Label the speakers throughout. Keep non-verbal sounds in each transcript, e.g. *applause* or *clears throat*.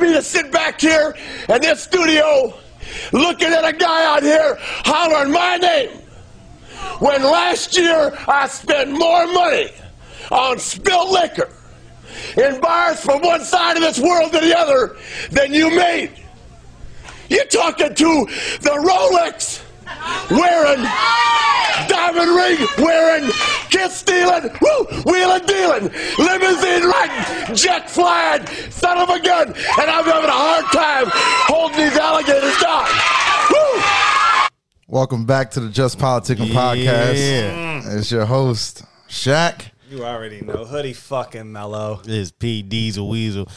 Speaker 1: me to sit back here in this studio looking at a guy out here hollering my name when last year I spent more money on spilled liquor in bars from one side of this world to the other than you made. You're talking to the Rolex wearing, diamond ring wearing, kiss stealing, woo, wheeling dealing, limousine riding, jet flying, son of a gun, and I'm having a hard time holding these alligators down. Woo!
Speaker 2: Welcome back to the Just Politicking podcast. It's your host Shaq.
Speaker 3: You already know. Hoodie fucking mellow.
Speaker 4: It's P Diesel
Speaker 3: *laughs*
Speaker 4: Weasel.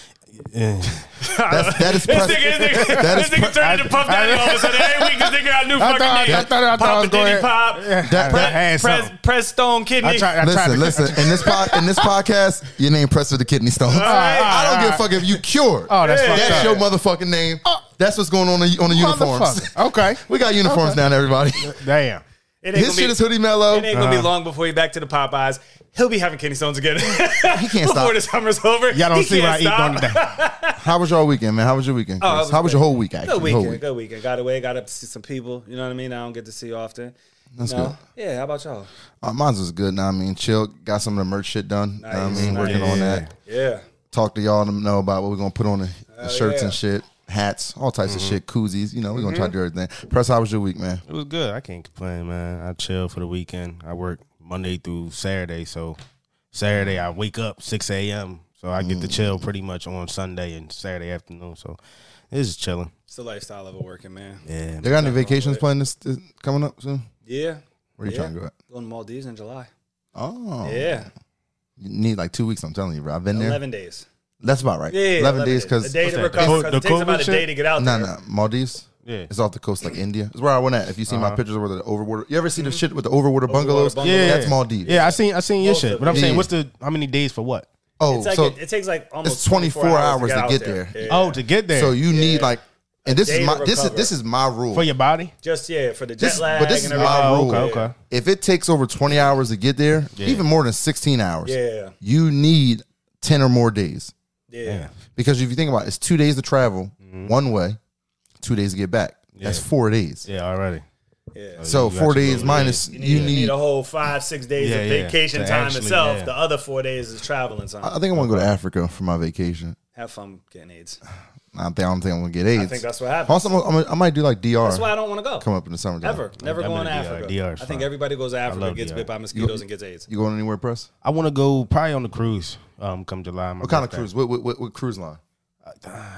Speaker 2: That's, that is
Speaker 5: This
Speaker 2: pres-
Speaker 5: nigga, this nigga,
Speaker 2: that
Speaker 5: this
Speaker 2: is
Speaker 5: nigga
Speaker 2: pre-
Speaker 5: turned into Puff Daddy all of a sudden. Every week, this nigga got a new
Speaker 6: I
Speaker 5: fucking
Speaker 6: thought, I
Speaker 5: name.
Speaker 6: thought, I thought I
Speaker 5: Pop
Speaker 6: was
Speaker 5: a
Speaker 6: going.
Speaker 5: Diddy Pop.
Speaker 2: that-
Speaker 6: I
Speaker 2: that-
Speaker 6: had
Speaker 3: Press,
Speaker 6: something.
Speaker 3: press stone kidney.
Speaker 6: I tried, I tried
Speaker 2: listen,
Speaker 6: to,
Speaker 2: listen. In this pod, in this podcast, your name pressed with the kidney stone. I don't give a fuck if you cured.
Speaker 6: Oh, that's fucked
Speaker 2: that's
Speaker 6: up.
Speaker 2: your motherfucking name. That's what's going on in, on the uniforms.
Speaker 6: Motherfucker. Okay.
Speaker 2: we got uniforms now, everybody.
Speaker 6: Damn.
Speaker 3: It ain't
Speaker 2: His
Speaker 3: gonna
Speaker 2: shit
Speaker 3: be-
Speaker 2: is hoodie mellow. Uh,
Speaker 3: It ain't gonna be long before he back to the Popeyes. He'll be having kidney stones again. he can't *laughs* before
Speaker 2: stop.
Speaker 3: the summer's over.
Speaker 6: Y'all don't
Speaker 3: he
Speaker 6: see what I
Speaker 3: can't
Speaker 6: eat on the
Speaker 3: stop.
Speaker 6: day.
Speaker 2: How was your weekend, man? How was your weekend?
Speaker 3: Oh, it
Speaker 2: Chris? How was
Speaker 3: great.
Speaker 2: your whole week? Actually,
Speaker 3: Good
Speaker 2: Whole
Speaker 3: weekend. Good weekend. Got away. Got up to see some people. You know what I mean? I don't get to see often.
Speaker 2: That's
Speaker 3: No.
Speaker 2: good.
Speaker 3: Yeah. How about y'all?
Speaker 2: Uh, mine's was good. Now I mean, chill. Got some of the merch shit done. Know what I
Speaker 3: Nice,
Speaker 2: mean, working on
Speaker 3: nice.
Speaker 2: that.
Speaker 3: Yeah.
Speaker 2: Talk to y'all to know about what we're gonna put on the, the shirts
Speaker 3: yeah. Mm-hmm.
Speaker 2: and shit, hats, all types
Speaker 4: Mm-hmm.
Speaker 2: of shit, koozies. You know, we're gonna try to do everything. Press, how was your week, man?
Speaker 4: It was good. I can't complain, man. I chill for the weekend. I work Monday through Saturday, so Saturday I wake up six a.m. So I get to chill pretty much on Sunday and Saturday afternoon. So it's just chilling.
Speaker 3: It's the lifestyle of a working man.
Speaker 4: Yeah.
Speaker 2: They got any vacations planned this, this coming up soon?
Speaker 3: Yeah.
Speaker 2: Where are you
Speaker 3: Yeah.
Speaker 2: trying to go at?
Speaker 3: Going to Maldives in July.
Speaker 2: Oh,
Speaker 3: Yeah.
Speaker 2: You need like two weeks. I'm telling you, bro. I've been there.
Speaker 3: Eleven days.
Speaker 2: That's about right.
Speaker 3: Yeah. yeah,
Speaker 2: 11, days
Speaker 3: A
Speaker 2: because
Speaker 3: day to
Speaker 4: that, the
Speaker 3: recover.
Speaker 4: co-
Speaker 3: 'cause
Speaker 4: the
Speaker 3: It takes about
Speaker 4: COVID
Speaker 3: a day
Speaker 4: shit?
Speaker 3: to get out
Speaker 2: No,
Speaker 3: there.
Speaker 2: no, Maldives.
Speaker 4: Yeah. Uh-huh.
Speaker 2: it's off the coast like India. It's where I went at. If you see my pictures of the overwater, you ever see the shit with the overwater bungalows?
Speaker 3: bungalows. Mm-hmm. Yeah.
Speaker 2: that's Maldives.
Speaker 4: Yeah, I seen I seen your
Speaker 3: Most
Speaker 4: shit.
Speaker 3: of
Speaker 4: But I'm
Speaker 2: it.
Speaker 4: saying
Speaker 2: Yeah.
Speaker 4: what's the how many days for what?
Speaker 2: Oh,
Speaker 3: It's like
Speaker 2: so
Speaker 3: it, it takes like almost
Speaker 2: it's 24 hours to
Speaker 3: out
Speaker 2: get there.
Speaker 3: Yeah.
Speaker 4: Oh, to get there.
Speaker 2: so you need like, and this
Speaker 3: day
Speaker 2: is
Speaker 3: to
Speaker 2: my this is
Speaker 3: recover.
Speaker 2: this is my rule.
Speaker 4: for your body?
Speaker 3: Just yeah, for the jet
Speaker 2: this,
Speaker 3: lag
Speaker 2: but this is
Speaker 3: and
Speaker 2: my
Speaker 3: everything.
Speaker 4: Oh,
Speaker 2: rule.
Speaker 4: okay, okay.
Speaker 2: If it takes over 20 hours to get there, even more than 16 hours,
Speaker 3: Yeah.
Speaker 2: you need 10 or more days.
Speaker 3: Yeah.
Speaker 2: Because if you think about it, it's two days to travel
Speaker 4: Mm-hmm.
Speaker 2: one way, two days to get back. That's four days.
Speaker 4: Yeah, already.
Speaker 3: Yeah.
Speaker 2: So
Speaker 4: you
Speaker 2: four
Speaker 4: actually
Speaker 2: days
Speaker 4: go
Speaker 2: minus
Speaker 3: You need,
Speaker 2: you
Speaker 3: you
Speaker 2: need.
Speaker 3: need a whole five, six days
Speaker 4: Yeah,
Speaker 3: of
Speaker 4: yeah,
Speaker 3: vacation
Speaker 4: to
Speaker 3: time
Speaker 4: actually-
Speaker 3: itself.
Speaker 4: yeah.
Speaker 3: The other four days is traveling time.
Speaker 2: I think I'm gonna go to Africa for my vacation.
Speaker 3: Have fun getting AIDS.
Speaker 2: I don't think, I don't think I'm gonna get AIDS.
Speaker 3: I think that's what happens.
Speaker 2: also, I'm, I'm, I might do like DR.
Speaker 3: That's why I don't want to go.
Speaker 2: come up in the summertime.
Speaker 3: Ever. Never
Speaker 4: I've
Speaker 3: going to
Speaker 4: been to DR.
Speaker 3: Africa.
Speaker 4: DR is
Speaker 3: I think
Speaker 4: fine.
Speaker 3: everybody goes to Africa,
Speaker 4: love
Speaker 3: gets
Speaker 4: DR.
Speaker 3: bit by mosquitoes, and gets AIDS.
Speaker 2: You going anywhere, press?
Speaker 4: I want to go probably on the cruise. Um, come July. my
Speaker 2: What kind of
Speaker 4: birthday.
Speaker 2: cruise? What, what, what, what cruise line?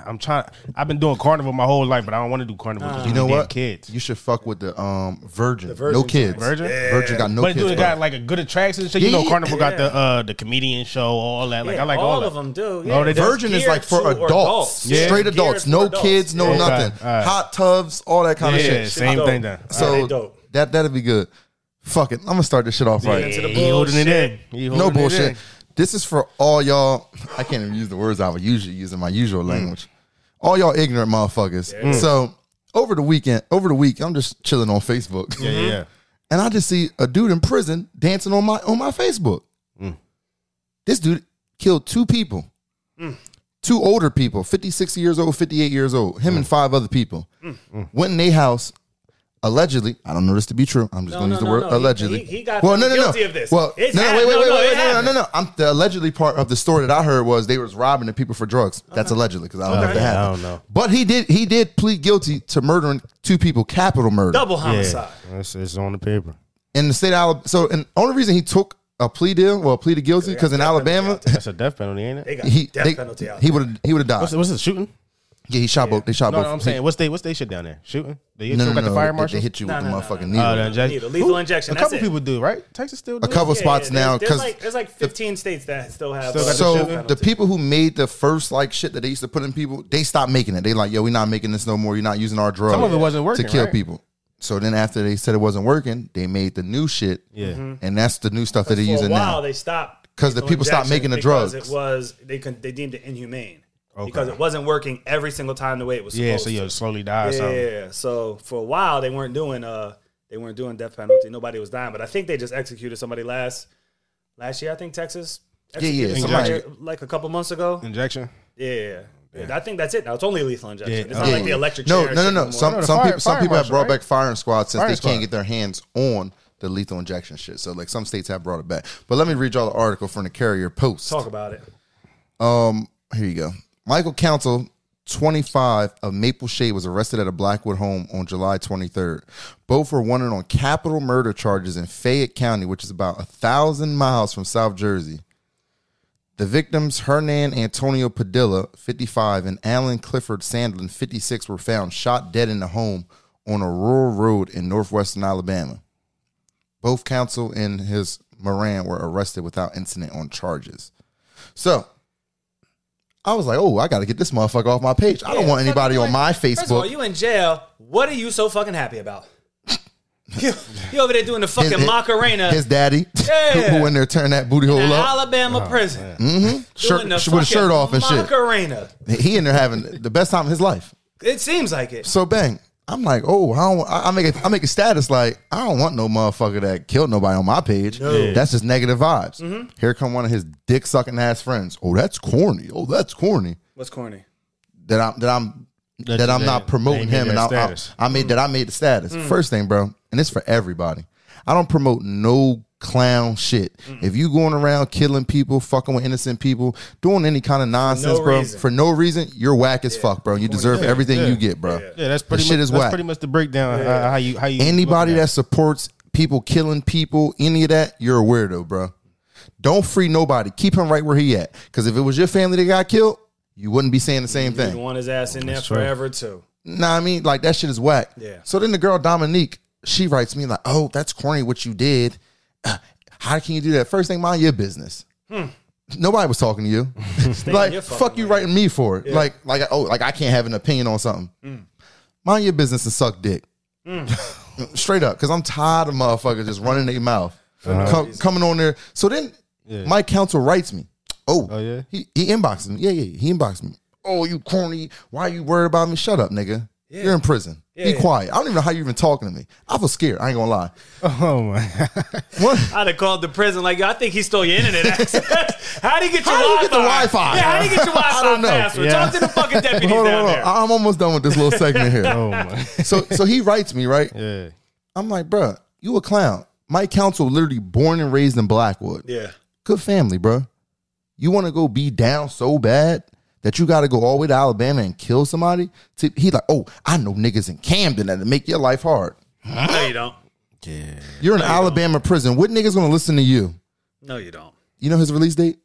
Speaker 4: I'm trying. I've been doing carnival my whole life, but I don't want to do
Speaker 3: Uh.
Speaker 4: carnival. because
Speaker 2: You know what?
Speaker 4: Kids.
Speaker 2: You should fuck with the um Virgin.
Speaker 3: Virgin
Speaker 2: no kids.
Speaker 4: Virgin? Yeah.
Speaker 2: Virgin got no
Speaker 4: but it
Speaker 2: kids.
Speaker 4: do it
Speaker 2: bro.
Speaker 4: got like a good attraction. and shit. you
Speaker 2: Yeah,
Speaker 4: know,
Speaker 2: yeah,
Speaker 4: Carnival got the uh the comedian show, all that. Like
Speaker 3: Yeah,
Speaker 4: I like all,
Speaker 3: all
Speaker 4: that.
Speaker 3: of them do.
Speaker 4: No,
Speaker 3: Yeah.
Speaker 4: they don't.
Speaker 2: Virgin is like
Speaker 3: Geared
Speaker 2: for
Speaker 3: to
Speaker 2: adults,
Speaker 3: adults. Yeah.
Speaker 2: straight
Speaker 3: Geared
Speaker 2: adults,
Speaker 3: for
Speaker 2: no
Speaker 3: adults.
Speaker 2: kids, no
Speaker 3: Yeah.
Speaker 2: nothing.
Speaker 4: Okay, all right.
Speaker 2: Hot tubs, all that kind
Speaker 4: yeah,
Speaker 2: of shit.
Speaker 4: same
Speaker 3: Shit
Speaker 4: thing.
Speaker 3: dope.
Speaker 4: Then
Speaker 3: Yeah,
Speaker 2: So
Speaker 3: they dope.
Speaker 2: that that'd be good. Fuck it, I'm gonna start this shit off right.
Speaker 3: into the
Speaker 4: He holding it in.
Speaker 3: bullshit.
Speaker 4: He
Speaker 2: No
Speaker 4: holding it in.
Speaker 2: bullshit. This is for all y'all. I can't even use the words I would usually use in my usual
Speaker 4: Mm.
Speaker 2: language. All y'all ignorant motherfuckers. So over the weekend, over the week, I'm just chilling on Facebook,
Speaker 4: Yeah, yeah.
Speaker 2: and I just see a dude in prison dancing on my on my Facebook.
Speaker 3: Mm.
Speaker 2: This dude killed two people,
Speaker 3: Mm.
Speaker 2: two older people, 56 years old, 58 years old, him
Speaker 3: Mm.
Speaker 2: and five other people.
Speaker 4: Mm.
Speaker 2: Went in their house. Allegedly, I don't know this to be true. I'm just
Speaker 3: No,
Speaker 2: gonna
Speaker 3: no,
Speaker 2: use the
Speaker 3: no,
Speaker 2: word
Speaker 3: no. He-
Speaker 2: allegedly.
Speaker 3: he- he got
Speaker 2: well, no, no,
Speaker 3: guilty
Speaker 2: no.
Speaker 3: of this.
Speaker 2: Well,
Speaker 3: It's
Speaker 2: no, no,
Speaker 3: hap-
Speaker 2: wait, wait,
Speaker 3: no,
Speaker 2: wait,
Speaker 3: no,
Speaker 2: wait,
Speaker 3: it
Speaker 2: no, no, no,
Speaker 3: happened.
Speaker 2: no. I'm the allegedly part of the story that I heard was they was robbing the people for drugs. That's allegedly because I don't know if that
Speaker 4: Okay.
Speaker 2: happened.
Speaker 4: I don't know.
Speaker 2: But he did he did plead guilty to murdering two people, capital murder
Speaker 3: Double
Speaker 4: Yeah.
Speaker 3: homicide.
Speaker 4: It's, it's on the paper.
Speaker 2: in the state of Alabama. So, and only reason he took a plea deal or pleaded guilty because in Alabama
Speaker 4: That's a death penalty, ain't
Speaker 3: They
Speaker 4: it?
Speaker 3: got
Speaker 2: he
Speaker 3: death
Speaker 2: they-
Speaker 3: penalty out.
Speaker 2: he would he would have died.
Speaker 4: What's, what's the shooting?
Speaker 2: yeah, he shot both. They shot
Speaker 4: No,
Speaker 2: both.
Speaker 4: no, I'm saying what's they what's they shit down there? Shooting? They
Speaker 2: no,
Speaker 4: still
Speaker 2: no,
Speaker 4: got
Speaker 2: no,
Speaker 4: the fire
Speaker 2: they-
Speaker 4: marshal.
Speaker 2: They hit you with
Speaker 3: No,
Speaker 2: the
Speaker 3: no, no,
Speaker 2: motherfucking
Speaker 4: Oh, the
Speaker 2: needle.
Speaker 4: injection.
Speaker 3: a lethal
Speaker 4: Who-
Speaker 3: injection,
Speaker 4: A
Speaker 3: that's
Speaker 4: couple
Speaker 3: it.
Speaker 4: people do right. Texas still
Speaker 2: A
Speaker 4: do it?
Speaker 2: couple
Speaker 3: Yeah,
Speaker 2: spots
Speaker 3: yeah,
Speaker 2: now
Speaker 3: there's, there's
Speaker 2: because
Speaker 3: like there's like 15 states that still have
Speaker 4: Still got the
Speaker 2: so
Speaker 4: shit
Speaker 2: the people who made the first like shit that they used to put in people, they stopped making it. They like, yo, we not making this no more. You're not using our drug.
Speaker 4: Some of it wasn't working,
Speaker 2: to kill
Speaker 4: right?
Speaker 2: people. So then after they said it wasn't working, they made the new shit.
Speaker 4: Yeah. Mhm.
Speaker 2: and that's the new stuff that they're
Speaker 3: for a
Speaker 2: using
Speaker 3: while
Speaker 2: now.
Speaker 3: they stopped
Speaker 2: 'Cause the people stopped
Speaker 3: injections
Speaker 2: making the
Speaker 3: because
Speaker 2: drugs.
Speaker 3: It was they con- they deemed it inhumane because it wasn't working every single time the way it was.
Speaker 4: Yeah,
Speaker 3: supposed
Speaker 4: so
Speaker 3: to.
Speaker 4: you'll slowly die or
Speaker 3: yeah,
Speaker 4: something.
Speaker 3: So for a while they weren't doing uh they weren't doing death penalty. Nobody was dying, but I think they just executed somebody last last year. I think Texas.
Speaker 2: yeah,
Speaker 3: executed
Speaker 2: somebody-
Speaker 3: somebody like a couple months ago.
Speaker 4: Injection.
Speaker 3: Yeah, I think that's it. Now it's only lethal injection.
Speaker 4: Yeah.
Speaker 3: It's not
Speaker 4: Yeah.
Speaker 3: like the electric
Speaker 2: No,
Speaker 3: chair.
Speaker 2: no, no,
Speaker 3: shit
Speaker 2: no.
Speaker 3: more.
Speaker 2: Some
Speaker 4: No, the
Speaker 2: some
Speaker 4: fire-
Speaker 2: people some
Speaker 4: fire
Speaker 2: people have
Speaker 4: marshal,
Speaker 2: brought
Speaker 4: right?
Speaker 2: back firing squad since
Speaker 4: Fire
Speaker 2: they
Speaker 4: squad.
Speaker 2: can't get their hands on the lethal injection shit. So like some states have brought it back. But let me read y'all the article from the Carrier Post.
Speaker 3: talk about it.
Speaker 2: Here you go. Michael Council, 25 of Maple Shade, was arrested at a Blackwood home on July 23rd. Both were wanted on capital murder charges in Fayette County, which is about a thousand miles from South Jersey. The victims, Hernan Antonio Padilla, 55, and Alan Clifford Sandlin, 56, were found shot dead in a home on a rural road in northwestern Alabama. Both counsel and his Moran were arrested without incident on charges. So I was like, oh, I got to get this motherfucker off my page. I don't want
Speaker 3: Fucking
Speaker 2: anybody on
Speaker 3: like-
Speaker 2: my
Speaker 3: First of all,
Speaker 2: Facebook.
Speaker 3: you in jail. What are you so fucking happy about?
Speaker 2: *laughs*
Speaker 3: you, you over there doing the fucking
Speaker 2: His- his-
Speaker 3: Macarena
Speaker 2: His daddy, *laughs* who,
Speaker 3: Yeah.
Speaker 2: who in there turned that booty hole
Speaker 3: in an
Speaker 2: up, Uh,
Speaker 3: Alabama prison.
Speaker 2: shirt, with
Speaker 3: Doing the
Speaker 2: a shirt
Speaker 3: fucking
Speaker 2: off and shit.
Speaker 3: Macarena.
Speaker 2: He in there having the best time of his life.
Speaker 3: It seems like it.
Speaker 2: So bang, I'm like, oh, I don't. I I make a, I make a status like I don't want no motherfucker that killed nobody on my page. That's just negative vibes.
Speaker 4: Mm-hmm.
Speaker 2: Here come one of his dick sucking ass friends. Oh, that's corny. Oh, that's corny.
Speaker 3: What's corny?
Speaker 2: That I'm that I'm that,
Speaker 4: That you
Speaker 2: I'm not
Speaker 4: made- that
Speaker 2: promoting
Speaker 4: you made
Speaker 2: him, and I,
Speaker 4: that
Speaker 2: I,
Speaker 4: status.
Speaker 2: I made that I made the status.
Speaker 4: Mm.
Speaker 2: First thing, bro, and it's for everybody. I don't promote no clown shit.
Speaker 4: Mm.
Speaker 2: If you going around killing people, fucking with innocent people, doing any kind of nonsense, bro,
Speaker 3: reason.
Speaker 2: for no reason, you're whack as fuck, bro. You deserve everything you get, bro.
Speaker 4: Yeah, that's pretty
Speaker 2: That
Speaker 4: much
Speaker 2: shit is
Speaker 4: that's
Speaker 2: whack.
Speaker 4: pretty much the breakdown. uh, How, how you how you
Speaker 2: anybody
Speaker 4: looking at
Speaker 2: that supports people killing people, any of that, you're a weirdo, bro. Don't free nobody. Keep him right where he at. Because if it was your family that got killed, you wouldn't be saying the same
Speaker 3: You
Speaker 2: thing.
Speaker 3: want his ass in there forever too.
Speaker 2: Nah, I mean, like that shit is whack.
Speaker 3: Yeah.
Speaker 2: So then the girl Dominique, she writes me like, "Oh, that's corny what you did. Uh, How can you do that? First thing, mind your business." Nobody was talking to
Speaker 3: *laughs*
Speaker 2: you.
Speaker 3: Hmm. your
Speaker 2: like,
Speaker 3: fucking
Speaker 2: fuck you
Speaker 3: lane.
Speaker 2: writing me for it. Like, like, oh, like I can't have an opinion on something.
Speaker 3: Hmm.
Speaker 2: Mind your business and suck dick. Straight up, because I'm tired of motherfuckers just running their mouth, Com- coming on there. So then, my counsel writes me. Oh,
Speaker 4: Oh, yeah?
Speaker 2: He, he inboxes me. Yeah, yeah. He inboxes me. Oh, you corny. Why are you worried about me? Shut up, nigga. You're in prison. Be
Speaker 3: yeah.
Speaker 2: quiet. I don't even know how you're even talking to me. I was scared. I ain't gonna lie.
Speaker 4: Oh my!
Speaker 2: One,
Speaker 3: I'd have called the prison like, yo, I think he stole your
Speaker 2: *laughs*
Speaker 3: internet access. *laughs* how did he get your
Speaker 2: How did he get
Speaker 3: Wi-Fi?
Speaker 2: the Wi-Fi?
Speaker 3: Yeah, how did he get your
Speaker 2: *laughs*
Speaker 3: Wi-Fi
Speaker 2: I don't know.
Speaker 3: password?
Speaker 4: Yeah.
Speaker 3: Talk to
Speaker 2: *laughs*
Speaker 3: the fucking deputies
Speaker 2: hold on,
Speaker 3: down
Speaker 2: hold on.
Speaker 3: there.
Speaker 2: I'm almost done with this little segment here. *laughs*
Speaker 4: Oh my!
Speaker 2: So, so he writes me right.
Speaker 4: Yeah.
Speaker 2: I'm like, bruh, you a clown. Mike Council, literally born and raised in Blackwood.
Speaker 3: yeah.
Speaker 2: Good family, bruh. You want to go be down so bad that you got to go all the way to Alabama and kill somebody? To- He like, oh, I know niggas in Camden that'll make your life hard.
Speaker 3: No, you don't.
Speaker 4: Yeah.
Speaker 2: You're in Alabama prison. What niggas gonna listen to you?
Speaker 3: No, you don't.
Speaker 2: You know his release date?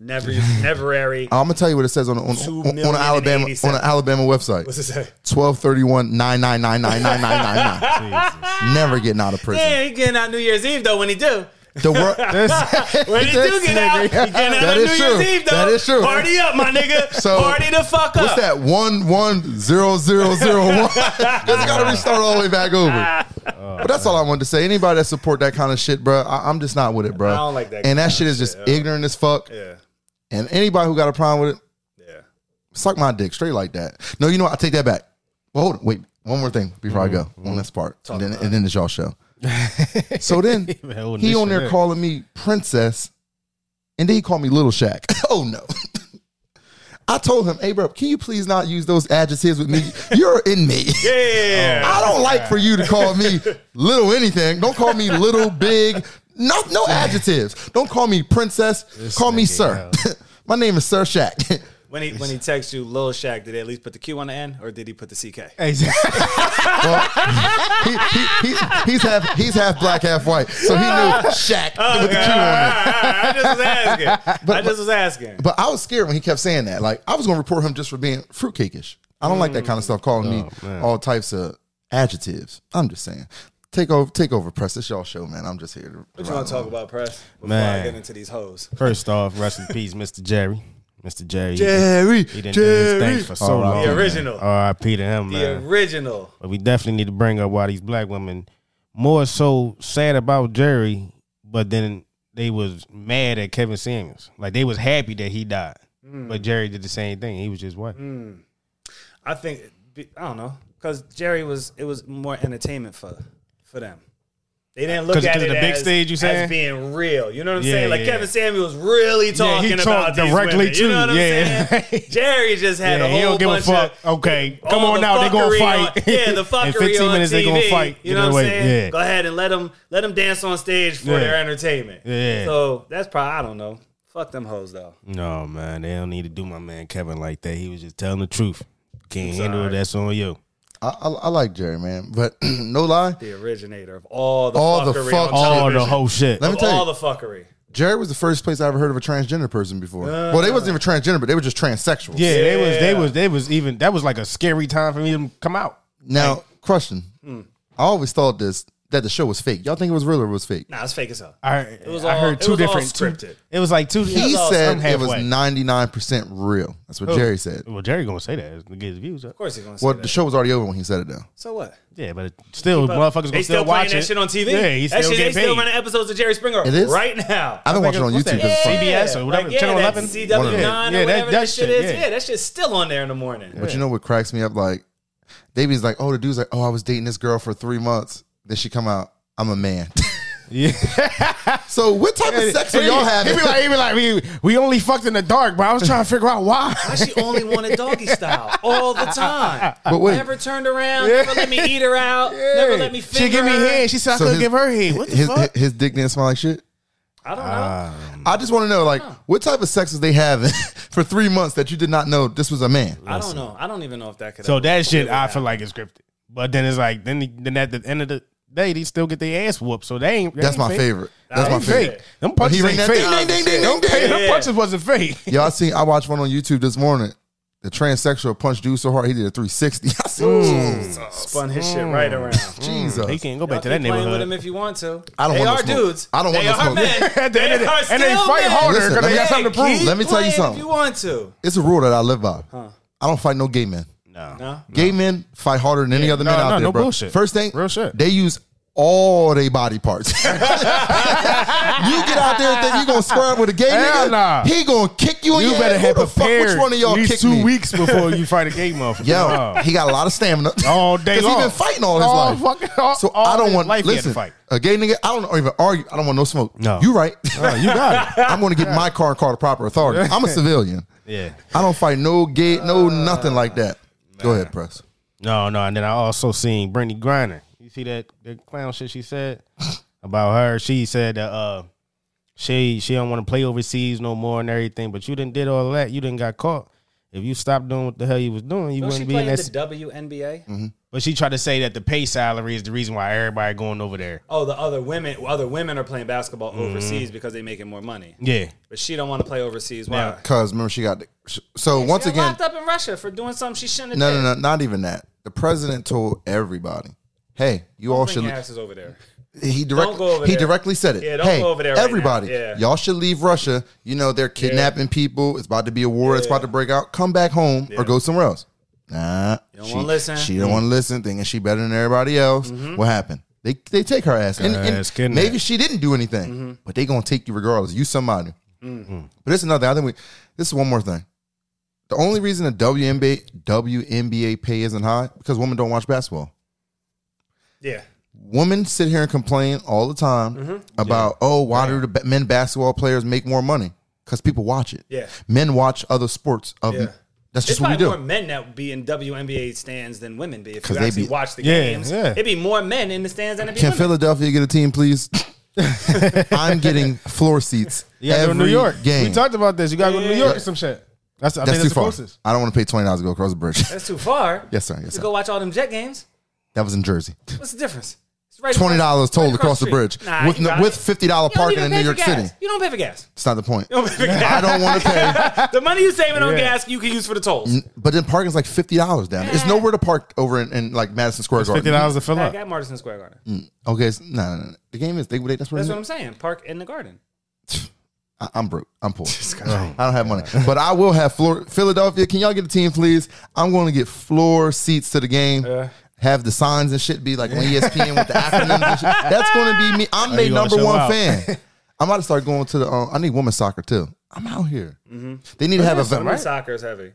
Speaker 3: Never,
Speaker 2: *laughs*
Speaker 3: neverary.
Speaker 2: I'm gonna tell you what it says on on, on,
Speaker 3: Two
Speaker 2: on, an
Speaker 3: million and
Speaker 2: Alabama on
Speaker 3: eighty-seven.
Speaker 2: an Alabama website.
Speaker 3: What's it say?
Speaker 2: Twelve thirty one nine nine nine nine nine nine nine nine. Never getting out of prison.
Speaker 3: Yeah, he getting out New Year's Eve though. When he do,
Speaker 2: The world.
Speaker 3: when he do get out, he getting out
Speaker 2: That
Speaker 3: on New
Speaker 2: is
Speaker 3: Year's
Speaker 2: true.
Speaker 3: Eve though.
Speaker 2: That is true.
Speaker 3: Party up, my
Speaker 2: *laughs*
Speaker 3: nigga.
Speaker 2: So,
Speaker 3: Party the fuck up.
Speaker 2: What's that? One one zero zero zero
Speaker 3: *laughs*
Speaker 2: one. It's gotta restart all the way back over.
Speaker 3: Oh,
Speaker 2: But that's all I wanted to say. Anybody that support that kind of shit, bro, I, I'm just not with it, bro.
Speaker 3: I don't like that
Speaker 2: And
Speaker 3: kind
Speaker 2: that shit is just ignorant as fuck.
Speaker 3: Yeah,
Speaker 2: And anybody who got a problem with it,
Speaker 3: yeah.
Speaker 2: suck my dick straight like that. No, you know what? I take that back. Well, hold on. Wait, one more thing before I go
Speaker 4: Mm-hmm.
Speaker 2: on this part, and then, and then it's y'all show. so
Speaker 4: *laughs*
Speaker 2: then
Speaker 4: holding
Speaker 2: he
Speaker 4: this
Speaker 2: on
Speaker 4: shit
Speaker 2: there
Speaker 4: in.
Speaker 2: calling me princess, and then he called me little Shaq. *laughs* oh no. I told him, hey, bro, can you please not use those adjectives with me? You're in me. *laughs*
Speaker 3: Yeah.
Speaker 2: I don't like for you to call me little anything. Don't call me little, big. No, no adjectives. Don't call me princess. call me sir. *laughs* My name is Sir Shaq. *laughs*
Speaker 3: When he when he texts you, Lil Shaq, did he at least put the Q on the end, or did he put the CK?
Speaker 2: he, he, he, he's half he's half black, half white. So he
Speaker 4: *laughs*
Speaker 2: knew Shaq with the Q on it.
Speaker 3: All right, all right, *laughs* I just was asking. I
Speaker 2: *laughs* But-
Speaker 3: just was asking.
Speaker 2: But I was scared when he kept saying that. Like I was gonna report him just for being fruitcakeish. I don't like that kind of stuff. Calling me
Speaker 4: Oh,
Speaker 2: all types of adjectives. I'm just saying. Take over, take over, press. This y'all show, man. I'm just here. To
Speaker 3: What you want to talk about, press? Before I
Speaker 4: Man.
Speaker 3: get into these hoes.
Speaker 4: First off, rest in peace, Mr. Jerry. Mr. Jerry.
Speaker 2: Jerry, Oh,
Speaker 4: He didn't do his thing for so
Speaker 2: Alright.
Speaker 4: long.
Speaker 3: The original.
Speaker 4: R.I.P. to him,
Speaker 3: The
Speaker 4: man.
Speaker 3: original.
Speaker 4: But we definitely need to bring up why these black women more so sad about Jerry, but then they was mad at Kevin Samuels. Like they was happy that he died.
Speaker 3: Mm.
Speaker 4: But Jerry did the same thing. He was just white.
Speaker 3: I think I don't know because Jerry was it was more entertainment for for them. They didn't look
Speaker 4: 'Cause-
Speaker 3: at
Speaker 4: 'cause
Speaker 3: it
Speaker 4: the big
Speaker 3: as,
Speaker 4: stage, you saying?
Speaker 3: as being real. You know what I'm
Speaker 4: Yeah,
Speaker 3: saying? Like
Speaker 4: yeah.
Speaker 3: Kevin Samuels really talking about
Speaker 4: talked
Speaker 3: these
Speaker 4: directly
Speaker 3: women. You
Speaker 4: to
Speaker 3: know what I'm
Speaker 4: you. Yeah. *laughs*
Speaker 3: saying? Jerry just had
Speaker 4: Yeah,
Speaker 3: a whole
Speaker 4: he don't give a
Speaker 3: bunch
Speaker 4: fuck.
Speaker 3: of
Speaker 4: Okay,
Speaker 3: all
Speaker 4: come on
Speaker 3: the
Speaker 4: now, they gonna
Speaker 3: fuckery
Speaker 4: fight.
Speaker 3: on- yeah, the
Speaker 4: *laughs* In
Speaker 3: fuckery
Speaker 4: 15
Speaker 3: on
Speaker 4: minutes,
Speaker 3: TV,
Speaker 4: they gonna fight.
Speaker 3: You know
Speaker 4: Get
Speaker 3: what
Speaker 4: it
Speaker 3: I'm
Speaker 4: away.
Speaker 3: saying?
Speaker 4: Yeah.
Speaker 3: Go ahead and let them let them dance on stage for
Speaker 4: Yeah.
Speaker 3: their entertainment.
Speaker 4: Yeah.
Speaker 3: So that's probably I don't know. Fuck them hoes though.
Speaker 4: No, man, they don't need to do my man Kevin like that. He was just telling the truth. Can't handle it. That's on you.
Speaker 2: I, I, I like Jerry, man, but *clears throat* no lie,
Speaker 3: The originator of all the
Speaker 2: All the
Speaker 3: fuckery
Speaker 2: fuck-
Speaker 3: on
Speaker 4: All
Speaker 3: television.
Speaker 4: the whole shit.
Speaker 2: Let me
Speaker 3: Of
Speaker 2: tell you.
Speaker 3: all the fuckery.
Speaker 2: Jerry was the first place I ever heard of a transgender person before. well, they wasn't even transgender, but they were just transsexuals.
Speaker 4: Uh, Yeah, they was they
Speaker 3: Yeah.
Speaker 4: was they was even that was like a scary time for me to come out.
Speaker 2: Now, question:
Speaker 4: Hmm.
Speaker 2: I always thought this that the show was fake. Y'all think it was real or it was fake?
Speaker 3: Nah, it's fake as hell.
Speaker 4: I,
Speaker 3: was
Speaker 4: I
Speaker 3: all-
Speaker 4: heard
Speaker 3: it
Speaker 4: two
Speaker 3: was all
Speaker 4: different two-
Speaker 3: scripted.
Speaker 4: it was like two.
Speaker 2: He
Speaker 4: was all-
Speaker 2: said
Speaker 4: I'm
Speaker 2: it was
Speaker 4: halfway.
Speaker 2: ninety nine percent real. That's what Jerry said.
Speaker 4: Well, Jerry gonna say that to get his views up.
Speaker 3: Of course he's gonna say
Speaker 2: Well,
Speaker 3: that.
Speaker 2: the show was already over when he said it though.
Speaker 3: so what?
Speaker 4: Yeah, but it- still, motherfuckers gonna
Speaker 3: They still, playing
Speaker 4: watch
Speaker 3: that
Speaker 4: it.
Speaker 3: shit on TV.
Speaker 4: Yeah, he's
Speaker 3: that shit,
Speaker 4: still
Speaker 3: they
Speaker 4: getting paid.
Speaker 3: still running episodes of Jerry Springer
Speaker 2: It is?
Speaker 3: right now.
Speaker 2: I've been watching it on
Speaker 4: What's
Speaker 2: YouTube.
Speaker 4: that?
Speaker 2: Cause it's
Speaker 4: Yeah.
Speaker 2: funny.
Speaker 4: CBS or whatever,
Speaker 3: Like, yeah,
Speaker 4: Channel
Speaker 3: that
Speaker 4: 11?
Speaker 3: CW9 or
Speaker 4: Yeah, that-
Speaker 3: whatever that,
Speaker 4: that
Speaker 3: shit
Speaker 4: shit,
Speaker 3: is.
Speaker 4: yeah.
Speaker 3: Yeah. that shit's still on there in the morning.
Speaker 2: But you know what cracks me up? Like, they be like, "Oh, the dude's like, oh, I was dating this girl for three months. Then she come out, I'm a man."
Speaker 4: *laughs* Yeah,
Speaker 2: so what type of *laughs* sex are
Speaker 4: He-
Speaker 2: y'all
Speaker 4: He
Speaker 2: having?
Speaker 4: be like, he be like, we we only fucked in the dark, but I was trying to figure out why.
Speaker 3: Why she only wanted doggy
Speaker 4: *laughs*
Speaker 3: style all the time.
Speaker 2: But wait.
Speaker 3: Never turned around. Never let me eat her out. Never let me finger
Speaker 4: *laughs* She give me
Speaker 3: her.
Speaker 4: head. She said I couldn't give her head. What the
Speaker 2: his,
Speaker 4: fuck?
Speaker 2: His, his dick didn't smell like shit.
Speaker 3: I don't know.
Speaker 4: Ah,
Speaker 2: I just want to know, like, what type of sex was they having *laughs* for three months that you did not know this was a man?
Speaker 3: I don't know. I don't even know if that could.
Speaker 4: So
Speaker 3: ever-
Speaker 4: that shit, I
Speaker 3: happen.
Speaker 4: feel like is scripted. But then it's like, then then at the end of the day, they still get their ass whooped. So they ain't. they
Speaker 2: That's
Speaker 4: ain't
Speaker 2: my
Speaker 4: fake.
Speaker 2: favorite. That's
Speaker 4: They
Speaker 2: my
Speaker 4: ain't fake.
Speaker 2: favorite.
Speaker 4: Them
Speaker 2: When he
Speaker 4: punches
Speaker 2: ring
Speaker 4: ain't
Speaker 2: that
Speaker 4: fake.
Speaker 2: ding, ding, ding, ding,
Speaker 4: Them
Speaker 2: ding,
Speaker 4: pa-
Speaker 2: ding.
Speaker 4: Them punches wasn't fake.
Speaker 2: Y'all seen? I watched one on YouTube this morning. The transsexual punched dude so hard he did a 360. *laughs* I said, Jesus.
Speaker 3: spun his shit right around.
Speaker 2: Jesus.
Speaker 4: Mm. He can't go
Speaker 3: Y'all
Speaker 4: back to
Speaker 3: keep
Speaker 4: that
Speaker 3: playing with them
Speaker 4: neighborhood.
Speaker 3: if you want to.
Speaker 2: I don't
Speaker 3: they
Speaker 2: want
Speaker 3: are
Speaker 2: to smoke.
Speaker 3: dudes.
Speaker 2: I don't want
Speaker 3: they
Speaker 2: to *laughs*
Speaker 3: are
Speaker 2: smoke.
Speaker 3: men.
Speaker 4: At the
Speaker 3: they
Speaker 4: end of the-
Speaker 3: are
Speaker 4: and they
Speaker 3: still
Speaker 4: fight
Speaker 3: men.
Speaker 4: harder 'cause
Speaker 2: Listen,
Speaker 4: they
Speaker 2: let
Speaker 4: got
Speaker 2: me-
Speaker 4: something to prove.
Speaker 3: Keep
Speaker 2: Let me tell you
Speaker 3: playing
Speaker 2: something.
Speaker 3: If you want to,
Speaker 2: It's a rule that I live by. I don't fight no gay men.
Speaker 4: No.
Speaker 2: Gay men fight harder than any other
Speaker 4: no,
Speaker 2: men out
Speaker 4: no,
Speaker 2: there,
Speaker 4: no
Speaker 2: bro.
Speaker 4: bullshit.
Speaker 2: First thing,
Speaker 4: Real shit.
Speaker 2: they use all their body
Speaker 4: *laughs*
Speaker 2: parts. *laughs* you get out there and think you gonna square up with a gay
Speaker 4: Hell
Speaker 2: nigga?
Speaker 4: nah.
Speaker 2: He gonna kick you in
Speaker 4: You
Speaker 2: your
Speaker 4: better
Speaker 2: ass.
Speaker 4: have
Speaker 2: Who the fuck-
Speaker 4: prepared
Speaker 2: Which one of
Speaker 4: at
Speaker 2: y'all
Speaker 4: least
Speaker 2: kicked
Speaker 4: two
Speaker 2: me?
Speaker 4: weeks before you fight a *laughs* gay motherfucker.
Speaker 2: Yo,
Speaker 4: No.
Speaker 2: he got a lot of stamina *laughs*
Speaker 4: All day
Speaker 2: he
Speaker 4: long.
Speaker 2: been fighting all his
Speaker 4: All
Speaker 2: life.
Speaker 4: fucking- all-
Speaker 2: so
Speaker 4: all
Speaker 2: I don't
Speaker 4: his
Speaker 2: want
Speaker 4: life he had to
Speaker 2: listen,
Speaker 4: fight.
Speaker 2: A gay nigga, I don't even argue. I don't want no smoke.
Speaker 4: No.
Speaker 2: you right.
Speaker 4: No, you got it.
Speaker 2: *laughs* I'm going to get my car and call the proper authority. I'm a civilian.
Speaker 4: Yeah.
Speaker 2: I don't fight no gay, no nothing like that. Go ahead, press.
Speaker 4: No, no, and then I also seen Brittany Griner. You see that that clown shit she
Speaker 2: *laughs*
Speaker 4: said about her. She said that uh she she don't want to play overseas no more and everything. But you didn't did all that. You didn't got caught. If you stopped doing what the hell you was doing, you
Speaker 3: don't she
Speaker 4: wouldn't be
Speaker 3: play
Speaker 4: in
Speaker 3: in
Speaker 4: that.
Speaker 3: the WNBA?
Speaker 2: Mm-hmm.
Speaker 4: but she tried to say that the pay salary is the reason why everybody going over there.
Speaker 3: Oh, the other women, other women are playing basketball
Speaker 2: Mm-hmm.
Speaker 3: overseas because they making more money.
Speaker 4: Yeah,
Speaker 3: But she don't want to play overseas. Why?
Speaker 4: Yeah.
Speaker 2: Cause remember she got. The, so once
Speaker 3: She got
Speaker 2: again,
Speaker 3: locked up in Russia for doing something she shouldn't have
Speaker 2: no,
Speaker 3: did.
Speaker 2: no, no, not even that. The president told everybody, "Hey, you all
Speaker 3: Bring
Speaker 2: should."
Speaker 3: your asses over there.
Speaker 2: He directly
Speaker 3: go over
Speaker 2: he
Speaker 3: there.
Speaker 2: directly said it.
Speaker 3: Yeah, don't
Speaker 2: hey,
Speaker 3: go over there right
Speaker 2: everybody,
Speaker 3: now. Yeah.
Speaker 2: y'all should leave Russia. You know they're kidnapping people. It's about to be a war. It's about to break out. Come back home or go somewhere else. Nah,
Speaker 3: don't
Speaker 2: she-
Speaker 3: wanna listen. Mm-hmm.
Speaker 2: She don't want to listen. Thinking she better than everybody else. What happened? They they take her ass. And, and
Speaker 4: ass kidnapped.
Speaker 2: maybe she didn't do anything,
Speaker 3: Mm-hmm.
Speaker 2: but they gonna take you regardless. You somebody. But it's another. thing. I think we. This is one more thing. The only reason the WNBA WNBA pay isn't high because women don't watch basketball
Speaker 3: Yeah.
Speaker 2: women sit here and complain all the time
Speaker 3: Mm-hmm.
Speaker 2: about oh why do the ba- men basketball players make more money because people watch it
Speaker 3: Yeah.
Speaker 2: men watch other sports of
Speaker 3: Yeah.
Speaker 2: that's
Speaker 3: It's
Speaker 2: just what we
Speaker 3: probably more
Speaker 2: do
Speaker 3: men that would be in WNBA stands than women be. If
Speaker 2: 'Cause
Speaker 3: you
Speaker 2: they
Speaker 3: actually
Speaker 2: be-
Speaker 3: watch the
Speaker 4: Yeah,
Speaker 3: games,
Speaker 4: yeah.
Speaker 3: it'd be more men in the stands than it'd be
Speaker 2: can
Speaker 3: women.
Speaker 2: philadelphia get a team
Speaker 3: *laughs*
Speaker 2: please i'm getting floor seats
Speaker 4: you gotta go
Speaker 2: every
Speaker 4: to New York.
Speaker 2: game
Speaker 4: We talked about this. You gotta go to New York or some shit. That's, I
Speaker 2: that's too
Speaker 4: think that's the
Speaker 2: far
Speaker 4: closest.
Speaker 2: i don't want to pay $20 to go across the
Speaker 3: *laughs*
Speaker 2: bridge *laughs*
Speaker 3: That's too far.
Speaker 2: yes sir yes
Speaker 3: To
Speaker 2: sir
Speaker 3: go watch all them Jet games.
Speaker 2: that was in
Speaker 3: *laughs*
Speaker 2: jersey
Speaker 3: What's the difference? It's right
Speaker 2: $20
Speaker 3: across-
Speaker 2: total
Speaker 3: right
Speaker 2: across the
Speaker 3: street.
Speaker 2: bridge
Speaker 3: Nah,
Speaker 2: with
Speaker 3: you
Speaker 2: no,
Speaker 3: got
Speaker 2: with
Speaker 3: it.
Speaker 2: $50
Speaker 3: You don't
Speaker 2: parking
Speaker 3: even
Speaker 2: in
Speaker 3: pay
Speaker 2: new
Speaker 3: for
Speaker 2: york
Speaker 3: gas.
Speaker 2: city
Speaker 3: You don't pay for gas. *laughs*
Speaker 2: it's not the point
Speaker 3: You don't pay for gas.
Speaker 2: i don't want to pay
Speaker 3: the money you saving on
Speaker 4: Yeah.
Speaker 3: gas, you can use for the tolls.
Speaker 2: But then parking's like fifty dollars down. It's nowhere to park over in, in like Madison Square Garden.
Speaker 4: Fifty dollars to fill
Speaker 3: I
Speaker 4: up.
Speaker 3: got Madison Square Garden.
Speaker 2: Mm-hmm. Okay, it's, no, no, no. The game is they. they that's what,
Speaker 3: That's
Speaker 2: it
Speaker 3: what I'm
Speaker 2: is.
Speaker 3: saying. Park in the garden.
Speaker 2: I- I'm broke. I'm
Speaker 4: *laughs*
Speaker 2: poor. I don't have money, but I will have floor. Philadelphia, can y'all get a team, please? I'm going to get floor seats to the game. Have the signs and shit be like on E ESPN
Speaker 3: *laughs*
Speaker 2: with the acronyms. And shit. That's going to be me. I'm
Speaker 4: you
Speaker 2: their
Speaker 4: gonna
Speaker 2: number
Speaker 4: show
Speaker 2: one
Speaker 4: out? *laughs*
Speaker 2: fan. I'm about to start going
Speaker 3: Mm-hmm.
Speaker 2: to the. Uh, I need women's soccer too. I'm out here. They need to have a.
Speaker 3: Women's soccer is heavy.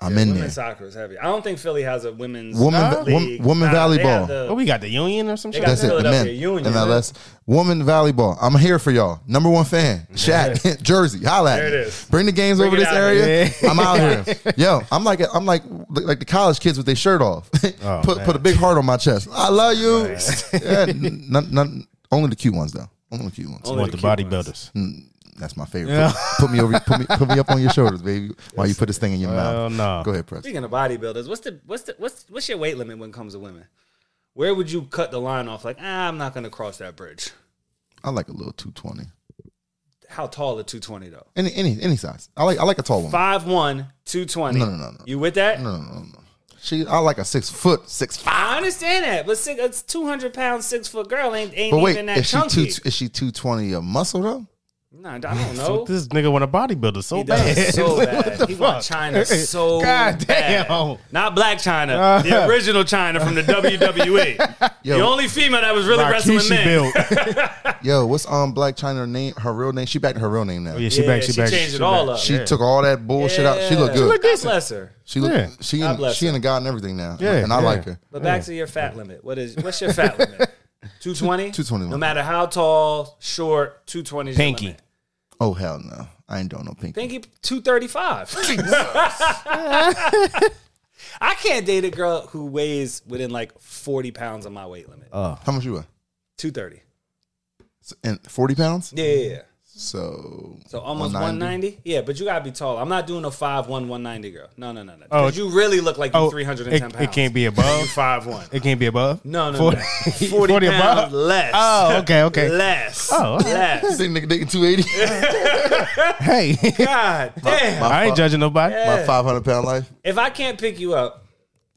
Speaker 2: I'm in there.
Speaker 3: Women's soccer is heavy. I don't think Philly has a women's
Speaker 2: Woman,
Speaker 4: Huh?
Speaker 2: wom-
Speaker 3: league.
Speaker 2: woman
Speaker 3: Nah, they
Speaker 2: volleyball.
Speaker 3: have the-
Speaker 4: What Oh, we got the union or some shit?
Speaker 3: got
Speaker 2: That's it. The
Speaker 3: Philadelphia
Speaker 2: men.
Speaker 3: Union,
Speaker 2: MLS. Woman volleyball. I'm here for y'all. Number one fan. Shaq. Jersey. Holla at
Speaker 3: There
Speaker 2: me.
Speaker 3: it is.
Speaker 2: Bring the games over
Speaker 3: it
Speaker 2: this
Speaker 3: out
Speaker 2: area. *laughs* I'm out here. Yo, I'm like I'm like like the college kids with their shirt off. *laughs*
Speaker 4: Oh,
Speaker 2: put
Speaker 4: man.
Speaker 2: put a big heart on my chest. I love you. *laughs* yeah, n- none- none- only the cute ones though. Only the cute ones.
Speaker 4: want the
Speaker 3: the cute
Speaker 4: bodybuilders.
Speaker 2: That's my favorite. Put, put me over. Put me, put me up on your shoulders, baby. While you put this thing in your
Speaker 4: Well,
Speaker 2: mouth.
Speaker 4: no.
Speaker 2: Go ahead, press.
Speaker 3: Speaking of bodybuilders, what's the what's the what's what's your weight limit when it comes to women? Where would you cut the line off? Like, ah, I'm not gonna cross that bridge.
Speaker 2: I like a little two twenty.
Speaker 3: How tall at 220 though?
Speaker 2: Any any any size. I like I like a tall woman.
Speaker 3: 5'1", 220.
Speaker 2: No, no, no, no.
Speaker 3: You with that?
Speaker 2: No, no, no, no. She. I like a six foot, six five.
Speaker 3: I understand that, but six, it's two hundred pound six foot girl ain't ain't
Speaker 2: But wait,
Speaker 3: even that
Speaker 2: is she
Speaker 3: chunky.
Speaker 2: two? Is she two twenty a muscle though?
Speaker 3: nah, I don't
Speaker 4: Fuck,
Speaker 2: Mm.
Speaker 3: know.
Speaker 4: This nigga want a bodybuilder so
Speaker 3: He
Speaker 4: bad. *laughs*
Speaker 3: does so
Speaker 4: What
Speaker 3: bad.
Speaker 4: the
Speaker 3: he want
Speaker 4: fuck?
Speaker 3: China so
Speaker 4: God
Speaker 3: bad.
Speaker 4: damn.
Speaker 3: Not black China,
Speaker 4: Uh.
Speaker 3: the original China from the WWE.
Speaker 2: Yo.
Speaker 3: The only female that was really wrestling
Speaker 4: Rakishi
Speaker 3: men. *laughs*
Speaker 4: built.
Speaker 2: Yo, what's um Black China her name? Her real name? She back to her real name now.
Speaker 4: Oh, yeah, she
Speaker 3: Yeah,
Speaker 4: back. She,
Speaker 3: she
Speaker 4: back.
Speaker 3: changed
Speaker 4: she
Speaker 3: it all
Speaker 4: back.
Speaker 3: up.
Speaker 2: She took all that bullshit out. She look good.
Speaker 3: God bless her.
Speaker 2: She look.
Speaker 4: Yeah.
Speaker 2: She
Speaker 3: God
Speaker 2: and
Speaker 3: bless
Speaker 2: she
Speaker 3: her.
Speaker 2: and a god and everything now.
Speaker 4: Yeah,
Speaker 2: and I
Speaker 4: yeah.
Speaker 2: like her.
Speaker 3: But back to your fat limit. What is what's your fat limit? 220?
Speaker 2: 220.
Speaker 3: No matter how tall, short, 220 is your
Speaker 4: Pinky.
Speaker 3: limit.
Speaker 2: Oh hell no, I ain't doing no pink.
Speaker 3: Pinky 235. *laughs* I can't date a girl who weighs within like 40 pounds of my weight limit.
Speaker 4: Uh.
Speaker 2: How much you weigh?
Speaker 3: 230.
Speaker 2: S- And forty pounds.
Speaker 3: Yeah, yeah, yeah.
Speaker 2: So
Speaker 3: So almost 190. Yeah, but you got to be tall. I'm not doing a 5'1", 190 girl. No, no, no, no.
Speaker 4: Oh,
Speaker 3: Because you really look like you're
Speaker 4: Oh,
Speaker 3: 310
Speaker 4: it,
Speaker 3: pounds.
Speaker 4: It can't be above.
Speaker 3: Five one.
Speaker 4: It can't be above.
Speaker 3: No, no,
Speaker 4: Forty-
Speaker 3: no. *laughs*
Speaker 4: *laughs*
Speaker 3: 40,
Speaker 4: 40
Speaker 3: pounds
Speaker 4: above?
Speaker 3: less.
Speaker 4: Oh, okay, okay.
Speaker 3: Less.
Speaker 4: Oh, okay.
Speaker 2: This
Speaker 3: less.
Speaker 4: *laughs*
Speaker 2: *laughs* nigga nigga two eighty.
Speaker 3: *laughs*
Speaker 4: Hey,
Speaker 3: God damn.
Speaker 4: I ain't judging nobody.
Speaker 2: My five hundred pound life.
Speaker 3: if I can't pick you up,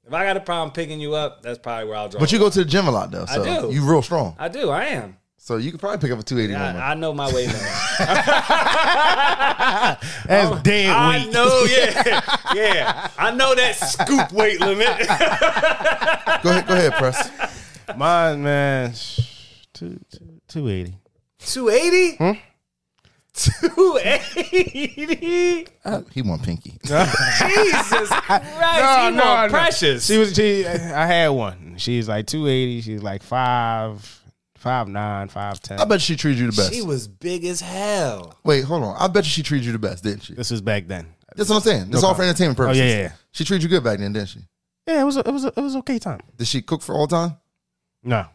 Speaker 3: if I got a problem picking you up, that's probably where I'll draw.
Speaker 2: But you
Speaker 3: the
Speaker 2: go to the gym a lot though, so
Speaker 3: do.
Speaker 2: you real strong.
Speaker 3: line. I do. I am.
Speaker 2: So you could probably pick up a two eighty woman.
Speaker 3: I, I know my weight limit.
Speaker 4: That's dead
Speaker 3: Oh, I
Speaker 4: weak.
Speaker 3: know. *laughs* Yeah, yeah. I know that scoop weight limit.
Speaker 2: go ahead, go ahead, press.
Speaker 4: Mine, man, sh- two two eighty.
Speaker 3: *laughs* Two eighty. Two eighty.
Speaker 2: He want pinky.
Speaker 3: Jesus Christ. you want precious.
Speaker 4: She was. She, I had one. She's like two eighty. She's like five, five nine, five ten.
Speaker 2: I bet she treated you the best.
Speaker 3: She was big as hell.
Speaker 2: Wait, hold on. I bet you she treated you the best, didn't she?
Speaker 4: This was back then.
Speaker 2: That's what I'm saying. That's all for entertainment purposes.
Speaker 4: Oh, yeah, yeah, yeah.
Speaker 2: She treated you good back then, didn't she?
Speaker 4: Yeah, it was. A, it was. A, it was okay time.
Speaker 2: Did she cook for all time?
Speaker 4: No,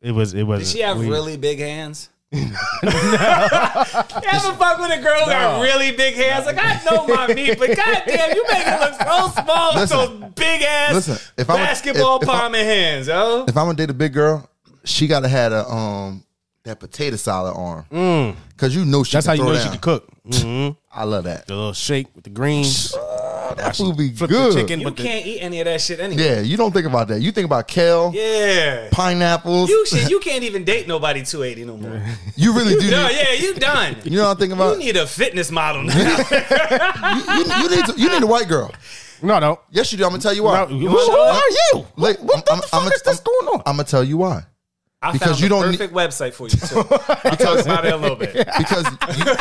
Speaker 4: it was. It was.
Speaker 3: Did she have really big hands? *laughs* you ever fuck with a girl who got really big hands? Like I know my meat, but goddamn, you make it look so small with
Speaker 2: Listen.
Speaker 3: those big ass
Speaker 2: Listen, if I'm a-
Speaker 3: basketball
Speaker 2: if- if I'm-
Speaker 3: palm and hands, yo.
Speaker 2: If I'm gonna date a big girl, she gotta had a um that potato salad arm. Cause you know she
Speaker 4: Mm. That's how
Speaker 2: can
Speaker 4: you
Speaker 2: throw
Speaker 4: know
Speaker 2: down.
Speaker 4: she could cook. Mm-hmm.
Speaker 2: I love that.
Speaker 4: The little shake with
Speaker 3: *laughs*
Speaker 4: the greens.
Speaker 2: That would be
Speaker 4: Flip
Speaker 2: good.
Speaker 4: the chicken.
Speaker 3: You
Speaker 4: with the-
Speaker 3: can't eat any of that shit anyway.
Speaker 2: Yeah, you don't think about that. You think about kale,
Speaker 3: Yeah.
Speaker 2: pineapples.
Speaker 3: You
Speaker 2: You,
Speaker 3: shit, you can't even date nobody 280
Speaker 2: *laughs*
Speaker 3: no more.
Speaker 2: really
Speaker 4: *laughs*
Speaker 2: do.
Speaker 3: No,
Speaker 2: need-
Speaker 3: yeah, you done.
Speaker 2: *laughs* You know what I'm thinking
Speaker 3: You
Speaker 2: about? You,
Speaker 3: need a fitness model
Speaker 2: *laughs*
Speaker 3: now.
Speaker 2: you- you need to- you need a white girl.
Speaker 4: no, no.
Speaker 2: Yes, you do. I'm gonna tell you why.
Speaker 4: No, who- who are you?
Speaker 2: Like,
Speaker 4: What the fuck is this going on?
Speaker 2: I'm gonna tell you why.
Speaker 3: I
Speaker 2: Because
Speaker 3: found
Speaker 2: you
Speaker 3: the
Speaker 2: don't
Speaker 3: perfect website for
Speaker 2: *laughs*
Speaker 3: you too. I'll talk about it a little bit.
Speaker 2: Because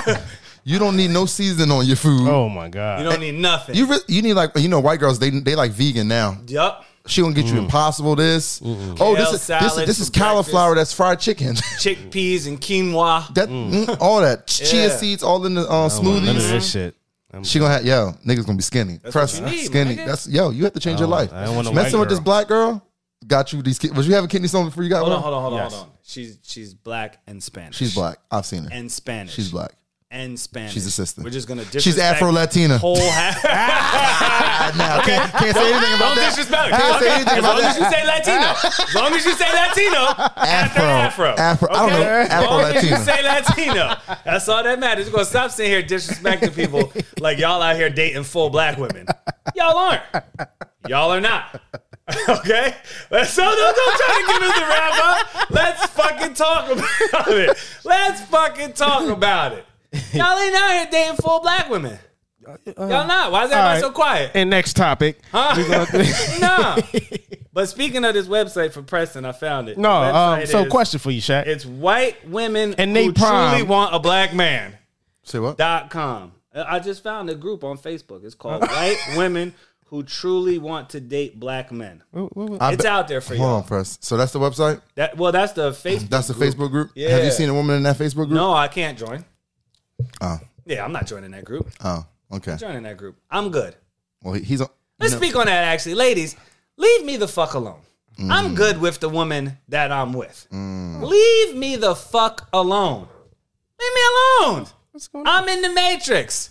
Speaker 2: you, you don't need no season on your food.
Speaker 4: Oh my god.
Speaker 3: You don't need nothing.
Speaker 2: You re- you need like you know white girls they they like vegan now.
Speaker 3: yup.
Speaker 2: She gonna get you
Speaker 4: Mm.
Speaker 2: impossible this. Oh, this
Speaker 3: Kale
Speaker 2: is this, is-
Speaker 3: salad
Speaker 2: this is
Speaker 3: for
Speaker 2: cauliflower that's fried chicken. *laughs*
Speaker 3: Chickpeas and quinoa.
Speaker 2: that mm, all that Ch- chia
Speaker 3: Yeah.
Speaker 2: seeds all in the uh,
Speaker 4: None of
Speaker 2: smoothies.
Speaker 4: this shit. I'm
Speaker 2: She gonna have yo niggas gonna be skinny. Press
Speaker 3: what you need,
Speaker 2: skinny.
Speaker 3: my nigga.
Speaker 2: That's yo. You have to change your life.
Speaker 4: Oh, I don't want no
Speaker 2: Messing
Speaker 4: white
Speaker 2: with this
Speaker 4: girl.
Speaker 2: black girl got you these. Ki- was you having kidney stone before you got
Speaker 3: Hold
Speaker 2: one?
Speaker 3: on, hold on, hold on,
Speaker 4: Yes.
Speaker 3: hold on. She's she's black and Spanish.
Speaker 2: She's black. I've seen her.
Speaker 3: and Spanish.
Speaker 2: She's black.
Speaker 3: and Spanish.
Speaker 2: She's a sister.
Speaker 3: We're just gonna disrespect
Speaker 2: She's Afro Latina. *laughs*
Speaker 3: Whole half.
Speaker 2: Now can't, can't say anything about
Speaker 3: *laughs* Don't
Speaker 2: that.
Speaker 3: disrespect.
Speaker 2: Can't say
Speaker 3: Okay.
Speaker 2: anything
Speaker 3: As
Speaker 2: about
Speaker 3: long as you
Speaker 2: that.
Speaker 3: say
Speaker 2: *laughs*
Speaker 3: Latino. As long as you say Latino. After
Speaker 2: Afro.
Speaker 3: Afro.
Speaker 2: Afro. I don't know.
Speaker 3: Okay? As long as
Speaker 2: Afro-Latina.
Speaker 3: You say Latino. That's all that matters. You're gonna stop sitting here disrespecting people like y'all out here dating full black women. Y'all aren't. Y'all are not. *laughs* Okay? Let's- So don't, don't try to give us the wrap up. Let's fucking talk about it. Let's fucking talk about it. Y'all ain't out here dating full black women. Y'all not. Why is everybody
Speaker 4: right.
Speaker 3: so quiet?
Speaker 4: And next
Speaker 3: *laughs*
Speaker 4: topic.
Speaker 3: no. But speaking of this website for Preston, I found it.
Speaker 4: No,
Speaker 3: The website
Speaker 4: um, so
Speaker 3: is-
Speaker 4: question for you, Shaq.
Speaker 3: It's white women
Speaker 4: And they
Speaker 3: who truly
Speaker 4: prime.
Speaker 3: want a black man. Uh,
Speaker 2: Say what? *laughs*
Speaker 3: Dot com. I just found a group on Facebook. It's called White Women Who who truly want to date black men.
Speaker 4: Uh,
Speaker 2: I
Speaker 3: It's
Speaker 2: be-
Speaker 3: out there for
Speaker 2: Hold on
Speaker 3: you.
Speaker 2: first. So that's the website.
Speaker 3: That well, that's the Facebook.
Speaker 2: That's the Facebook group.
Speaker 3: Yeah.
Speaker 2: Have you seen a woman in that Facebook group?
Speaker 3: No, I can't join.
Speaker 2: Oh,
Speaker 3: Yeah, I'm not joining that group.
Speaker 2: oh, okay.
Speaker 3: Joining that group. I'm good.
Speaker 2: Well, he- he's on.
Speaker 3: Let's
Speaker 2: no.
Speaker 3: speak on that actually. Ladies, leave me the fuck alone. I'm
Speaker 2: Mm.
Speaker 3: good with the woman that I'm with. Leave me the fuck alone. Leave me alone. I'm in the matrix.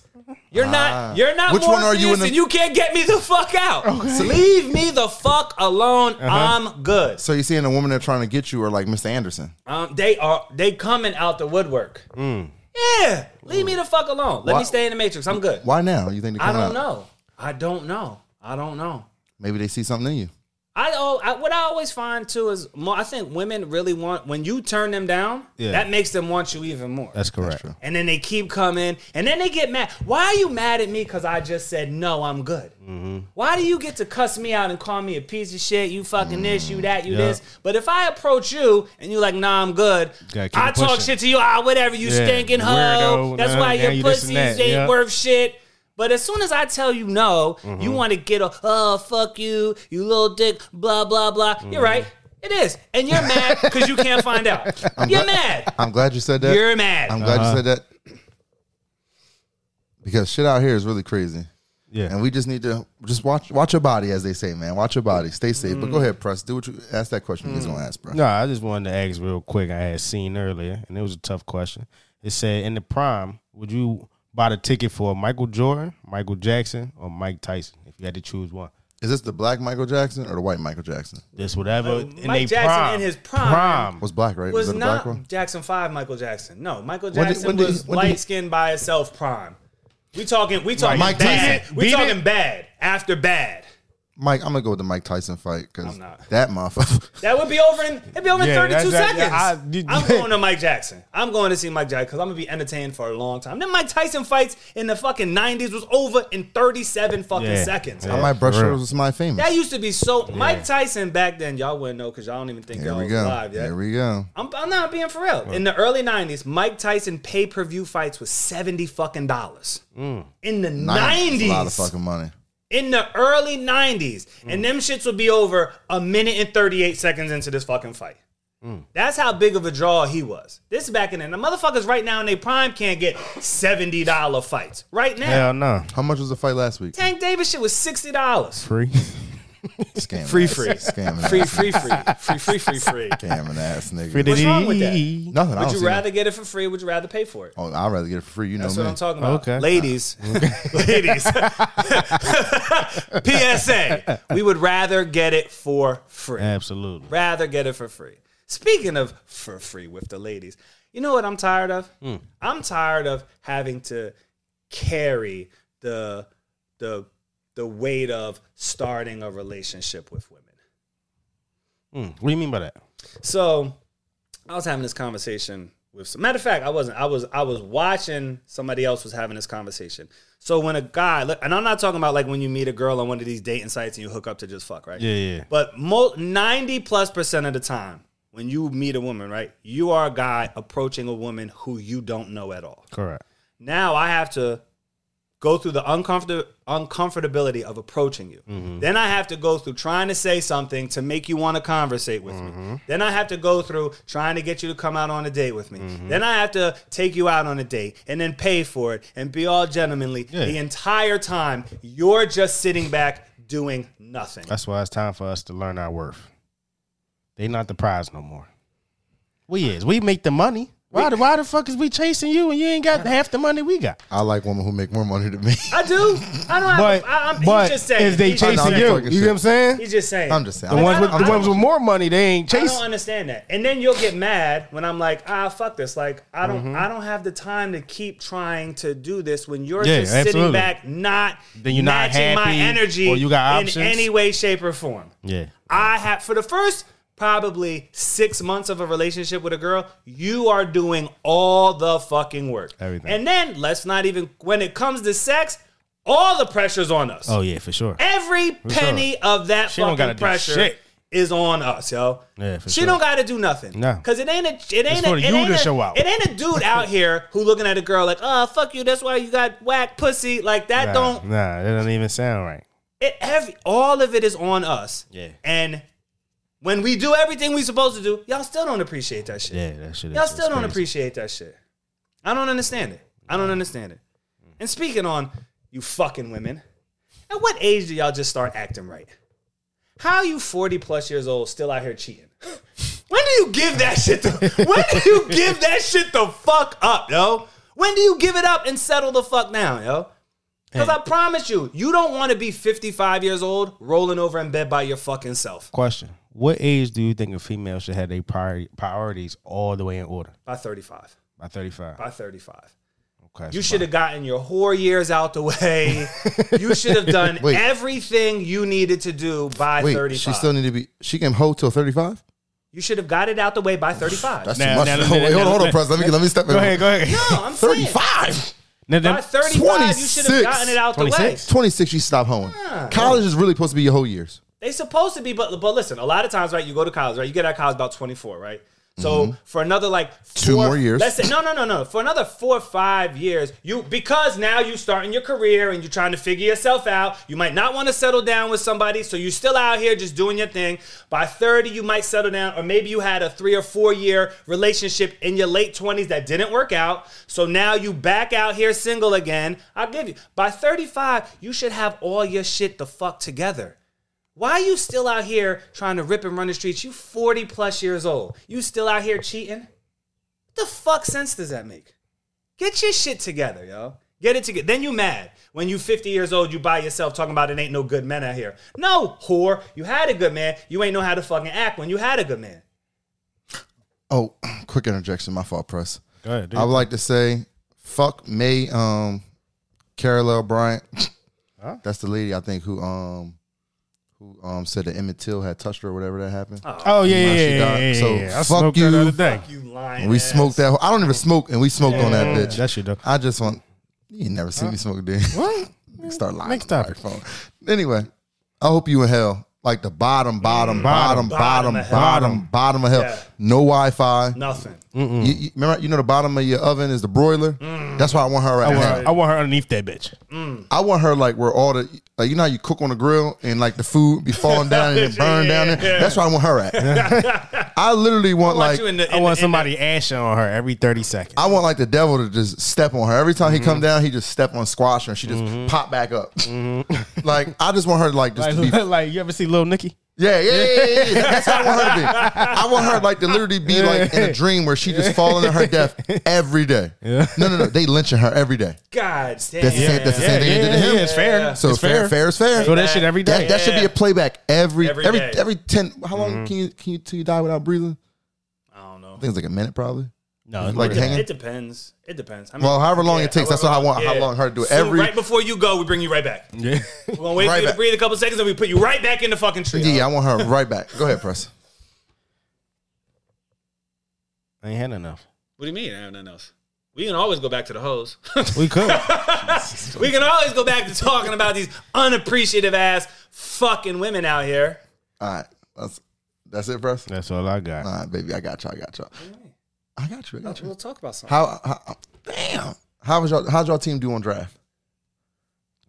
Speaker 3: You're not you're not
Speaker 2: Ah. Which
Speaker 3: more
Speaker 2: one are you in
Speaker 3: serious
Speaker 2: the-
Speaker 3: and you can't get me the fuck out. Leave me the fuck alone.
Speaker 2: Uh-huh.
Speaker 3: I'm good.
Speaker 2: So you're seeing a woman that trying to get you, or like Mr. Anderson?
Speaker 3: Um, they are they coming out the woodwork. Yeah. Leave me the fuck alone.
Speaker 2: Mm.
Speaker 3: Let
Speaker 2: Why-
Speaker 3: me stay in the matrix. I'm good.
Speaker 2: Why now? You think they
Speaker 3: I
Speaker 2: coming
Speaker 3: don't
Speaker 2: out?
Speaker 3: know. I don't know. I don't know.
Speaker 2: Maybe they see something in you.
Speaker 3: I, al- I what I always find too is more, I think women really want when you turn them down,
Speaker 4: Yeah.
Speaker 3: that makes them want you even more.
Speaker 4: That's correct.
Speaker 2: true.
Speaker 3: and then they keep coming, and then they get mad. Why are you mad at me? Because I just said no, I'm good.
Speaker 4: Mm-hmm.
Speaker 3: Why do you get to cuss me out and call me a piece of shit? You fucking this, you that, you
Speaker 4: Yeah.
Speaker 3: this. But if I approach you and you're like, nah, I'm good,
Speaker 4: Gotta keep
Speaker 3: I
Speaker 4: it
Speaker 3: talk
Speaker 4: pushing.
Speaker 3: shit to you. Ah, whatever, you
Speaker 4: Yeah,
Speaker 3: stinking hoe.
Speaker 4: weirdo,
Speaker 3: That's
Speaker 4: nah,
Speaker 3: why
Speaker 4: now
Speaker 3: your
Speaker 4: you this
Speaker 3: pussies
Speaker 4: and that,
Speaker 3: ain't
Speaker 4: yeah.
Speaker 3: worth shit. But as soon as I tell you no,
Speaker 4: Mm-hmm.
Speaker 3: you want to get a oh fuck you, you little dick, blah blah blah. You're
Speaker 4: Mm-hmm.
Speaker 3: right, it is, and you're mad because you can't find out.
Speaker 4: *laughs*
Speaker 3: You're mad.
Speaker 2: I'm glad you said that.
Speaker 3: You're mad.
Speaker 2: I'm glad you said that because shit out here is really crazy,
Speaker 4: Yeah.
Speaker 2: and we just need to just watch watch your body, as they say, man. Watch your body, stay safe.
Speaker 3: Mm.
Speaker 2: But go ahead, press. Do what you ask that question you was gonna ask, bro.
Speaker 4: No, I just wanted to ask real quick. I had seen earlier, and it was a tough question. It said, "In the prime, would you buy the ticket for Michael Jordan, Michael Jackson, or Mike Tyson if you had to choose one?"
Speaker 2: Is this the black Michael Jackson or the white Michael Jackson?
Speaker 4: Just whatever. in
Speaker 3: Mike
Speaker 4: they
Speaker 3: Jackson
Speaker 4: prime,
Speaker 3: in his prime
Speaker 2: Was black right?
Speaker 3: was
Speaker 2: it the black one?
Speaker 3: not Jackson Five Michael Jackson. No, Michael
Speaker 2: When did-
Speaker 3: Jackson
Speaker 2: when did-
Speaker 3: was
Speaker 2: when did-
Speaker 3: light skinned by himself prime. We talking we talking
Speaker 2: Mike
Speaker 3: bad.
Speaker 2: Tyson.
Speaker 3: We
Speaker 4: Beat
Speaker 3: talking
Speaker 4: it.
Speaker 3: bad after bad.
Speaker 2: Mike, I'm gonna go with the Mike Tyson fight because
Speaker 3: I'm not.
Speaker 2: that
Speaker 3: *laughs*
Speaker 2: motherfucker. *laughs*
Speaker 3: That would be over in it'd be over in
Speaker 4: Yeah,
Speaker 3: 32
Speaker 4: that's-
Speaker 3: seconds.
Speaker 4: that- I- you-
Speaker 3: I, am going to Mike Jackson. I'm going to see Mike Jackson because I'm gonna be entertained for a long time. Then Mike Tyson fights in the fucking 90s was over in 37 fucking
Speaker 4: Yeah.
Speaker 3: seconds.
Speaker 4: Yeah.
Speaker 2: I might brush
Speaker 4: for real.
Speaker 2: shoulders with somebody famous.
Speaker 3: That used to be so Mike Tyson back then. Y'all wouldn't know because y'all don't even think
Speaker 2: Here
Speaker 3: y'all
Speaker 2: we
Speaker 3: was
Speaker 2: go.
Speaker 3: alive yet.
Speaker 2: Here we go.
Speaker 3: I'm, I'm not being for real. In the early '90s, Mike Tyson pay per view fights was seventy fucking dollars. In the
Speaker 2: Mm. Nice. That's
Speaker 3: '90s,
Speaker 2: A lot of fucking money. Mm.
Speaker 3: in the early '90s, and them shits would be over a minute and thirty-eight seconds into this fucking fight.
Speaker 2: Mm.
Speaker 3: That's how big of a draw he was. This back in the motherfuckers right now in their prime can't get seventy dollar fights right now.
Speaker 4: Hell no,
Speaker 2: How much was the fight last week?
Speaker 3: Tank Davis shit was sixty dollars.
Speaker 4: free.
Speaker 2: Scamming
Speaker 3: Free,
Speaker 2: ass.
Speaker 3: free.
Speaker 2: Scamming
Speaker 3: Free,
Speaker 2: ass. *laughs*
Speaker 3: free, free, free, free, free, free.
Speaker 2: Scamming ass nigga.
Speaker 3: What's wrong with that?
Speaker 2: Nothing. I don't
Speaker 3: Would you
Speaker 2: see
Speaker 3: rather get it for free? Or would you rather pay for it?
Speaker 2: no- Oh, I'd rather get it for free. You know
Speaker 3: That's
Speaker 2: me.
Speaker 3: what I'm talking about.
Speaker 4: Okay. *laughs*
Speaker 3: Ladies. *laughs* Ladies. PSA. We would rather get it for free.
Speaker 4: *laughs* Absolutely.
Speaker 3: Rather get it for free. Speaking of for free with the ladies, you know what I'm tired of?
Speaker 4: Hmm.
Speaker 3: I'm tired of having to carry the the the weight of starting a relationship with women.
Speaker 4: Mm, What do you mean by that?
Speaker 3: So I was having this conversation with some matter of fact, I wasn't. I was I was watching somebody else was having this conversation. So when a guy look, and I'm not talking about like when you meet a girl on one of these dating sites and you hook up to just fuck, right?
Speaker 4: Yeah, yeah.
Speaker 3: But mo- 90 plus percent of the time when you meet a woman, right? You are a guy approaching a woman who you don't know at all.
Speaker 4: Correct.
Speaker 3: Now I have to go through the uncomfortable uncomfortability of approaching you. Then I have to go through trying to say something to make you want to conversate with me. Then I have to go through trying to get you to come out on a date with me. Then I have to take you out on a date and then pay for it and be all gentlemanly.
Speaker 4: Yeah.
Speaker 3: The entire time you're just sitting back doing nothing.
Speaker 4: That's why it's time for us to learn our worth. They not the prize no more. We is. We make the money. Why the why the fuck is we chasing you and you ain't got half the money we got?
Speaker 2: I like women who make more money
Speaker 3: *laughs*
Speaker 2: than me.
Speaker 3: I do. I don't have.
Speaker 4: But
Speaker 3: a, I, I'm,
Speaker 4: but
Speaker 3: he's just saying.
Speaker 4: if they
Speaker 3: he's just
Speaker 4: chasing
Speaker 2: I'm
Speaker 3: saying.
Speaker 4: you, you
Speaker 2: talking
Speaker 4: know
Speaker 2: shit.
Speaker 4: what I'm saying?
Speaker 3: He's just saying.
Speaker 2: I'm just saying.
Speaker 4: The
Speaker 2: Like,
Speaker 4: ones
Speaker 3: I
Speaker 4: with
Speaker 3: don't-
Speaker 4: the ones with more money, they ain't
Speaker 3: I
Speaker 4: chasing.
Speaker 3: don't understand that. And then you'll get mad when I'm like, ah, fuck this. Like, I don't,
Speaker 4: Mm-hmm.
Speaker 3: I don't have the time to keep trying to do this when you're
Speaker 4: Yeah,
Speaker 3: just sitting
Speaker 4: absolutely.
Speaker 3: back, not
Speaker 4: Then you're not
Speaker 3: matching my
Speaker 4: happy,
Speaker 3: energy
Speaker 4: or you got
Speaker 3: in
Speaker 4: options.
Speaker 3: any way, shape, or form.
Speaker 4: Yeah.
Speaker 3: I have for the first probably six months of a relationship with a girl, you are doing all the fucking work.
Speaker 4: Everything.
Speaker 3: And then let's not even when it comes to sex, all the pressure's on us.
Speaker 4: Oh yeah, for sure.
Speaker 3: Every penny of that
Speaker 4: She don't
Speaker 3: fucking
Speaker 4: gotta do
Speaker 3: pressure
Speaker 4: shit.
Speaker 3: is on us, yo.
Speaker 4: Yeah, for
Speaker 3: she
Speaker 4: sure.
Speaker 3: don't got to do nothing.
Speaker 4: No.
Speaker 3: because it ain't a it ain't
Speaker 4: for
Speaker 3: a, it
Speaker 4: you
Speaker 3: ain't
Speaker 4: to
Speaker 3: a-
Speaker 4: show out.
Speaker 3: It ain't a dude
Speaker 4: *laughs*
Speaker 3: out here who looking at a girl like, oh fuck you. That's why you got whack pussy like that.
Speaker 4: Nah,
Speaker 3: Don't
Speaker 4: nah, that doesn't even sound right.
Speaker 3: It every all of it is on us.
Speaker 4: Yeah.
Speaker 3: And when we do everything we supposed to do, y'all still don't appreciate that shit.
Speaker 4: Yeah, that shit. is-
Speaker 3: Y'all
Speaker 4: that's
Speaker 3: still don't
Speaker 4: crazy.
Speaker 3: appreciate that shit. I don't understand it. I don't understand it. And speaking on you fucking women, at what age do y'all just start acting right? How you 40 plus years old still out here cheating? *gasps* When do you give that shit the *laughs* When do you give that shit the fuck up, yo? When do you give it up and settle the fuck down, yo? Because I promise you, you don't want to be 55 years old rolling over in bed by your fucking self
Speaker 4: Question: What age do you think a female should have their priori- priorities all the way in order?
Speaker 3: by 35.
Speaker 4: By thirty-five.
Speaker 3: By 35.
Speaker 4: Okay,
Speaker 3: You
Speaker 4: so
Speaker 3: should have gotten your whore years out
Speaker 2: *laughs*
Speaker 3: the way. you should have done
Speaker 2: Wait.
Speaker 3: everything you needed to do by
Speaker 2: Wait,
Speaker 3: 35.
Speaker 2: she still need to be. She can hold till thirty five.
Speaker 3: you should have got it out the way by 35.
Speaker 2: That's
Speaker 4: Now-
Speaker 2: too much.
Speaker 4: now-
Speaker 2: *laughs*
Speaker 4: now-
Speaker 2: Wait, hold
Speaker 4: now-
Speaker 2: on, hold on, Press. Let me let me step in.
Speaker 4: Go ahead, go
Speaker 3: *laughs*
Speaker 4: ahead.
Speaker 3: no, I'm
Speaker 2: Thirty
Speaker 3: saying
Speaker 2: five.
Speaker 4: Now, them-
Speaker 3: by 35 you should
Speaker 2: 26.
Speaker 3: have gotten it out the way.
Speaker 4: 26?
Speaker 2: Twenty six. She stopped hoeing. College is really supposed to be your whole years.
Speaker 3: They supposed to be, but but listen, a lot of times, right? You go to college, right? You get out of college about 24, right? So for another like
Speaker 2: Mm-hmm. Two
Speaker 3: four-
Speaker 2: more years.
Speaker 3: Let's say no, no, no, no. For another four or five years, you because now you starting your career and you're trying to figure yourself out. You might not want to settle down with somebody, so you're still out here just doing your thing. By 30, you might settle down, or maybe you had a three or four year relationship in your late 20s that didn't work out. So now you back out here single again. I'll give you by 35, you should have all your shit the fuck together. Why are you still out here trying to rip and run the streets? You 40 plus years old. You still out here cheating? What the fuck sense does that make? Get your shit together, yo. Get it together. Then you mad when you 50 years old, you by yourself talking about it ain't no good men out here. No, whore. You had a good man. You ain't know how to fucking act when you had a good man.
Speaker 2: Oh, *clears throat* quick interjection. My fault, Press.
Speaker 4: Go ahead, dude.
Speaker 2: I would like to say, fuck May, um, Carolel Bryant. *laughs* That's the lady I think who um who um said that Emmett Till had touched her or whatever that happened.
Speaker 4: Oh yeah,
Speaker 2: she
Speaker 4: yeah, yeah,
Speaker 2: died.
Speaker 4: yeah, yeah,
Speaker 2: So,
Speaker 4: yeah. I
Speaker 2: fuck
Speaker 4: smoked that
Speaker 2: you.
Speaker 4: the other day.
Speaker 3: You lying.
Speaker 2: And we
Speaker 3: ass.
Speaker 2: smoked that. I don't even smoke, and we smoked on that bitch.
Speaker 4: That shit though.
Speaker 2: I just want you ain't never see me smoke *laughs* dick.
Speaker 4: What?
Speaker 2: Start lying.
Speaker 4: Next
Speaker 2: on the
Speaker 4: topic.
Speaker 2: microphone. Anyway, I hope you in hell. Like the bottom, bottom, bottom, bottom,
Speaker 4: Bottom,
Speaker 3: bottom of
Speaker 2: bottom,
Speaker 3: hell.
Speaker 2: bottom, of hell.
Speaker 3: Yeah.
Speaker 2: No Wi-Fi.
Speaker 3: Nothing.
Speaker 4: Mm.
Speaker 2: You, you- remember, you know the bottom of your oven is the broiler. That's why I want her right
Speaker 4: I
Speaker 2: now.
Speaker 4: want, her, I want her underneath that bitch.
Speaker 2: I want her like where all the like you know how you cook on the grill and like the food be falling down
Speaker 4: *laughs*
Speaker 2: and it burn down there. That's where I want her at. I literally want,
Speaker 3: I want
Speaker 2: like
Speaker 3: you in the,
Speaker 4: I
Speaker 3: in
Speaker 4: want
Speaker 3: the- in
Speaker 4: somebody ashing on her every thirty seconds.
Speaker 2: I want like the devil to just step on her. Every time he
Speaker 4: Mm-hmm.
Speaker 2: come down, he just step on squash her and she just pop back up. *laughs*
Speaker 4: *laughs*
Speaker 2: like I just want her to like just
Speaker 4: Mm-hmm. Like,
Speaker 2: to be
Speaker 4: *laughs* like you ever see Lil Nicky?
Speaker 2: yeah, yeah, yeah, yeah, yeah. That's how I want her to be. I want her like to literally be like in a
Speaker 4: *laughs*
Speaker 2: dream where she just falling to her death every day. No, no, no. They lynching her every day.
Speaker 3: the- God damn.
Speaker 2: That's the same. That's the same thing they did to him.
Speaker 4: it's fair.
Speaker 2: So
Speaker 4: it's
Speaker 2: fair, fair is fair.
Speaker 4: So that shit every
Speaker 2: That,
Speaker 4: day.
Speaker 2: that should be a playback every
Speaker 3: Every
Speaker 2: every every,
Speaker 3: day.
Speaker 2: ten. How long can you can you till you die without breathing?
Speaker 3: I don't know.
Speaker 2: Mm-hmm. I think it's like a minute probably.
Speaker 4: no, it's
Speaker 2: Like
Speaker 4: like
Speaker 2: hanging.
Speaker 3: It depends. It depends. I mean,
Speaker 2: Well, however long
Speaker 3: yeah,
Speaker 2: it takes, that's what I
Speaker 3: however
Speaker 2: want. How
Speaker 3: yeah.
Speaker 2: long her to do it.
Speaker 3: Soon,
Speaker 2: every.
Speaker 3: right before you go, we bring you right back.
Speaker 4: yeah.
Speaker 3: We're gonna wait
Speaker 2: Right
Speaker 3: for you
Speaker 2: back.
Speaker 3: to breathe a couple seconds, and we put you right back in the fucking tree.
Speaker 2: yeah, I want
Speaker 3: *laughs*
Speaker 2: her right back. Go ahead, press.
Speaker 4: I *laughs* ain't had enough.
Speaker 3: What do you mean? I have nothing else. We can always go back to the *laughs* hose.
Speaker 4: We could.
Speaker 3: we can always go back to talking about these unappreciative ass fucking women out here.
Speaker 2: All right, that's that's it, press.
Speaker 4: That's all I got.
Speaker 2: All right, baby, I got you. I got you. I got you. I got you.
Speaker 3: We'll talk about something.
Speaker 2: How, how damn? How was y'all? How'd y'all team do on draft?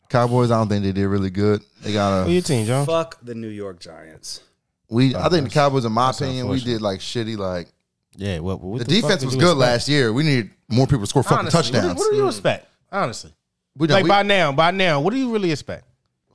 Speaker 2: Cowboys. I don't think they did really good. They got
Speaker 4: Who
Speaker 2: a
Speaker 4: your team, John?
Speaker 3: Fuck the New York Giants.
Speaker 2: we. I think the Cowboys, in my
Speaker 4: that's
Speaker 2: opinion, we
Speaker 4: unfortunate.
Speaker 2: did like shitty. Like
Speaker 4: Yeah. What? what
Speaker 2: the,
Speaker 4: fuck
Speaker 2: defense
Speaker 4: did
Speaker 2: was
Speaker 4: you
Speaker 2: good
Speaker 4: expect?
Speaker 2: last year. We need more people to score fucking
Speaker 4: Honestly,
Speaker 2: touchdowns.
Speaker 4: What, do- what do you expect? Honestly,
Speaker 2: we, don't-
Speaker 4: like
Speaker 2: we-
Speaker 4: by now, by now, what do you really expect?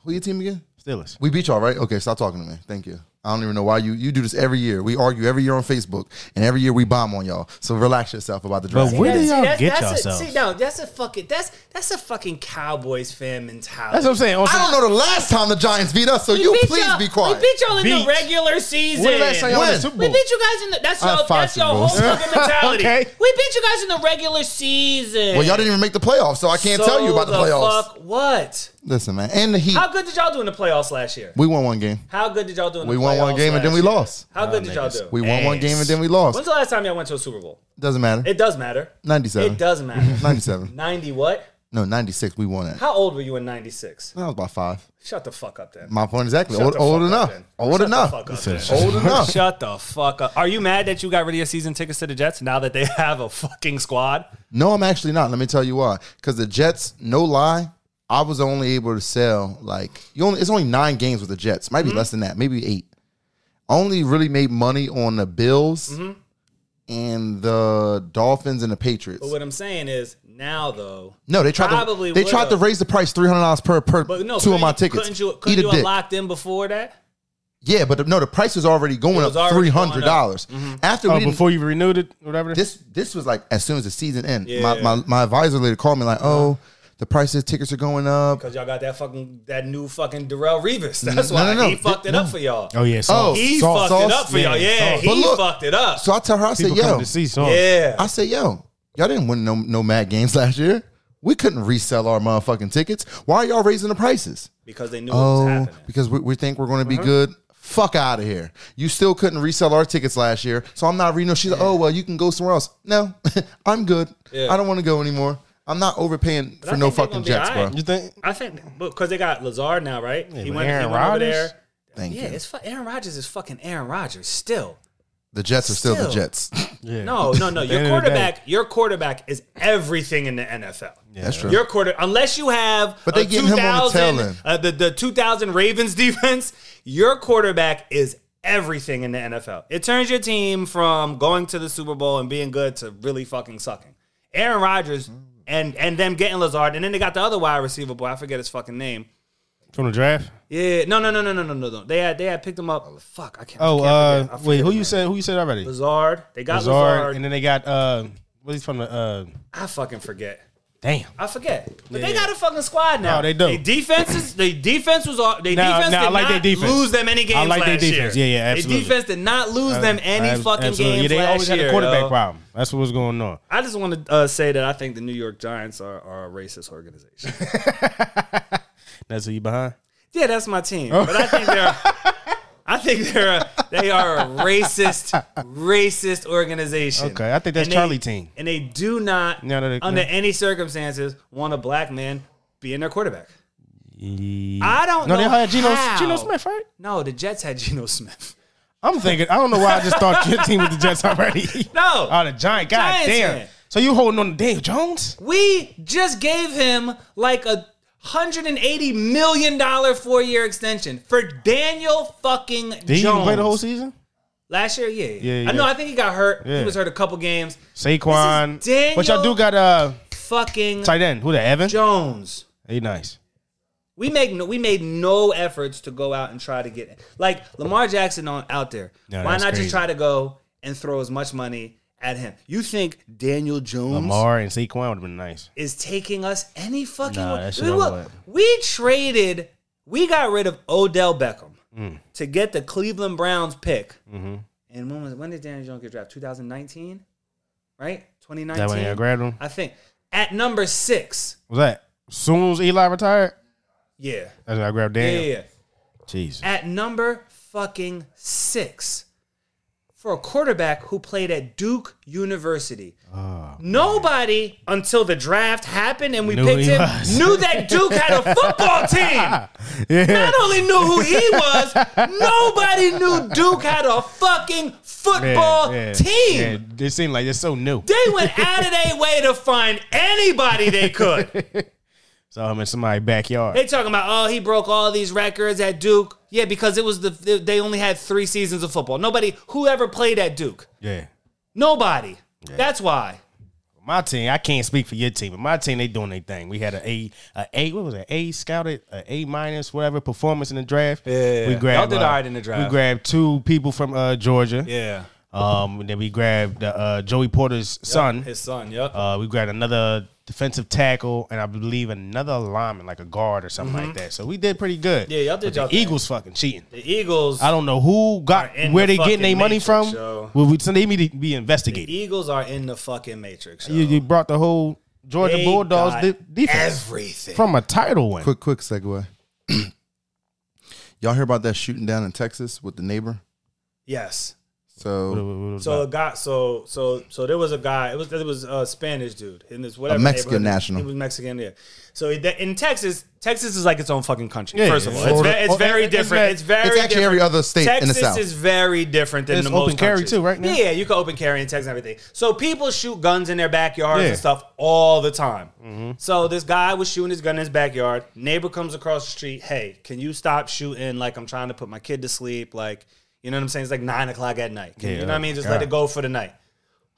Speaker 2: Who your team again?
Speaker 4: Steelers.
Speaker 2: We beat y'all, right? Okay, stop talking to me. Thank you. I don't even know why you you do this every year. We argue every year on Facebook, and every year we bomb on y'all. So relax yourself about the draft.
Speaker 4: But where do
Speaker 3: See,
Speaker 4: y'all
Speaker 3: that's-
Speaker 4: get
Speaker 3: that's a-
Speaker 4: yourselves?
Speaker 3: See, no, that's a fucking that's that's a fucking Cowboys fan mentality.
Speaker 4: That's what I'm saying. Also,
Speaker 2: I don't know the last time the Giants beat us, so
Speaker 3: We
Speaker 2: you
Speaker 3: beat
Speaker 2: please
Speaker 3: y'all-
Speaker 2: be quiet.
Speaker 3: We beat y'all in the
Speaker 4: Beat.
Speaker 3: regular season.
Speaker 4: When the last time y'all won the
Speaker 2: When?
Speaker 4: Super
Speaker 3: We
Speaker 4: Bowl?
Speaker 3: beat you guys in the. That's
Speaker 2: I have
Speaker 3: y'all.
Speaker 2: five
Speaker 3: That's
Speaker 2: Super
Speaker 3: y'all whole
Speaker 2: Bowls.
Speaker 3: fucking mentality.
Speaker 4: Okay.
Speaker 3: We beat you guys in the regular season.
Speaker 2: well, y'all didn't even make the playoffs, so I can't tell you about the, playoffs.
Speaker 3: Fuck what?
Speaker 2: Listen, man, and the Heat.
Speaker 3: How good did y'all do in the playoffs last year?
Speaker 2: We won one game.
Speaker 3: How good did y'all do? In
Speaker 2: We
Speaker 3: the
Speaker 2: won one
Speaker 3: playoffs
Speaker 2: game and then
Speaker 3: last
Speaker 2: we
Speaker 3: year?
Speaker 2: lost.
Speaker 3: How good did y'all do?
Speaker 2: We won one
Speaker 4: Ass.
Speaker 2: game and then we lost.
Speaker 3: When's the last time y'all went to a Super Bowl?
Speaker 2: Doesn't matter.
Speaker 3: It does matter.
Speaker 2: Ninety-seven.
Speaker 3: It
Speaker 2: *laughs*
Speaker 3: does matter.
Speaker 2: Ninety-seven.
Speaker 3: Ninety what?
Speaker 2: No, ninety-six. We won it.
Speaker 3: How old were you in '96?
Speaker 2: That was about five.
Speaker 3: Shut the fuck up, then.
Speaker 2: My point exactly.
Speaker 3: Shut
Speaker 2: Old,
Speaker 3: the
Speaker 2: old
Speaker 3: fuck up
Speaker 2: enough.
Speaker 3: then.
Speaker 2: Old
Speaker 3: Shut
Speaker 2: enough.
Speaker 3: The fuck up, then.
Speaker 2: Old enough.
Speaker 3: *laughs* Shut the fuck up. Are you mad that you got rid of your season tickets to the Jets now that they *laughs* have a fucking squad?
Speaker 2: No, I'm actually not. Let me tell you why. Because the Jets, no lie, I was only able to sell like you only. It's only nine games with the Jets.
Speaker 3: Mm-hmm.
Speaker 2: Might be less than that. Maybe eight. I Only really made money on the Bills
Speaker 3: Mm-hmm.
Speaker 2: and the Dolphins and the Patriots.
Speaker 3: But what I'm saying is now though.
Speaker 2: No, they tried
Speaker 3: Probably
Speaker 2: to they tried to
Speaker 3: would've.
Speaker 2: raise the price three hundred dollars per per
Speaker 3: But no,
Speaker 2: two of
Speaker 3: couldn't
Speaker 2: my
Speaker 3: you-
Speaker 2: tickets.
Speaker 3: Couldn't you,
Speaker 2: Eat
Speaker 3: couldn't
Speaker 2: a
Speaker 3: you
Speaker 2: dick.
Speaker 3: have locked in before that?
Speaker 2: Yeah, but the, no, the price was already going
Speaker 3: was
Speaker 2: up three
Speaker 3: already going Mm-hmm.
Speaker 2: hundred dollars after we
Speaker 4: Oh,
Speaker 2: didn't-
Speaker 4: before you renewed it, whatever.
Speaker 2: this this was like as soon as the season ended.
Speaker 3: Yeah. Uh-huh.
Speaker 2: My, my my advisor later called me like, oh, the prices tickets are going up.
Speaker 3: Because y'all got that fucking that new fucking Darrell Revis. That's why
Speaker 2: no, no,
Speaker 3: he
Speaker 2: no.
Speaker 3: fucked it up for y'all.
Speaker 4: oh yeah,
Speaker 2: Oh,
Speaker 4: sauce.
Speaker 3: He
Speaker 4: sauce.
Speaker 3: fucked it up for
Speaker 4: yeah,
Speaker 3: y'all. Yeah,
Speaker 4: sauce.
Speaker 2: But
Speaker 3: he
Speaker 2: look-
Speaker 3: fucked it up.
Speaker 2: So I tell her, I said,
Speaker 4: People come
Speaker 2: yo,
Speaker 4: to see sauce.
Speaker 3: yeah.
Speaker 2: I said, yo, y'all didn't win no no mad games *laughs* last year. We couldn't resell our motherfucking tickets. Why are y'all raising the prices?
Speaker 3: because they knew what was
Speaker 2: Oh,
Speaker 3: happening. Uh-huh.
Speaker 2: because we, we think we're going to be good. Fuck out of here. You still couldn't resell our tickets last year, so I'm not renewing. She's like, oh, well, you can go somewhere else. No, *laughs* I'm good.
Speaker 3: Yeah.
Speaker 2: I don't want to go anymore. I'm not overpaying
Speaker 3: I
Speaker 2: for no
Speaker 3: think they're
Speaker 2: fucking
Speaker 3: gonna be
Speaker 2: Jets,
Speaker 3: all right.
Speaker 2: bro.
Speaker 4: You think?
Speaker 3: I think because they got Lazard now, right? he
Speaker 4: but
Speaker 3: went, he
Speaker 4: Aaron
Speaker 3: went over
Speaker 4: Rodgers?
Speaker 3: there.
Speaker 2: Thank
Speaker 3: Yeah,
Speaker 2: you.
Speaker 3: it's fu- Aaron Rodgers is fucking Aaron Rodgers still.
Speaker 2: The Jets are still, the
Speaker 3: Still.
Speaker 2: Jets.
Speaker 4: Yeah.
Speaker 3: No, no, no. Your
Speaker 4: At the end of the day.
Speaker 3: quarterback, your quarterback is everything in the NFL.
Speaker 2: That's true.
Speaker 3: Your quarter, unless you have
Speaker 2: But they
Speaker 3: a
Speaker 2: getting him on the tail end.
Speaker 3: uh, the the 2000 Ravens *laughs* defense. Your quarterback is everything in the NFL. It turns your team from going to the Super Bowl and being good to really fucking sucking. Aaron Rodgers and and them getting Lazard, and then they got the other wide receiver boy. I forget his fucking name.
Speaker 4: From the draft.
Speaker 3: Yeah, no, no, no, no, no, no, no, no. They had they had picked him up. fuck, I can't. I
Speaker 4: Oh,
Speaker 3: can't forget- I
Speaker 4: uh,
Speaker 3: forget
Speaker 4: wait. Who
Speaker 3: his
Speaker 4: you
Speaker 3: name.
Speaker 4: said? Who you said already?
Speaker 3: Lazard. They got Lazard.
Speaker 4: Lazard, and then they got uh, what he's from the uh,
Speaker 3: I fucking forget.
Speaker 4: damn.
Speaker 3: I forget. But they
Speaker 4: Yeah.
Speaker 3: got a fucking squad now.
Speaker 4: No, they do.
Speaker 3: They defenses. They defense was all. They
Speaker 4: Now-
Speaker 3: defense
Speaker 4: now, I
Speaker 3: did
Speaker 4: like
Speaker 3: not
Speaker 4: their defense.
Speaker 3: lose them any games
Speaker 4: I like their
Speaker 3: last
Speaker 4: defense.
Speaker 3: year.
Speaker 4: Yeah, yeah,
Speaker 3: Their
Speaker 4: absolutely.
Speaker 3: defense did not lose them any
Speaker 4: Ab-
Speaker 3: fucking
Speaker 4: absolutely.
Speaker 3: games
Speaker 4: Yeah, they
Speaker 3: last
Speaker 4: always
Speaker 3: year.
Speaker 4: had a quarterback
Speaker 3: yo.
Speaker 4: problem. That's what was going on.
Speaker 3: I just want to uh, say that I think the New York Giants are, are a racist organization.
Speaker 4: That's who you behind.
Speaker 3: yeah, that's my team. But I think they're. I think they're a, they are a racist, racist organization.
Speaker 4: Okay, I think that's
Speaker 3: And they-
Speaker 4: Charlie team.
Speaker 3: And they do not,
Speaker 4: No, no, they-
Speaker 3: under
Speaker 4: no.
Speaker 3: any circumstances, want a black man being their quarterback.
Speaker 4: No,
Speaker 3: I don't know.
Speaker 4: they hired Geno,
Speaker 3: how.
Speaker 4: Geno Smith, right?
Speaker 3: No, the Jets had Geno Smith.
Speaker 4: I'm thinking. I don't know why I just thought
Speaker 3: *laughs*
Speaker 4: your team with the Jets already.
Speaker 3: No.
Speaker 4: Oh, the Giant. God
Speaker 3: Giants
Speaker 4: damn.
Speaker 3: fan.
Speaker 4: So you holding on to Daniel Jones?
Speaker 3: We just gave him like a hundred and eighty million dollar four year extension for Daniel fucking
Speaker 4: Did he even
Speaker 3: Jones.
Speaker 4: play the whole season?
Speaker 3: Last year, yeah, yeah.
Speaker 4: Yeah,
Speaker 3: I know.
Speaker 4: yeah.
Speaker 3: I think he got hurt. He
Speaker 4: Yeah.
Speaker 3: was hurt a couple games.
Speaker 4: Saquon.
Speaker 3: This is Daniel-
Speaker 4: But y'all do got uh
Speaker 3: Fucking
Speaker 4: tight end. Who that? Evan.
Speaker 3: Jones.
Speaker 4: He nice.
Speaker 3: We make no, we made no efforts to go out and try to get like Lamar Jackson on out there.
Speaker 4: No,
Speaker 3: Why
Speaker 4: that's
Speaker 3: not just
Speaker 4: crazy.
Speaker 3: try to go and throw as much money at him? You think Daniel Jones?
Speaker 4: Lamar and Saquon would have been nice.
Speaker 3: is taking us any fucking
Speaker 4: Nah,
Speaker 3: way.
Speaker 4: that shit
Speaker 3: We,
Speaker 4: over
Speaker 3: wa-
Speaker 4: with.
Speaker 3: we traded, we got rid of Odell Beckham
Speaker 4: Mm.
Speaker 3: to get the Cleveland Browns pick.
Speaker 4: Mm-hmm.
Speaker 3: And when was when did Daniel Jones get drafted? 2019, right? 2019.
Speaker 4: That when y'all grabbed him.
Speaker 3: I think at number six.
Speaker 4: Was that soon as Eli retired?
Speaker 3: Yeah,
Speaker 4: That's when I grabbed
Speaker 3: yeah,
Speaker 4: Daniel.
Speaker 3: yeah, yeah.
Speaker 4: Jesus.
Speaker 3: At number fucking six. For a quarterback who played at Duke University, nobody until the draft happened and we
Speaker 4: Ah, Knew
Speaker 3: picked
Speaker 4: he
Speaker 3: him
Speaker 4: was.
Speaker 3: knew that Duke had a
Speaker 4: *laughs*
Speaker 3: football team.
Speaker 4: *laughs* Yeah.
Speaker 3: not only knew who he was, nobody knew Duke had a fucking football
Speaker 4: yeah,
Speaker 3: team.
Speaker 4: Yeah, it seemed like it's so new.
Speaker 3: They went out of their way to find anybody they could.
Speaker 4: So I'm in somebody's backyard.
Speaker 3: They talking about, oh, he broke all these records at Duke. Yeah, because it was the they only had three seasons of football. Nobody, whoever played at Duke,
Speaker 4: yeah.
Speaker 3: nobody. That's why.
Speaker 4: My team, I can't speak for your team, but my team, they doing their thing. We had a A, a A, what was it? A scouted, a A minus, whatever performance in the draft.
Speaker 3: yeah,
Speaker 4: we
Speaker 3: yeah.
Speaker 4: grabbed.
Speaker 3: Y'all did
Speaker 4: uh,
Speaker 3: all right in the draft.
Speaker 4: We grabbed two people from uh, Georgia.
Speaker 3: Yeah,
Speaker 4: Um, and then we grabbed uh, Joey Porter's son.
Speaker 3: son. Yep.
Speaker 4: Uh, we grabbed another defensive tackle, and I believe another lineman, like a guard or something like that. So we did pretty good.
Speaker 3: Mm-hmm. Yeah, y'all did
Speaker 4: But the
Speaker 3: y'all thing.
Speaker 4: Eagles fucking cheating.
Speaker 3: the Eagles.
Speaker 4: I don't know who got
Speaker 3: in
Speaker 4: where
Speaker 3: the
Speaker 4: they getting their
Speaker 3: fucking
Speaker 4: money
Speaker 3: matrix,
Speaker 4: from.
Speaker 3: yo.
Speaker 4: Well, we so they need to be investigated.
Speaker 3: Eagles are in the fucking matrix.
Speaker 4: You, you brought the whole Georgia
Speaker 3: They
Speaker 4: Bulldogs
Speaker 3: got
Speaker 4: de- defense
Speaker 3: everything.
Speaker 4: from a title win.
Speaker 2: Quick, quick segue. *clears throat* Y'all hear about that shooting down in Texas with the neighbor?
Speaker 3: yes.
Speaker 2: So
Speaker 3: So a guy, so so so there was a guy. It was it was a Spanish dude in this whatever
Speaker 2: Mexican
Speaker 3: neighborhood.
Speaker 2: national.
Speaker 3: He was Mexican, yeah. So he- in Texas, Texas is like its own fucking country.
Speaker 4: Yeah,
Speaker 3: first of
Speaker 4: yeah.
Speaker 3: all, it's,
Speaker 2: Florida-
Speaker 3: ve- it's
Speaker 4: oh,
Speaker 3: very
Speaker 4: it's
Speaker 3: different.
Speaker 4: very-
Speaker 3: It's very.
Speaker 2: it's actually
Speaker 3: different.
Speaker 2: every other state in the
Speaker 3: Texas
Speaker 2: South.
Speaker 3: is very different than
Speaker 4: It's
Speaker 3: the most
Speaker 4: open carry,
Speaker 3: countries.
Speaker 4: too, right now?
Speaker 3: Yeah, you can open carry in Texas and everything. So people shoot guns in their backyards
Speaker 4: Yeah. Mm-hmm.
Speaker 3: and stuff all the time. So this guy was shooting his gun in his backyard. Neighbor comes across the street. Hey, can you stop shooting? Like I'm trying to put my kid to sleep. Like you know what I'm saying? It's like nine o'clock at night. Can- you know what I mean? Just let it go for the night.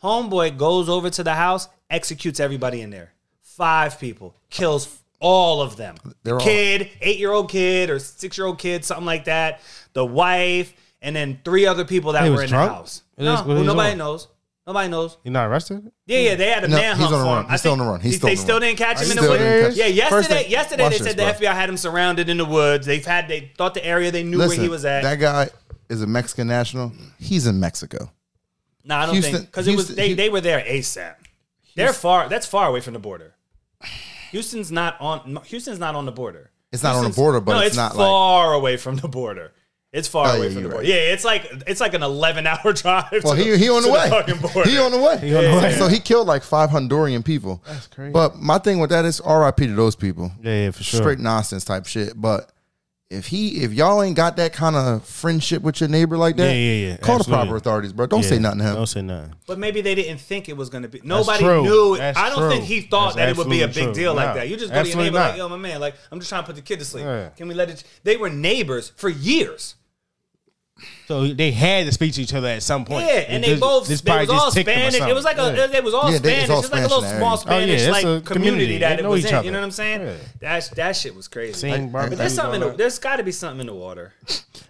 Speaker 3: Homeboy goes over to the house, executes everybody in there. Five people, kills all of them.
Speaker 2: They're all-
Speaker 3: kid, eight year old kid or six year old kid, something like that. The wife, and then three other people that
Speaker 4: He
Speaker 3: were
Speaker 4: was
Speaker 3: in
Speaker 4: drunk?
Speaker 3: the house.
Speaker 4: It
Speaker 3: no,
Speaker 4: is- what
Speaker 3: who
Speaker 4: he's
Speaker 3: nobody
Speaker 4: on?
Speaker 3: knows. Nobody knows.
Speaker 4: You're not arrested?
Speaker 3: Yeah, yeah, they had a
Speaker 2: No,
Speaker 3: manhunt
Speaker 2: he's on the
Speaker 3: for
Speaker 2: run.
Speaker 3: him.
Speaker 2: He's
Speaker 3: I
Speaker 2: still on
Speaker 3: think
Speaker 2: the run. He's
Speaker 3: they-
Speaker 2: still
Speaker 3: they
Speaker 2: on the
Speaker 3: still
Speaker 2: run.
Speaker 3: didn't catch
Speaker 2: Are
Speaker 3: him
Speaker 2: you
Speaker 3: in the
Speaker 2: still
Speaker 3: woods.
Speaker 2: didn't catch-
Speaker 3: Yeah,
Speaker 2: First
Speaker 3: yesterday,
Speaker 2: thing-
Speaker 3: yesterday
Speaker 2: watch
Speaker 3: they
Speaker 2: this,
Speaker 3: said
Speaker 2: bro.
Speaker 3: the FBI had him surrounded in the woods. They had they thought the area they knew where he was at.
Speaker 2: That guy is a Mexican national. He's in Mexico.
Speaker 3: No, I don't
Speaker 2: Houston-
Speaker 3: think because it was
Speaker 2: Houston-
Speaker 3: they,
Speaker 2: Hu-
Speaker 3: they were there ASAP. They're far. That's far away from the border. Houston's not on. Houston's not on the border.
Speaker 2: It's not on the
Speaker 3: Houston's-
Speaker 2: border, but
Speaker 3: no,
Speaker 2: it's
Speaker 3: it's
Speaker 2: not, like-
Speaker 3: far away from the border. It's far
Speaker 2: Oh, yeah,
Speaker 3: away from the
Speaker 2: you're
Speaker 3: border.
Speaker 2: right.
Speaker 3: Yeah, it's like it's like an eleven hour *laughs* drive.
Speaker 2: Well,
Speaker 3: to
Speaker 2: he, he on the
Speaker 3: to
Speaker 2: way.
Speaker 3: fucking border.
Speaker 2: He on the way.
Speaker 4: on the Yeah. way.
Speaker 2: So he killed like five Honduran people. That's
Speaker 4: crazy.
Speaker 2: But my thing with that is R.I.P. to those people.
Speaker 4: Yeah, yeah, for sure.
Speaker 2: Straight nonsense type shit. But if he, if y'all ain't got that kind of friendship with your neighbor like that,
Speaker 4: Yeah, yeah, yeah.
Speaker 2: Call
Speaker 4: Absolutely.
Speaker 2: the proper authorities, bro. Don't
Speaker 4: Yeah.
Speaker 2: say nothing to him.
Speaker 4: Don't say nothing.
Speaker 3: But maybe they didn't think it was going to be. Nobody
Speaker 4: true.
Speaker 3: knew.
Speaker 4: That's
Speaker 3: I don't
Speaker 4: true.
Speaker 3: think he thought
Speaker 4: That's
Speaker 3: that it would be a big
Speaker 4: absolutely true.
Speaker 3: deal like
Speaker 4: No.
Speaker 3: that. You just go
Speaker 4: Absolutely
Speaker 3: to your neighbor like,
Speaker 4: not.
Speaker 3: yo, my man, like "Oh, I'm just trying to put the kid to sleep.
Speaker 4: Yeah.
Speaker 3: Can we let it? They were neighbors for years.
Speaker 4: So they had to speak to each other at some point.
Speaker 3: Yeah, and they
Speaker 4: this-
Speaker 3: both
Speaker 4: this
Speaker 3: they
Speaker 4: probably
Speaker 3: was all
Speaker 4: just ticked them or
Speaker 3: Spanish. It was like
Speaker 4: something.
Speaker 3: a it was all
Speaker 2: Yeah, they-
Speaker 3: Spanish.
Speaker 2: it's
Speaker 3: It's,
Speaker 2: all
Speaker 3: like a little
Speaker 2: Spanish in
Speaker 3: small
Speaker 2: that area.
Speaker 4: Oh, yeah,
Speaker 3: Spanish
Speaker 4: it's
Speaker 3: like
Speaker 4: a
Speaker 3: community,
Speaker 4: community.
Speaker 3: that
Speaker 4: They
Speaker 3: it
Speaker 4: know
Speaker 3: was
Speaker 4: each
Speaker 3: in.
Speaker 4: other.
Speaker 3: You know what I'm saying?
Speaker 4: Yeah.
Speaker 3: That that shit was crazy.
Speaker 4: Same
Speaker 3: Like, but there's
Speaker 4: barbecues,
Speaker 3: something.
Speaker 4: all
Speaker 3: In the,
Speaker 4: that.
Speaker 3: there's got to be something in the water.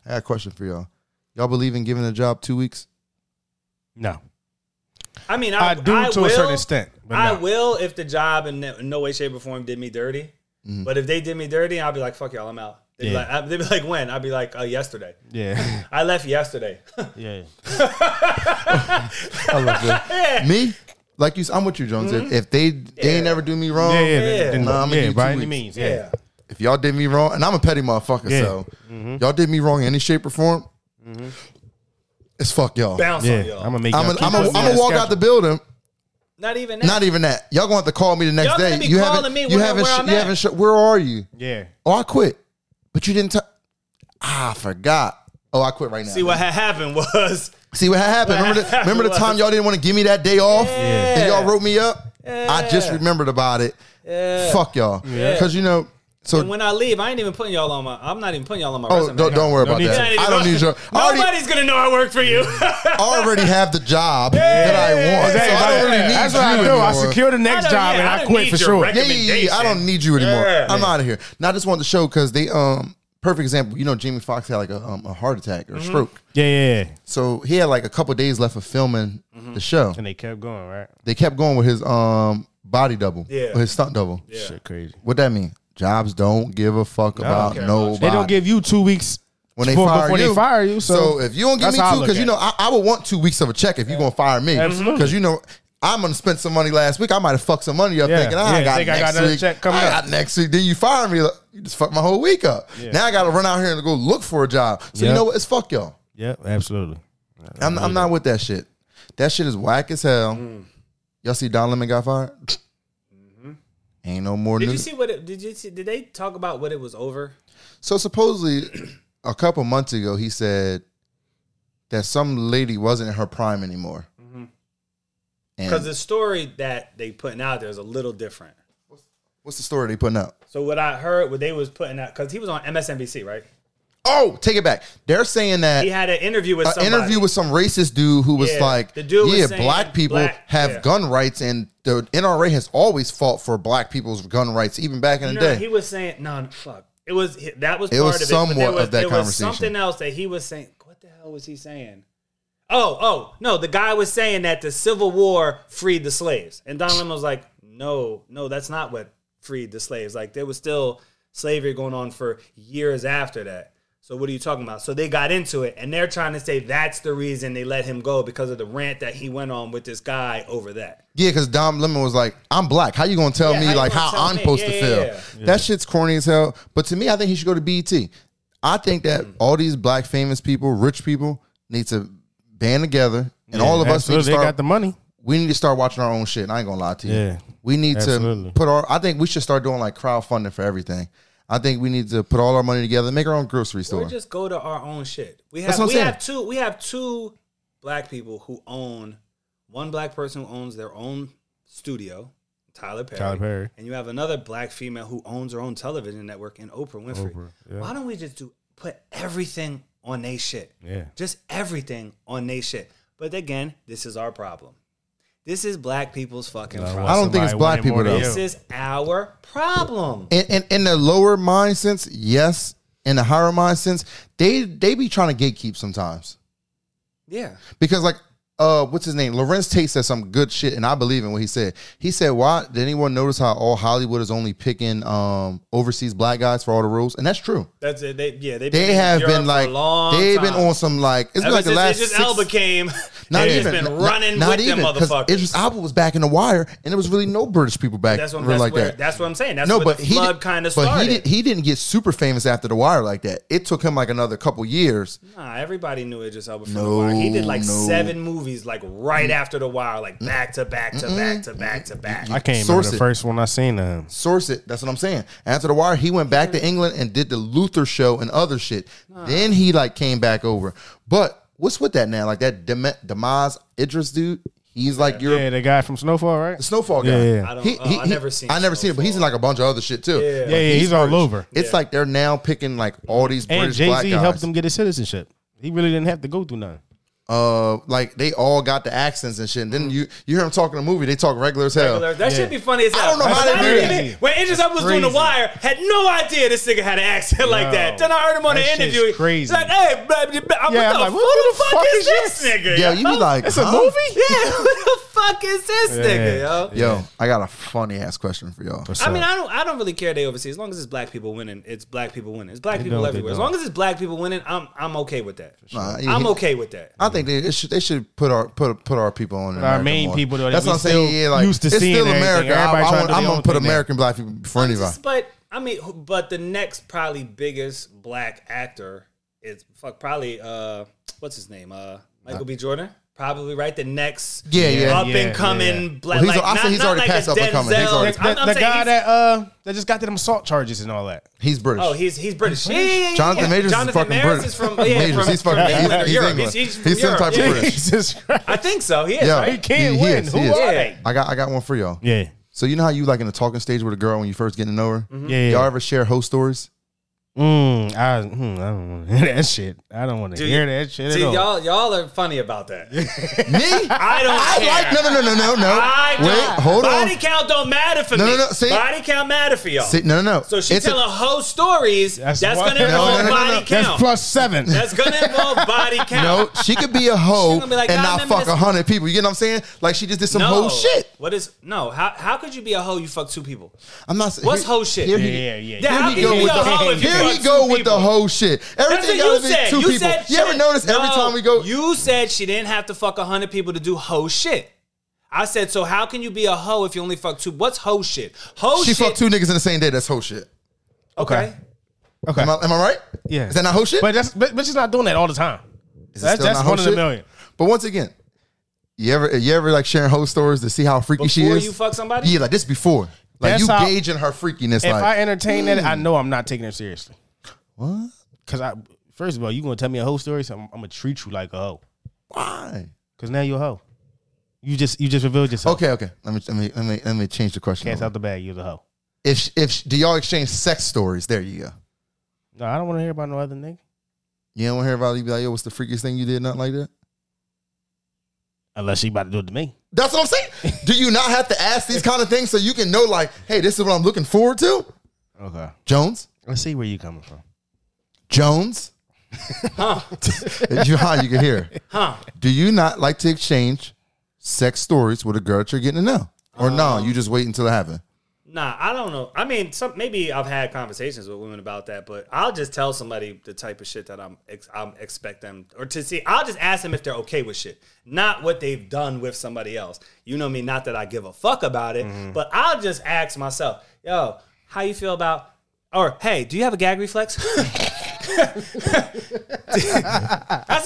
Speaker 2: I got a question for y'all. Y'all believe in giving a job two weeks?
Speaker 4: No,
Speaker 3: I mean, I,
Speaker 4: I do
Speaker 3: I
Speaker 4: to
Speaker 3: will,
Speaker 4: a certain extent. But
Speaker 3: I
Speaker 4: no.
Speaker 3: will if the job in no- in no way, shape, or form did me dirty.
Speaker 2: Mm-hmm.
Speaker 3: But if they did me dirty, I'll be like, "Fuck y'all, I'm out." They'd, be,
Speaker 4: Yeah.
Speaker 3: like, I, they'd be like, "When?" I'd be like, uh, "Yesterday."
Speaker 4: *laughs* Yeah,
Speaker 3: I left yesterday. *laughs*
Speaker 4: yeah.
Speaker 2: I love that. me, like you, s- I'm with you, Jones. If, if they they ain't never do me wrong,
Speaker 4: Yeah, yeah, then-
Speaker 2: Nah, I'ma
Speaker 4: yeah,
Speaker 2: give you
Speaker 4: by
Speaker 2: two
Speaker 4: any
Speaker 2: weeks.
Speaker 4: means, yeah.
Speaker 3: yeah.
Speaker 2: if y'all did me wrong, and I'm a petty motherfucker,
Speaker 4: Yeah.
Speaker 2: so
Speaker 3: Mm-hmm.
Speaker 2: y'all did me wrong in any shape or form, it's fuck y'all.
Speaker 3: Bounce
Speaker 4: Yeah,
Speaker 3: on y'all.
Speaker 4: I'm gonna make.
Speaker 2: I'm
Speaker 4: y'all
Speaker 2: gonna
Speaker 4: keep
Speaker 2: I'm
Speaker 4: us on
Speaker 2: I'm
Speaker 4: the
Speaker 2: walk out the
Speaker 4: schedule.
Speaker 2: building.
Speaker 3: Not even that.
Speaker 2: Not even that. Y'all gonna have to call me the next
Speaker 3: Y'all gonna
Speaker 2: day.
Speaker 3: be
Speaker 2: you
Speaker 3: calling
Speaker 2: haven't.
Speaker 3: me
Speaker 2: you
Speaker 3: wondering
Speaker 2: haven't.
Speaker 3: where
Speaker 2: sh-
Speaker 3: I'm
Speaker 2: you
Speaker 3: at.
Speaker 2: haven't. Sh- where are you?
Speaker 4: Yeah,
Speaker 2: Oh, I quit. But you didn't. T- ah, I forgot. Oh, I quit right now.
Speaker 3: See what had happened was *laughs*
Speaker 2: See what happened. Remember
Speaker 4: *laughs*
Speaker 2: the, remember the time y'all didn't want to give me that day off and y'all wrote me up? I just remembered about it. Fuck y'all. Because, you know, so.
Speaker 3: when I leave, I ain't even putting y'all on my. I'm not even putting y'all on my.
Speaker 2: Oh,
Speaker 3: resume.
Speaker 2: don't, don't worry about
Speaker 4: need
Speaker 2: that.
Speaker 4: to.
Speaker 2: I don't need your.
Speaker 4: *laughs*
Speaker 2: I already,
Speaker 3: Nobody's gonna know I work for you.
Speaker 2: I already have the job that I want.
Speaker 4: Exactly.
Speaker 2: So I don't really need
Speaker 4: That's
Speaker 2: you
Speaker 4: what I do.
Speaker 2: anymore.
Speaker 4: I secure the next
Speaker 3: I don't-
Speaker 4: job
Speaker 3: yeah,
Speaker 4: and
Speaker 3: I
Speaker 4: I
Speaker 3: don't
Speaker 4: quit
Speaker 3: need
Speaker 4: for
Speaker 3: your
Speaker 4: sure.
Speaker 3: record.
Speaker 2: yeah, yeah, yeah, I don't need you anymore. I'm out of here. Now, I just wanted to show because they, um, perfect example, you know, Jamie Foxx had like a, um, a heart attack
Speaker 4: Mm-hmm.
Speaker 2: or stroke.
Speaker 4: Yeah, yeah, yeah.
Speaker 2: So he had like a couple days left of filming
Speaker 4: Mm-hmm.
Speaker 2: the show.
Speaker 4: And they kept going, right?
Speaker 2: They kept going with his um body double,
Speaker 3: Yeah.
Speaker 2: with his stunt double.
Speaker 4: Shit, crazy.
Speaker 2: What that mean? Jobs don't give a fuck about nobody.
Speaker 4: They don't give you two weeks
Speaker 2: when they
Speaker 4: before,
Speaker 2: fire
Speaker 4: before
Speaker 2: you.
Speaker 4: they fire you. So,
Speaker 2: if you don't give
Speaker 4: that's
Speaker 2: me
Speaker 4: how I
Speaker 2: two,
Speaker 4: look
Speaker 2: because you
Speaker 4: at
Speaker 2: know I, I would want two weeks of a check if you gonna fire me.
Speaker 4: Absolutely.
Speaker 2: Because you know I'm gonna spend some money last week. I might have fucked some money up
Speaker 4: Yeah.
Speaker 2: thinking "Ah, I
Speaker 4: Yeah,
Speaker 2: ain't got
Speaker 4: think I
Speaker 2: next
Speaker 4: got another
Speaker 2: week.
Speaker 4: check coming
Speaker 2: I
Speaker 4: up.
Speaker 2: got next week. Then you fire me. like, You just fucked my whole week up. Now I gotta run out here and go look for a job. So you
Speaker 4: Yep.
Speaker 2: know what? It's fuck y'all.
Speaker 4: it. Yep, absolutely.
Speaker 2: I'm, I'm not with that shit. That shit is whack as hell.
Speaker 3: Mm.
Speaker 2: Y'all see Don Lemon got fired? Ain't no more
Speaker 3: *laughs* Mm-hmm. did you
Speaker 2: news.
Speaker 3: see what? It, did you see? Did they talk about what it was over?
Speaker 2: so supposedly, a couple months ago, he said that some lady wasn't in her prime anymore.
Speaker 3: Mm-hmm. Because
Speaker 2: And
Speaker 3: the story that they putting out there is a little different.
Speaker 2: what's the story they putting out?
Speaker 3: So what I heard, what they was putting out, because he was on MSNBC, right?
Speaker 2: Oh, take it back. They're saying that
Speaker 3: He had an interview with
Speaker 2: an
Speaker 3: somebody.
Speaker 2: interview with some racist dude who was
Speaker 3: Yeah,
Speaker 2: like,
Speaker 3: the dude was
Speaker 2: "Yeah,
Speaker 3: saying
Speaker 2: black people
Speaker 3: black-
Speaker 2: have
Speaker 3: yeah.
Speaker 2: gun rights, and the NRA has always fought for black people's gun rights, even back in the
Speaker 3: No,
Speaker 2: day."
Speaker 3: he was saying no. Fuck. It was that was
Speaker 2: It
Speaker 3: part
Speaker 2: was
Speaker 3: of it. but there
Speaker 2: somewhat
Speaker 3: was-
Speaker 2: of that
Speaker 3: there
Speaker 2: conversation.
Speaker 3: Was something else that he was saying. What the hell was he saying? Oh, oh no! The guy was saying that the Civil War freed the slaves, and Don Lemon was like, "No, no, that's not what freed the slaves. Like there was still slavery going on for years after that." So what are you talking about? So they got into it, and they're trying to say that's the reason they let him go because of the rant that he went on with this guy over that.
Speaker 2: Yeah, because Dom Lemon was like, "I'm black. How you gonna tell
Speaker 3: Yeah,
Speaker 2: me
Speaker 3: how you
Speaker 2: like
Speaker 3: gonna
Speaker 2: how
Speaker 3: tell
Speaker 2: I'm
Speaker 3: me?
Speaker 2: supposed
Speaker 3: Yeah,
Speaker 2: to
Speaker 3: yeah,
Speaker 2: feel?"
Speaker 3: yeah.
Speaker 2: That shit's corny as hell. But to E me, I think he should
Speaker 3: Mm.
Speaker 2: go to BET. I think that all these black famous people, rich people, need to band together, and all of us need to
Speaker 4: Absolutely,
Speaker 2: start.
Speaker 4: they got the money.
Speaker 2: we need to start watching our own shit. And I ain't gonna lie to you.
Speaker 4: Yeah,
Speaker 2: we need
Speaker 4: absolutely.
Speaker 2: to put our. I think we should start doing like crowdfunding for everything. I think we need to put all our money together, and make our own grocery store.
Speaker 3: Or just go to our own shit. We
Speaker 2: That's
Speaker 3: have
Speaker 2: what I'm
Speaker 3: we
Speaker 2: saying.
Speaker 3: have two we have two black people who own one black person who owns their own studio, Tyler Perry.
Speaker 4: Tyler Perry.
Speaker 3: And you have another black female who owns her own television network in Oprah Winfrey.
Speaker 4: Oprah, yeah.
Speaker 3: Why don't we just do put everything on they shit?
Speaker 4: Yeah.
Speaker 3: Just everything on they shit. But again, this is our problem. This is black people's fucking problem.
Speaker 2: I don't think it's
Speaker 4: Somebody
Speaker 2: black
Speaker 4: wanted
Speaker 2: people,
Speaker 4: more than
Speaker 2: though.
Speaker 3: This
Speaker 4: you.
Speaker 3: is our problem.
Speaker 2: in, in, in the lower mind sense, yes. In the higher mind sense, they they be trying to gatekeep sometimes
Speaker 3: Yeah.
Speaker 2: because like. Uh, what's his name? Lorenz Tate said some good shit, and I believe in what he said. He said, "Why did anyone notice how all Hollywood is only picking um overseas black guys for all the roles?" And that's true.
Speaker 3: That's it. They, yeah, they've
Speaker 2: They
Speaker 3: in
Speaker 2: have
Speaker 3: Europe for
Speaker 2: been
Speaker 3: a
Speaker 2: like
Speaker 3: long
Speaker 2: they've been
Speaker 3: time.
Speaker 2: on some like it's been
Speaker 3: Ever
Speaker 2: like the
Speaker 3: since
Speaker 2: last
Speaker 3: Idris
Speaker 2: six,
Speaker 3: Elba came, they've just been running with them
Speaker 2: 'cause
Speaker 3: motherfuckers.
Speaker 2: Idris Elba was back in the wire, and there was really no British people back
Speaker 3: that's what,
Speaker 2: really
Speaker 3: that's,
Speaker 2: like
Speaker 3: where,
Speaker 2: that.
Speaker 3: that's what I'm saying. That's
Speaker 2: no,
Speaker 3: where
Speaker 2: but
Speaker 3: the
Speaker 2: he
Speaker 3: flood
Speaker 2: did-
Speaker 3: kind of
Speaker 2: but
Speaker 3: started.
Speaker 2: he did, he didn't get super famous after the wire like that. It took him like another couple years.
Speaker 3: nah, everybody knew Idris Elba from The
Speaker 2: No,
Speaker 3: Wire. He did like
Speaker 2: no.
Speaker 3: seven movies, like right after The Wire, like back to back to back to back to back.
Speaker 4: I can't
Speaker 2: Source
Speaker 4: remember the
Speaker 2: it.
Speaker 4: first one I seen of him.
Speaker 2: Source it. That's what I'm saying. After the wire, he went back
Speaker 3: Mm-hmm.
Speaker 2: to England and did the Luther show and other shit. Then he like came back over. But what's with that now? Like that Dem- Demise Idris dude. He's like Europe.
Speaker 4: Yeah, the guy from Snowfall, right?
Speaker 2: The Snowfall guy.
Speaker 4: Yeah, yeah.
Speaker 3: I don't-
Speaker 2: He,
Speaker 3: oh,
Speaker 2: he-
Speaker 3: I
Speaker 2: he-
Speaker 3: never seen
Speaker 2: I never seen it, but he's in like a bunch of other shit too.
Speaker 3: Yeah.
Speaker 4: Yeah, yeah, he's, all over.
Speaker 2: It's like they're now picking like all these
Speaker 4: And
Speaker 2: British
Speaker 4: Jay
Speaker 2: black
Speaker 4: Z
Speaker 2: guys.
Speaker 4: helped him get his citizenship. He really didn't have to go through nothing.
Speaker 2: Uh, like they all got the accents and shit. And
Speaker 3: Mm-hmm.
Speaker 2: then you you hear them talking in the movie. They talk regular as hell.
Speaker 3: That should be funny as hell.
Speaker 2: I don't know
Speaker 3: When
Speaker 2: how they
Speaker 3: heard
Speaker 2: did
Speaker 3: it,
Speaker 4: it.
Speaker 3: When Idris Elba was doing The
Speaker 4: crazy.
Speaker 3: Wire, had no idea this nigga had an accent like that. Then I heard him on
Speaker 4: That
Speaker 3: the
Speaker 4: shit's
Speaker 3: interview. he's
Speaker 4: crazy.
Speaker 3: like, hey, blah, blah, blah.
Speaker 4: Yeah,
Speaker 3: what, the,
Speaker 4: I'm
Speaker 3: fuck,
Speaker 4: like,
Speaker 3: what the fuck is this nigga?
Speaker 2: Yo, you be like,
Speaker 4: It's a
Speaker 2: huh?
Speaker 4: movie?
Speaker 3: *laughs* Yeah, who the fuck is this
Speaker 4: Yeah.
Speaker 3: nigga, yo?
Speaker 2: Yo, I got a funny ass question for y'all.
Speaker 4: What's
Speaker 3: I mean,
Speaker 4: up?
Speaker 3: I don't, I don't really care they overseas. As long as it's black people winning, it's black people winning. It's black
Speaker 4: They
Speaker 3: people
Speaker 4: don't, they
Speaker 3: everywhere. As
Speaker 4: don't.
Speaker 3: long as it's black people winning, I'm, I'm okay with that.
Speaker 2: Nah, you-
Speaker 3: I'm okay with that.
Speaker 2: I think they it should they should put our put put our people on
Speaker 4: our
Speaker 2: America
Speaker 4: main
Speaker 2: more.
Speaker 4: people, though, that
Speaker 2: That's
Speaker 4: we
Speaker 2: what I'm saying.
Speaker 4: still
Speaker 2: Yeah, like
Speaker 4: used to
Speaker 2: it's
Speaker 4: seeing
Speaker 2: still
Speaker 4: and everything.
Speaker 2: America.
Speaker 4: Everybody
Speaker 2: I, I,
Speaker 4: trying to
Speaker 2: want-
Speaker 4: do
Speaker 2: I'm
Speaker 4: their
Speaker 2: gonna
Speaker 4: own
Speaker 2: put
Speaker 4: thing now.
Speaker 2: American black people for anybody.
Speaker 3: Just- but I mean, who- but the next probably biggest black actor is fuck probably uh what's his name uh Michael B. Jordan. Probably right the next
Speaker 2: Yeah, yeah,
Speaker 3: up
Speaker 4: yeah,
Speaker 3: and coming
Speaker 4: yeah.
Speaker 3: black.
Speaker 2: Well, he's-
Speaker 3: like,
Speaker 2: I
Speaker 3: not,
Speaker 2: said he's
Speaker 3: not
Speaker 2: already
Speaker 3: like
Speaker 2: past
Speaker 3: a
Speaker 2: up and coming. He's
Speaker 3: Denzel.
Speaker 2: already-
Speaker 3: I'm-
Speaker 4: the,
Speaker 3: I'm
Speaker 4: the
Speaker 3: saying
Speaker 4: guy
Speaker 3: he's-
Speaker 4: that uh that just got to them assault charges and
Speaker 3: *laughs*
Speaker 4: all that.
Speaker 2: He's British.
Speaker 3: Oh, he's he's British. Yeah, yeah, yeah,
Speaker 2: Jonathan
Speaker 3: yeah.
Speaker 2: Majors is
Speaker 3: Jonathan
Speaker 2: fucking
Speaker 3: Majors
Speaker 2: British.
Speaker 3: is from yeah,
Speaker 2: Majors,
Speaker 3: from,
Speaker 2: he's fucking-
Speaker 3: from
Speaker 2: he's-
Speaker 3: England or
Speaker 2: he's
Speaker 3: Europe.
Speaker 2: English.
Speaker 3: He's, he's,
Speaker 2: He's
Speaker 3: from
Speaker 2: some
Speaker 3: Europe.
Speaker 2: type of
Speaker 3: yeah.
Speaker 2: British.
Speaker 4: Jesus Christ!
Speaker 3: I think so. He is
Speaker 2: Yeah.
Speaker 3: right.
Speaker 4: He can't
Speaker 2: He- he
Speaker 4: win.
Speaker 2: is,
Speaker 4: Who
Speaker 2: he is.
Speaker 4: are
Speaker 3: Yeah.
Speaker 4: they?
Speaker 2: I got I got one for y'all.
Speaker 4: Yeah, Mm-hmm.
Speaker 2: So you know how you like in the talking stage with a girl when you first getting to know her?
Speaker 4: yeah.
Speaker 2: Y'all ever share host
Speaker 4: *laughs*
Speaker 2: stories?
Speaker 4: Mm, I, mm, I don't want to hear that shit. I don't want to
Speaker 3: Dude,
Speaker 4: hear that shit
Speaker 3: See,
Speaker 4: at all.
Speaker 3: y'all y'all are funny about that.
Speaker 2: Me? *laughs* I
Speaker 3: I don't. care.
Speaker 2: like no no no no no no.
Speaker 3: I don't.
Speaker 2: Wait, hold on.
Speaker 3: Body count don't matter for
Speaker 2: No,
Speaker 3: me.
Speaker 2: no, no, see?
Speaker 3: Body count matter for y'all.
Speaker 2: See, no no no.
Speaker 3: So she
Speaker 2: It's a-
Speaker 3: telling whole stories. That's,
Speaker 4: why- *laughs*
Speaker 3: gonna involve body count.
Speaker 4: That's plus seven.
Speaker 3: That's gonna involve
Speaker 2: *laughs* *laughs*
Speaker 3: body
Speaker 2: no,
Speaker 3: count.
Speaker 2: she could be a hoe
Speaker 3: gonna be like,
Speaker 2: and
Speaker 3: "Nah, I
Speaker 2: not
Speaker 3: remember
Speaker 2: fuck
Speaker 3: this-
Speaker 2: a hundred people. You get what I'm saying? Like she just did some whole shit.
Speaker 3: What is no? How how could you be a hoe? You fuck two people.
Speaker 2: I'm not saying
Speaker 3: What's hoe shit?
Speaker 2: Here
Speaker 4: yeah,
Speaker 2: he,
Speaker 4: yeah, yeah.
Speaker 3: Yeah,
Speaker 2: here
Speaker 3: how can
Speaker 2: he
Speaker 3: you
Speaker 2: go
Speaker 3: be
Speaker 2: with
Speaker 3: a hoe
Speaker 2: the
Speaker 3: if you
Speaker 2: here
Speaker 3: fuck
Speaker 2: he go
Speaker 3: two
Speaker 2: with the
Speaker 3: people?
Speaker 2: whole shit.
Speaker 3: That's
Speaker 2: Everything
Speaker 3: what you
Speaker 2: gotta be
Speaker 3: said.
Speaker 2: two
Speaker 3: you
Speaker 2: people.
Speaker 3: said
Speaker 2: you ever
Speaker 3: shit.
Speaker 2: notice every
Speaker 3: No,
Speaker 2: time we go?
Speaker 3: You said she didn't have to fuck hundred people to do hoe shit. I said, so how can you be a hoe if you only fuck two? What's hoe shit? Hoe
Speaker 2: she
Speaker 3: shit.
Speaker 2: fucked two niggas in the same day. That's whole shit.
Speaker 3: Okay.
Speaker 4: okay.
Speaker 2: Am I, am I right?
Speaker 4: yeah.
Speaker 2: Is that not whole shit?
Speaker 4: *laughs* But that's but, but she's not doing that all the time.
Speaker 2: Is it
Speaker 4: That's
Speaker 2: still
Speaker 4: that's
Speaker 2: not hoe
Speaker 4: one in a
Speaker 2: shit?
Speaker 4: million.
Speaker 2: But once again, you ever you ever like sharing whole stories to see how freaky she
Speaker 3: Before
Speaker 2: is?
Speaker 3: you fuck somebody?
Speaker 2: Yeah, like this before. Like
Speaker 4: That's
Speaker 2: you
Speaker 4: how-
Speaker 2: gauging her freakiness.
Speaker 4: If
Speaker 2: like Mm.
Speaker 4: I entertain that, I know I'm not taking it seriously. What? Because I first of all, you gonna tell me a whole story, so I'm, I'm gonna treat you like a hoe.
Speaker 2: why?
Speaker 4: Because now you're a hoe. You just you just revealed yourself.
Speaker 2: Okay, okay. Let me let me let me let me change the question.
Speaker 4: Cats
Speaker 2: over.
Speaker 4: out the bag. You're the hoe.
Speaker 2: If if do y'all exchange sex stories? There you go.
Speaker 4: No, I don't want to hear about no other nigga.
Speaker 2: You don't want to hear about it, you be like, yo, what's the freakiest thing you did? Nothing like that.
Speaker 4: Unless she about to do it to me.
Speaker 2: That's what I'm saying. do you not have to ask these kind of things so you can know, like, hey, this is what I'm looking forward to?
Speaker 4: Okay.
Speaker 2: Jones,
Speaker 4: Let's see where you coming from.
Speaker 2: Jones,
Speaker 3: Huh?
Speaker 2: you *laughs* how you can hear.
Speaker 3: Huh?
Speaker 2: Do you not like to exchange sex stories with a girl that you're getting to know, or no?
Speaker 3: Oh.
Speaker 2: You just wait until it happens.
Speaker 3: Nah, I don't know. I mean, some maybe I've had conversations with women about that, but I'll just tell somebody the type of shit that I'm ex- I'm expect them or to see. I'll just ask them if they're okay with shit, not what they've done with somebody else. You know me, not that I give a fuck about it,
Speaker 2: Mm-hmm.
Speaker 3: but I'll just
Speaker 2: *laughs*
Speaker 3: ask myself, yo, how you feel about or hey, do you have a gag reflex? *laughs* That's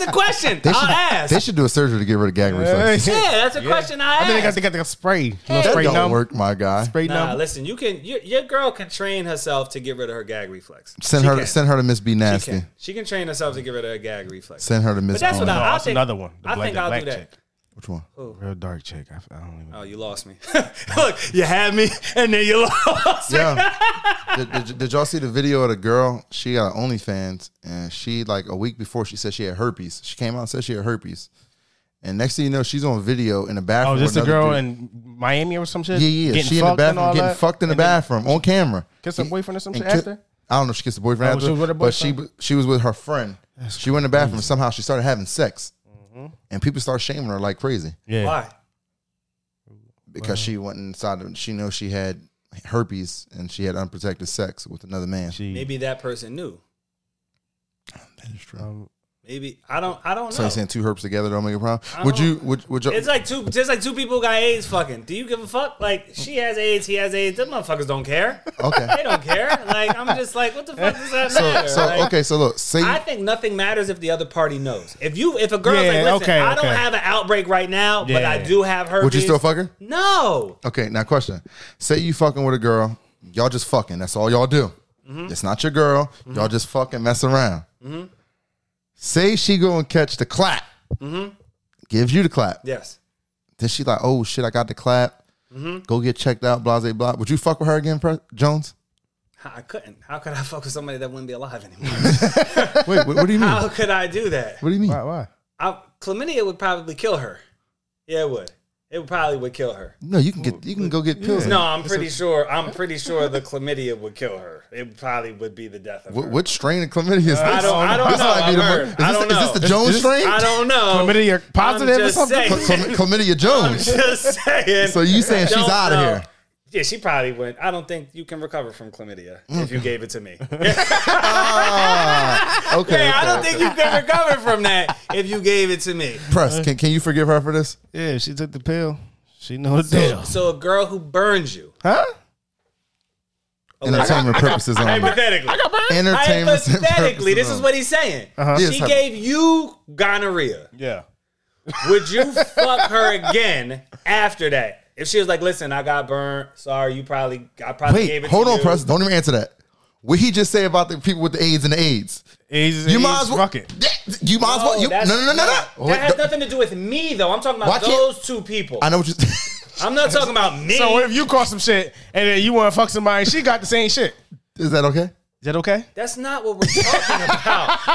Speaker 3: a question
Speaker 2: They
Speaker 3: I'll
Speaker 2: should,
Speaker 3: ask.
Speaker 2: they should do a surgery to get rid of gag reflex.
Speaker 3: yeah, that's a question I
Speaker 4: I
Speaker 3: ask.
Speaker 4: think they got, they got the spray. Little
Speaker 2: That
Speaker 4: spray
Speaker 2: don't
Speaker 4: numb.
Speaker 2: work, my guy.
Speaker 4: Spray
Speaker 3: Nah,
Speaker 4: numb.
Speaker 3: listen. You can your, your girl can train herself to get rid of her gag reflex.
Speaker 2: Send
Speaker 3: She
Speaker 2: her,
Speaker 3: can.
Speaker 2: send her to Miss B
Speaker 3: She
Speaker 2: Nasty.
Speaker 3: can. She can train herself to get rid of her gag reflex.
Speaker 2: Send her to
Speaker 3: but
Speaker 2: Miss.
Speaker 3: that's what
Speaker 2: Owen.
Speaker 3: I,
Speaker 4: No,
Speaker 3: I'll
Speaker 4: it's
Speaker 3: think,
Speaker 4: another one. The
Speaker 3: I
Speaker 4: black-
Speaker 3: think
Speaker 4: the
Speaker 3: I'll
Speaker 4: black
Speaker 3: do that.
Speaker 4: chick.
Speaker 2: Which one?
Speaker 4: Real dark chick. I, I don't even.
Speaker 3: Oh, you lost me. *laughs* Look, you had me, and then you *laughs* lost. me.
Speaker 2: Yeah.
Speaker 4: *laughs*
Speaker 2: did, did, did y'all see the video of the girl? She got an OnlyFans, and she like a week before she said she had herpes. She came out and said she had herpes, and next thing you know, she's on video in the bathroom.
Speaker 4: Oh,
Speaker 2: with
Speaker 4: just a
Speaker 2: another
Speaker 4: girl
Speaker 2: dude.
Speaker 4: in Miami or some shit.
Speaker 2: yeah, yeah.
Speaker 4: Getting
Speaker 2: She in the
Speaker 4: fucked and
Speaker 2: bathroom,
Speaker 4: all
Speaker 2: getting
Speaker 4: that?
Speaker 2: fucked in the
Speaker 4: And then-
Speaker 2: bathroom on camera.
Speaker 4: Kiss her boyfriend or some
Speaker 2: And
Speaker 4: shit
Speaker 2: ki-
Speaker 4: after?
Speaker 2: I don't know. if She kissed the boyfriend.
Speaker 4: Oh,
Speaker 2: after,
Speaker 4: she was with her
Speaker 2: but she
Speaker 4: boyfriend?
Speaker 2: she was with her friend. she went in the bathroom. Somehow she started having sex,
Speaker 4: Mm-hmm.
Speaker 2: and people started shaming her like crazy
Speaker 4: Yeah.
Speaker 3: Why?
Speaker 2: because she went inside. and She knows she had herpes and she had unprotected sex with another man.
Speaker 4: She,
Speaker 3: Maybe that person knew.
Speaker 2: that is true.
Speaker 4: Um,
Speaker 3: Maybe I don't. I don't
Speaker 2: So
Speaker 3: know.
Speaker 2: you saying two herpes together don't make a problem?
Speaker 3: Oh. I
Speaker 2: Would
Speaker 3: don't-
Speaker 2: you? Would would you?
Speaker 3: it's like two, just like two people got AIDS. Fucking, do you give a fuck? Like she has AIDS, he has AIDS. Them motherfuckers don't care. They
Speaker 2: okay.
Speaker 3: don't care. Like I'm just like, what the fuck does that
Speaker 2: So
Speaker 3: matter?
Speaker 2: so
Speaker 3: Like,
Speaker 2: okay. So look, say
Speaker 3: I think nothing matters if the other party knows. If you, if a girl's
Speaker 4: Yeah,
Speaker 3: like, listen,
Speaker 4: okay,
Speaker 3: I don't
Speaker 4: okay.
Speaker 3: have an outbreak right now, but
Speaker 4: Yeah.
Speaker 3: I do have herpes.
Speaker 2: would you still fuck her?
Speaker 3: No.
Speaker 2: Okay. Now question. Say you fucking with a girl. Y'all just fucking. That's all y'all do.
Speaker 3: Mm-hmm.
Speaker 2: It's not your girl. Y'all just fucking mess around. Say she go and catch the clap.
Speaker 3: Mm-hmm.
Speaker 2: Gives you the clap.
Speaker 3: Yes.
Speaker 2: Then she like, oh shit, I got the clap.
Speaker 3: Mm-hmm.
Speaker 2: Go get checked out. Blase blah. Would you fuck with her again, Pre- Jones?
Speaker 3: I couldn't. How could I *laughs* fuck with somebody that wouldn't be alive anymore?
Speaker 2: *laughs* Wait. What,
Speaker 3: *laughs*
Speaker 2: what do you mean?
Speaker 3: How could I do that?
Speaker 2: What do you mean?
Speaker 4: why? Why?
Speaker 3: I, chlamydia would probably kill her. Yeah, it would. It would probably would kill her.
Speaker 2: No, you can get you can go get pills.
Speaker 3: No, I'm pretty sure. I'm pretty sure the chlamydia would kill her. It probably would be the death of her.
Speaker 2: What, what strain of chlamydia is this?
Speaker 3: Uh, I don't- I don't
Speaker 2: This
Speaker 3: know.
Speaker 2: might be
Speaker 3: I've
Speaker 2: the-
Speaker 3: heard.
Speaker 2: Is this,
Speaker 3: I don't
Speaker 2: is this the
Speaker 3: know.
Speaker 2: Jones strain?
Speaker 3: I don't know.
Speaker 4: Chlamydia positive
Speaker 3: I'm
Speaker 4: or
Speaker 3: just
Speaker 4: something?
Speaker 3: saying.
Speaker 2: Chlam- chlamydia Jones.
Speaker 3: *laughs* just saying.
Speaker 2: So you saying
Speaker 3: I
Speaker 2: she's
Speaker 3: don't
Speaker 2: outta
Speaker 3: know.
Speaker 2: here.
Speaker 3: Yeah, she probably went. I don't think you can recover from chlamydia if you gave it
Speaker 2: *laughs*
Speaker 3: to me.
Speaker 2: Okay. okay.
Speaker 3: I don't think you can recover from that if you gave it to me.
Speaker 2: Press. Can, can you forgive her for this?
Speaker 4: Yeah, she took the pill. She know the
Speaker 3: So,
Speaker 4: deal.
Speaker 3: so a girl who burns you,
Speaker 4: Huh?
Speaker 2: Entertainment purposes only.
Speaker 3: hypothetically,
Speaker 2: *laughs* Entertainment
Speaker 3: hypothetically, this
Speaker 2: purposes Uh-huh.
Speaker 3: is what he's saying.
Speaker 2: Yeah,
Speaker 3: She
Speaker 2: it's-
Speaker 3: gave you gonorrhea.
Speaker 4: Yeah.
Speaker 3: Would you fuck her again after that? If she was like, "Listen, I got burned. Sorry, you probably, I probably
Speaker 2: Wait,
Speaker 3: gave it."
Speaker 2: hold
Speaker 3: to
Speaker 2: on,
Speaker 3: you.
Speaker 2: Press. Don't even answer that. What he just say about the people with the AIDS and the AIDS?
Speaker 4: He's,
Speaker 2: You might as well.
Speaker 4: Fuck it.
Speaker 2: Yeah, You might as well.
Speaker 3: No,
Speaker 2: You, no,
Speaker 3: Oh, that's-
Speaker 2: no, no, no, no.
Speaker 3: That
Speaker 2: Wait,
Speaker 3: has
Speaker 2: th-
Speaker 3: nothing to do with me, though. I'm talking
Speaker 2: Why
Speaker 3: about
Speaker 2: can't-
Speaker 3: those two people.
Speaker 2: I know what you. *laughs*
Speaker 3: I'm not talking about me.
Speaker 4: So what if you caught some shit and then you want to fuck somebody and she got the same shit? Is
Speaker 2: is that okay?
Speaker 4: that okay?
Speaker 3: That's not what we're talking about.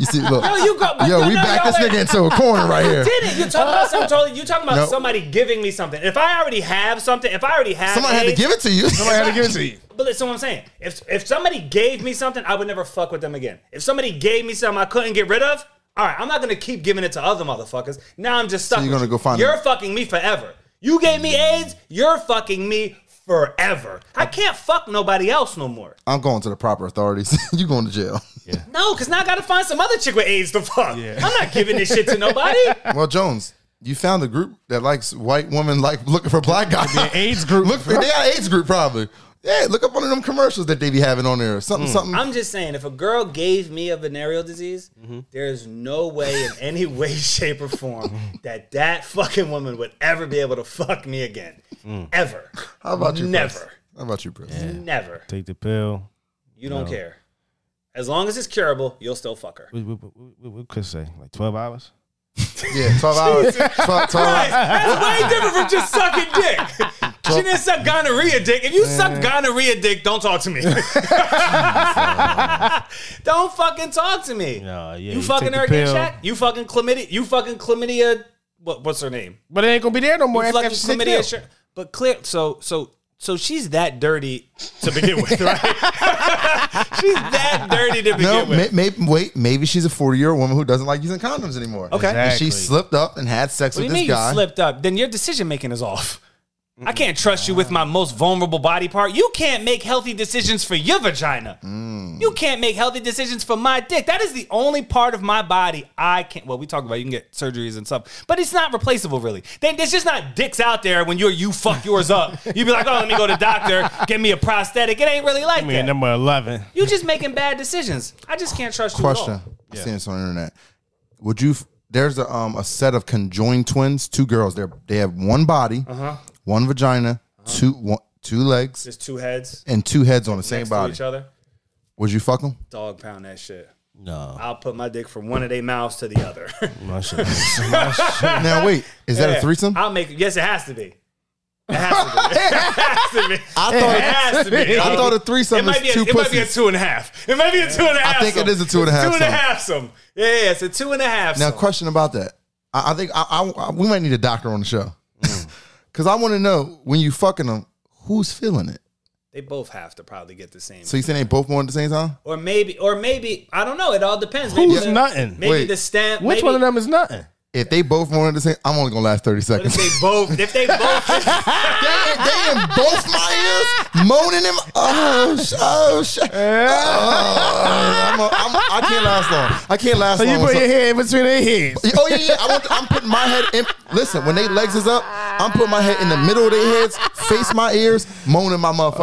Speaker 2: You see, look.
Speaker 3: Yo, you go-
Speaker 2: Yo,
Speaker 3: no,
Speaker 2: we
Speaker 3: no,
Speaker 2: back
Speaker 3: y'all
Speaker 2: this
Speaker 3: ain't-
Speaker 2: nigga into a corner right
Speaker 3: *laughs*
Speaker 2: here.
Speaker 3: Did it? You talking about something totally? You talking about
Speaker 2: No.
Speaker 3: somebody giving me something? If I already have something, if I already have,
Speaker 2: Somebody had to
Speaker 3: AIDS-
Speaker 2: give it to you.
Speaker 4: Somebody had to give it to you.
Speaker 3: But that's what I'm saying. If if somebody gave me something, I would never fuck with them again. If somebody gave me something I couldn't get rid of, all right, I'm not gonna keep giving it to other motherfuckers. Now I'm just stuck.
Speaker 2: you're
Speaker 3: with
Speaker 2: gonna
Speaker 3: you.
Speaker 2: go find
Speaker 3: You're
Speaker 2: them.
Speaker 3: fucking me forever. You gave me AIDS. You're fucking me forever. I can't fuck nobody else no more.
Speaker 2: *laughs* I'm going to the proper authorities. *laughs* you going to jail.
Speaker 3: No, because now I gotta find some other chick with AIDS to fuck. I'm not giving this shit to nobody.
Speaker 2: Well, Jones, you found a group that likes white women like looking for black guys.
Speaker 4: The AIDS group.
Speaker 2: Look, they got an AIDS group probably. Yeah, look up one of them commercials that they be having on there. Something, something.
Speaker 3: I'm just saying, if a girl gave me a venereal disease, there is no way in any *laughs* way, shape, or form that that fucking woman would ever be able to fuck me again. Ever.
Speaker 2: How about you?
Speaker 3: Never.
Speaker 2: Prince? How about you, Prince?
Speaker 3: Never.
Speaker 4: Take the pill.
Speaker 3: You don't care. As long as it's curable, you'll still fuck her.
Speaker 4: What, what, what, what, what could say? Like 12 hours?
Speaker 2: Yeah, twelve
Speaker 3: *laughs*
Speaker 2: hours. 12, 12 hours.
Speaker 3: That's way different from just sucking dick. She didn't suck gonorrhea dick. If you suck gonorrhea dick, don't talk to me. *laughs* don't fucking talk to me.
Speaker 4: Nah, yeah,
Speaker 3: you,
Speaker 4: you
Speaker 3: fucking
Speaker 4: take the
Speaker 3: her again,
Speaker 4: pill.
Speaker 3: Shaq? You fucking chlamydia. You fucking chlamydia. What, what's her name?
Speaker 4: But it ain't going to be there no more.
Speaker 3: You
Speaker 4: after-
Speaker 3: fucking
Speaker 4: after she take the
Speaker 3: chlamydia.
Speaker 4: pill.
Speaker 3: Shir- but clear. So so so she's that dirty to begin with, *laughs* right? she's that dirty to begin
Speaker 2: No,
Speaker 3: with.
Speaker 2: may, may, wait. Maybe she's a forty-year-old woman who doesn't like using condoms anymore.
Speaker 3: Okay.
Speaker 2: and she
Speaker 4: Exactly.
Speaker 2: slipped up and had sex
Speaker 3: What do
Speaker 2: with
Speaker 3: you
Speaker 2: this
Speaker 3: mean
Speaker 2: guy.
Speaker 3: you slipped up? Then your decision making is off. I can't trust you with my most vulnerable body part. You can't make healthy decisions for your vagina.
Speaker 2: Mm.
Speaker 3: You can't make healthy decisions for my dick. That is the only part of my body I can't. Well, we talk about you can get surgeries and stuff, but it's not replaceable, really. Then there's just not dicks out there when you're you fuck
Speaker 2: *laughs*
Speaker 3: yours up. you be like, oh, let me go to the doctor, get me a prosthetic. It ain't really like
Speaker 4: I mean,
Speaker 3: that.
Speaker 4: number 11.
Speaker 3: You just making bad decisions. I just can't trust you. at all.
Speaker 2: Question. I seen this on the internet. Would you? f- There's a um a set of conjoined twins, two girls. They they have one body,
Speaker 3: Uh-huh.
Speaker 2: one vagina, two one, two legs,
Speaker 3: Just two heads
Speaker 2: and two heads on the same
Speaker 3: next
Speaker 2: body.
Speaker 3: to each other.
Speaker 2: Would you fuck them?
Speaker 3: Dog pound that shit.
Speaker 4: No.
Speaker 3: I'll put my dick from one of their mouths to the
Speaker 2: *laughs*
Speaker 3: other.
Speaker 4: My shit.
Speaker 2: Now wait, is
Speaker 3: *laughs*
Speaker 2: that a threesome?
Speaker 3: I'll make. Yes, it has to be. It has
Speaker 2: *laughs*
Speaker 3: to be. it has to be.
Speaker 2: I
Speaker 4: *laughs*
Speaker 2: thought
Speaker 3: It has to be.
Speaker 2: I thought a threesome
Speaker 3: It might
Speaker 2: is
Speaker 3: be. A,
Speaker 2: two
Speaker 3: it might be a
Speaker 2: pussies.
Speaker 3: two and a half. It might be a two and a half.
Speaker 2: think it is a two and a half
Speaker 3: Two and a
Speaker 2: some.
Speaker 3: half. Some. Yeah, yeah, it's a two and a half.
Speaker 2: Now,
Speaker 3: some.
Speaker 2: question about that. I, I think I, I- I- we might need a doctor on the show
Speaker 3: Mm.
Speaker 2: *laughs* because I want to know when you fucking them, who's feeling it.
Speaker 3: they both have to probably get the same.
Speaker 2: So you saying they both want at the same time?
Speaker 3: or maybe, or maybe I don't know. It all depends. Maybe
Speaker 4: Who's
Speaker 3: the-
Speaker 4: nothing?
Speaker 3: Maybe
Speaker 2: Wait.
Speaker 3: the stamp.
Speaker 4: *laughs* Which
Speaker 3: maybe,
Speaker 4: one of them is nothing?
Speaker 2: If they both want at the same, I'm only gonna last thirty
Speaker 3: But if
Speaker 2: seconds.
Speaker 3: they both, if
Speaker 2: *laughs*
Speaker 3: they both,
Speaker 2: they, they in both my ears, moaning them. Oh, sh- oh,
Speaker 3: *laughs*
Speaker 2: sh-
Speaker 4: Uh,
Speaker 2: oh I'm a, I'm a, I can't last long. I can't last
Speaker 4: So
Speaker 2: long.
Speaker 4: you put
Speaker 2: So-
Speaker 4: your head in between their *laughs* heads.
Speaker 2: Yeah, Oh yeah, yeah. I want I'm putting my head in. Listen, when they legs is up, I'm putting my head in the middle of their heads, face my ears, moaning my motherfucker.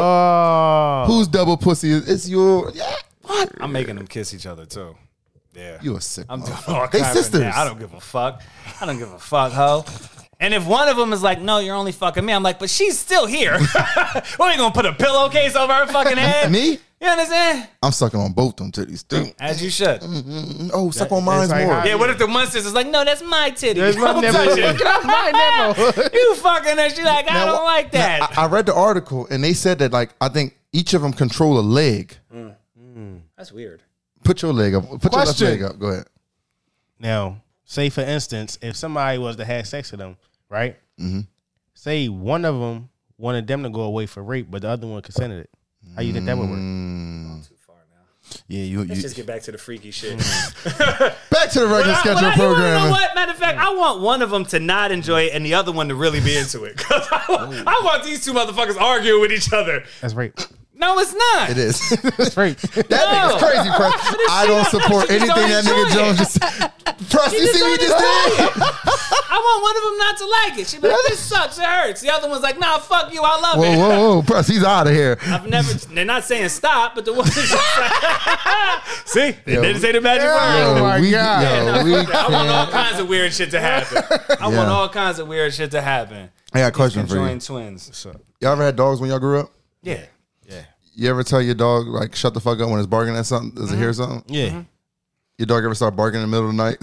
Speaker 4: Oh.
Speaker 2: Who's double pussy? is- It's your. Yeah, what?
Speaker 3: I'm making them kiss each other too. Yeah.
Speaker 2: You a sick.
Speaker 3: I'm doing
Speaker 2: motherfucker.
Speaker 3: *laughs* all
Speaker 2: Oh, They
Speaker 3: kinds of
Speaker 2: sisters.
Speaker 3: that. I don't give a fuck. I don't give a fuck, ho. And if one of them is like, no, you're only fucking me, I'm like, but she's still here. *laughs* what are you gonna put a pillowcase over her fucking head?
Speaker 2: *laughs* Me?
Speaker 3: You understand?
Speaker 2: I'm sucking on both them titties. Dude.
Speaker 3: As you should.
Speaker 2: Oh, suck on mine
Speaker 4: it's like
Speaker 2: more.
Speaker 4: how-
Speaker 3: Yeah, what if the one sister's like, no, that's my titty. *laughs*
Speaker 4: That's my
Speaker 3: Don't
Speaker 4: nipple.
Speaker 3: touch it. you fucking her. She's like, I
Speaker 2: Now,
Speaker 3: don't like that.
Speaker 2: I, I read the article and they said that like I think each of them control a leg.
Speaker 3: that's weird.
Speaker 2: Put your leg up. Put
Speaker 4: Question.
Speaker 2: your left leg up. Go ahead.
Speaker 4: Now, say for instance, if somebody was to have sex with them, right? Mm-hmm. Say one of them wanted them to go away for rape, but the other one consented it. How you think that would work?
Speaker 2: Yeah, you. you
Speaker 3: Just get back to the freaky shit. *laughs*
Speaker 2: back to Mm. the regular
Speaker 3: But I-
Speaker 2: schedule
Speaker 3: but I- you wanna know
Speaker 2: programming.
Speaker 3: what? Matter of fact, I want one of them to not enjoy it and the other one to really be into it. *laughs* 'Cause I, want- I want these two motherfuckers arguing with each other.
Speaker 4: That's rape.
Speaker 3: No, it's not.
Speaker 2: It is. *laughs* that
Speaker 4: *laughs* That's rape.
Speaker 2: nigga's crazy,
Speaker 3: *laughs*
Speaker 2: Press. I don't support
Speaker 3: she just
Speaker 2: anything
Speaker 3: don't
Speaker 2: that nigga
Speaker 3: enjoy
Speaker 2: Jones just. Press, you
Speaker 3: just
Speaker 2: see what
Speaker 3: don't
Speaker 2: you just did?
Speaker 3: I want one of them not to like it. She be like, this sucks. It hurts. The other one's like, nah, fuck you. I love
Speaker 2: Whoa,
Speaker 3: it.
Speaker 2: whoa, whoa, Press, he's out of here.
Speaker 3: *laughs* I've never. They're not saying stop, but the one.
Speaker 2: *laughs*
Speaker 3: See, they
Speaker 2: Yo.
Speaker 3: didn't say the magic word.
Speaker 2: Yo,
Speaker 4: my
Speaker 2: we,
Speaker 4: God.
Speaker 2: Yo, we
Speaker 3: I want all
Speaker 2: can't.
Speaker 3: kinds of weird shit to happen. I
Speaker 2: Yeah.
Speaker 3: want all kinds of weird shit to happen.
Speaker 2: I got a question for
Speaker 3: Conjoined
Speaker 2: you.
Speaker 3: twins.
Speaker 2: Y'all ever had dogs when y'all grew up? *laughs*
Speaker 3: Yeah.
Speaker 2: You ever tell your dog like shut the fuck up when it's barking at something? Does it hear
Speaker 3: Mm-hmm.
Speaker 2: something?
Speaker 4: Yeah.
Speaker 2: Your dog ever start barking in the middle of the night?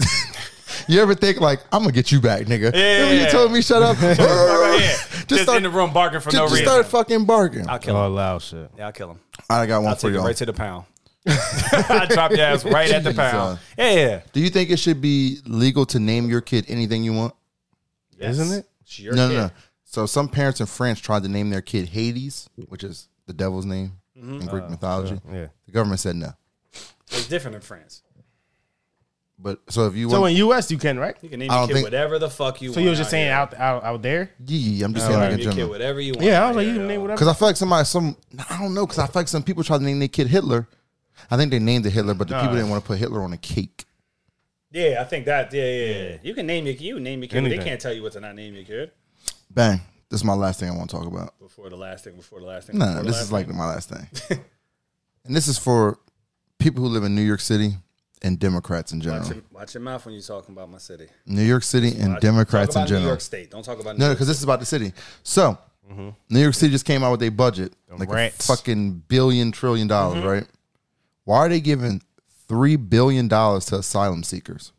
Speaker 2: *laughs* you ever think like I'm gonna get you back, nigga? Remember you
Speaker 3: yeah.
Speaker 2: told me shut
Speaker 3: *laughs*
Speaker 2: up? just
Speaker 3: Right here. Just,
Speaker 2: start,
Speaker 3: in the room barking for
Speaker 2: just,
Speaker 3: no
Speaker 2: just
Speaker 3: reason.
Speaker 2: start fucking barking.
Speaker 3: I'll kill him.
Speaker 4: All loud shit.
Speaker 3: Yeah, I'll kill him.
Speaker 2: I got one
Speaker 3: I'll
Speaker 2: for
Speaker 3: take him
Speaker 2: y'all.
Speaker 3: right to
Speaker 2: *laughs*
Speaker 3: the pound. *laughs* I drop your ass right at the
Speaker 2: uh,
Speaker 3: pound. Yeah, yeah.
Speaker 2: Do you think it should be legal to name your kid anything you want?
Speaker 4: Isn't it?
Speaker 3: It's your
Speaker 2: no,
Speaker 3: kid.
Speaker 2: no, no. So some parents in France tried to name their kid Hades, which is the devil's name in Greek
Speaker 3: Mm-hmm.
Speaker 2: mythology.
Speaker 4: Yeah.
Speaker 2: The government said no.
Speaker 3: It's different in France.
Speaker 2: But so if you
Speaker 4: So
Speaker 2: want,
Speaker 4: in U.S. you can, right?
Speaker 3: You can name
Speaker 2: I
Speaker 3: your
Speaker 2: don't
Speaker 3: kid
Speaker 2: think-
Speaker 3: whatever the fuck you want.
Speaker 4: So you was just
Speaker 3: out
Speaker 4: saying
Speaker 3: here.
Speaker 4: out, out out there?
Speaker 2: yeah, yeah, I'm just saying like in
Speaker 3: Name your kid
Speaker 2: general.
Speaker 3: whatever Oh, you want.
Speaker 4: Yeah, I
Speaker 3: out
Speaker 4: was like, you
Speaker 3: here,
Speaker 4: can
Speaker 3: yo.
Speaker 4: name whatever.
Speaker 2: Because I feel like somebody, some I don't know. Because I feel like some people tried to name their kid Hitler. I think they named it Hitler, but the people didn't want to put Hitler on a cake.
Speaker 3: Yeah, I think that. Yeah, yeah, yeah. You can name your you can name your kid. but They
Speaker 4: Anything.
Speaker 3: can't tell you what to not name your kid.
Speaker 2: Bang. This is my last thing I want to talk about.
Speaker 3: Before the last thing. Before the last thing.
Speaker 2: No,
Speaker 3: before the
Speaker 2: this
Speaker 3: last
Speaker 2: is like my last
Speaker 3: *laughs*
Speaker 2: thing. and this is for people who live in New York City and Democrats in general.
Speaker 3: Watch your, watch your mouth when you're talking about my city.
Speaker 2: New York City and *laughs*
Speaker 3: Watch-
Speaker 2: Democrats in
Speaker 3: talk about New
Speaker 2: general.
Speaker 3: York State. Don't talk about New
Speaker 2: No,
Speaker 3: York.
Speaker 2: because this is about the city. So New York City just came out with a budget, like
Speaker 4: rats.
Speaker 2: a fucking billion trillion dollars, right? Why are they giving three billion dollars to asylum seekers?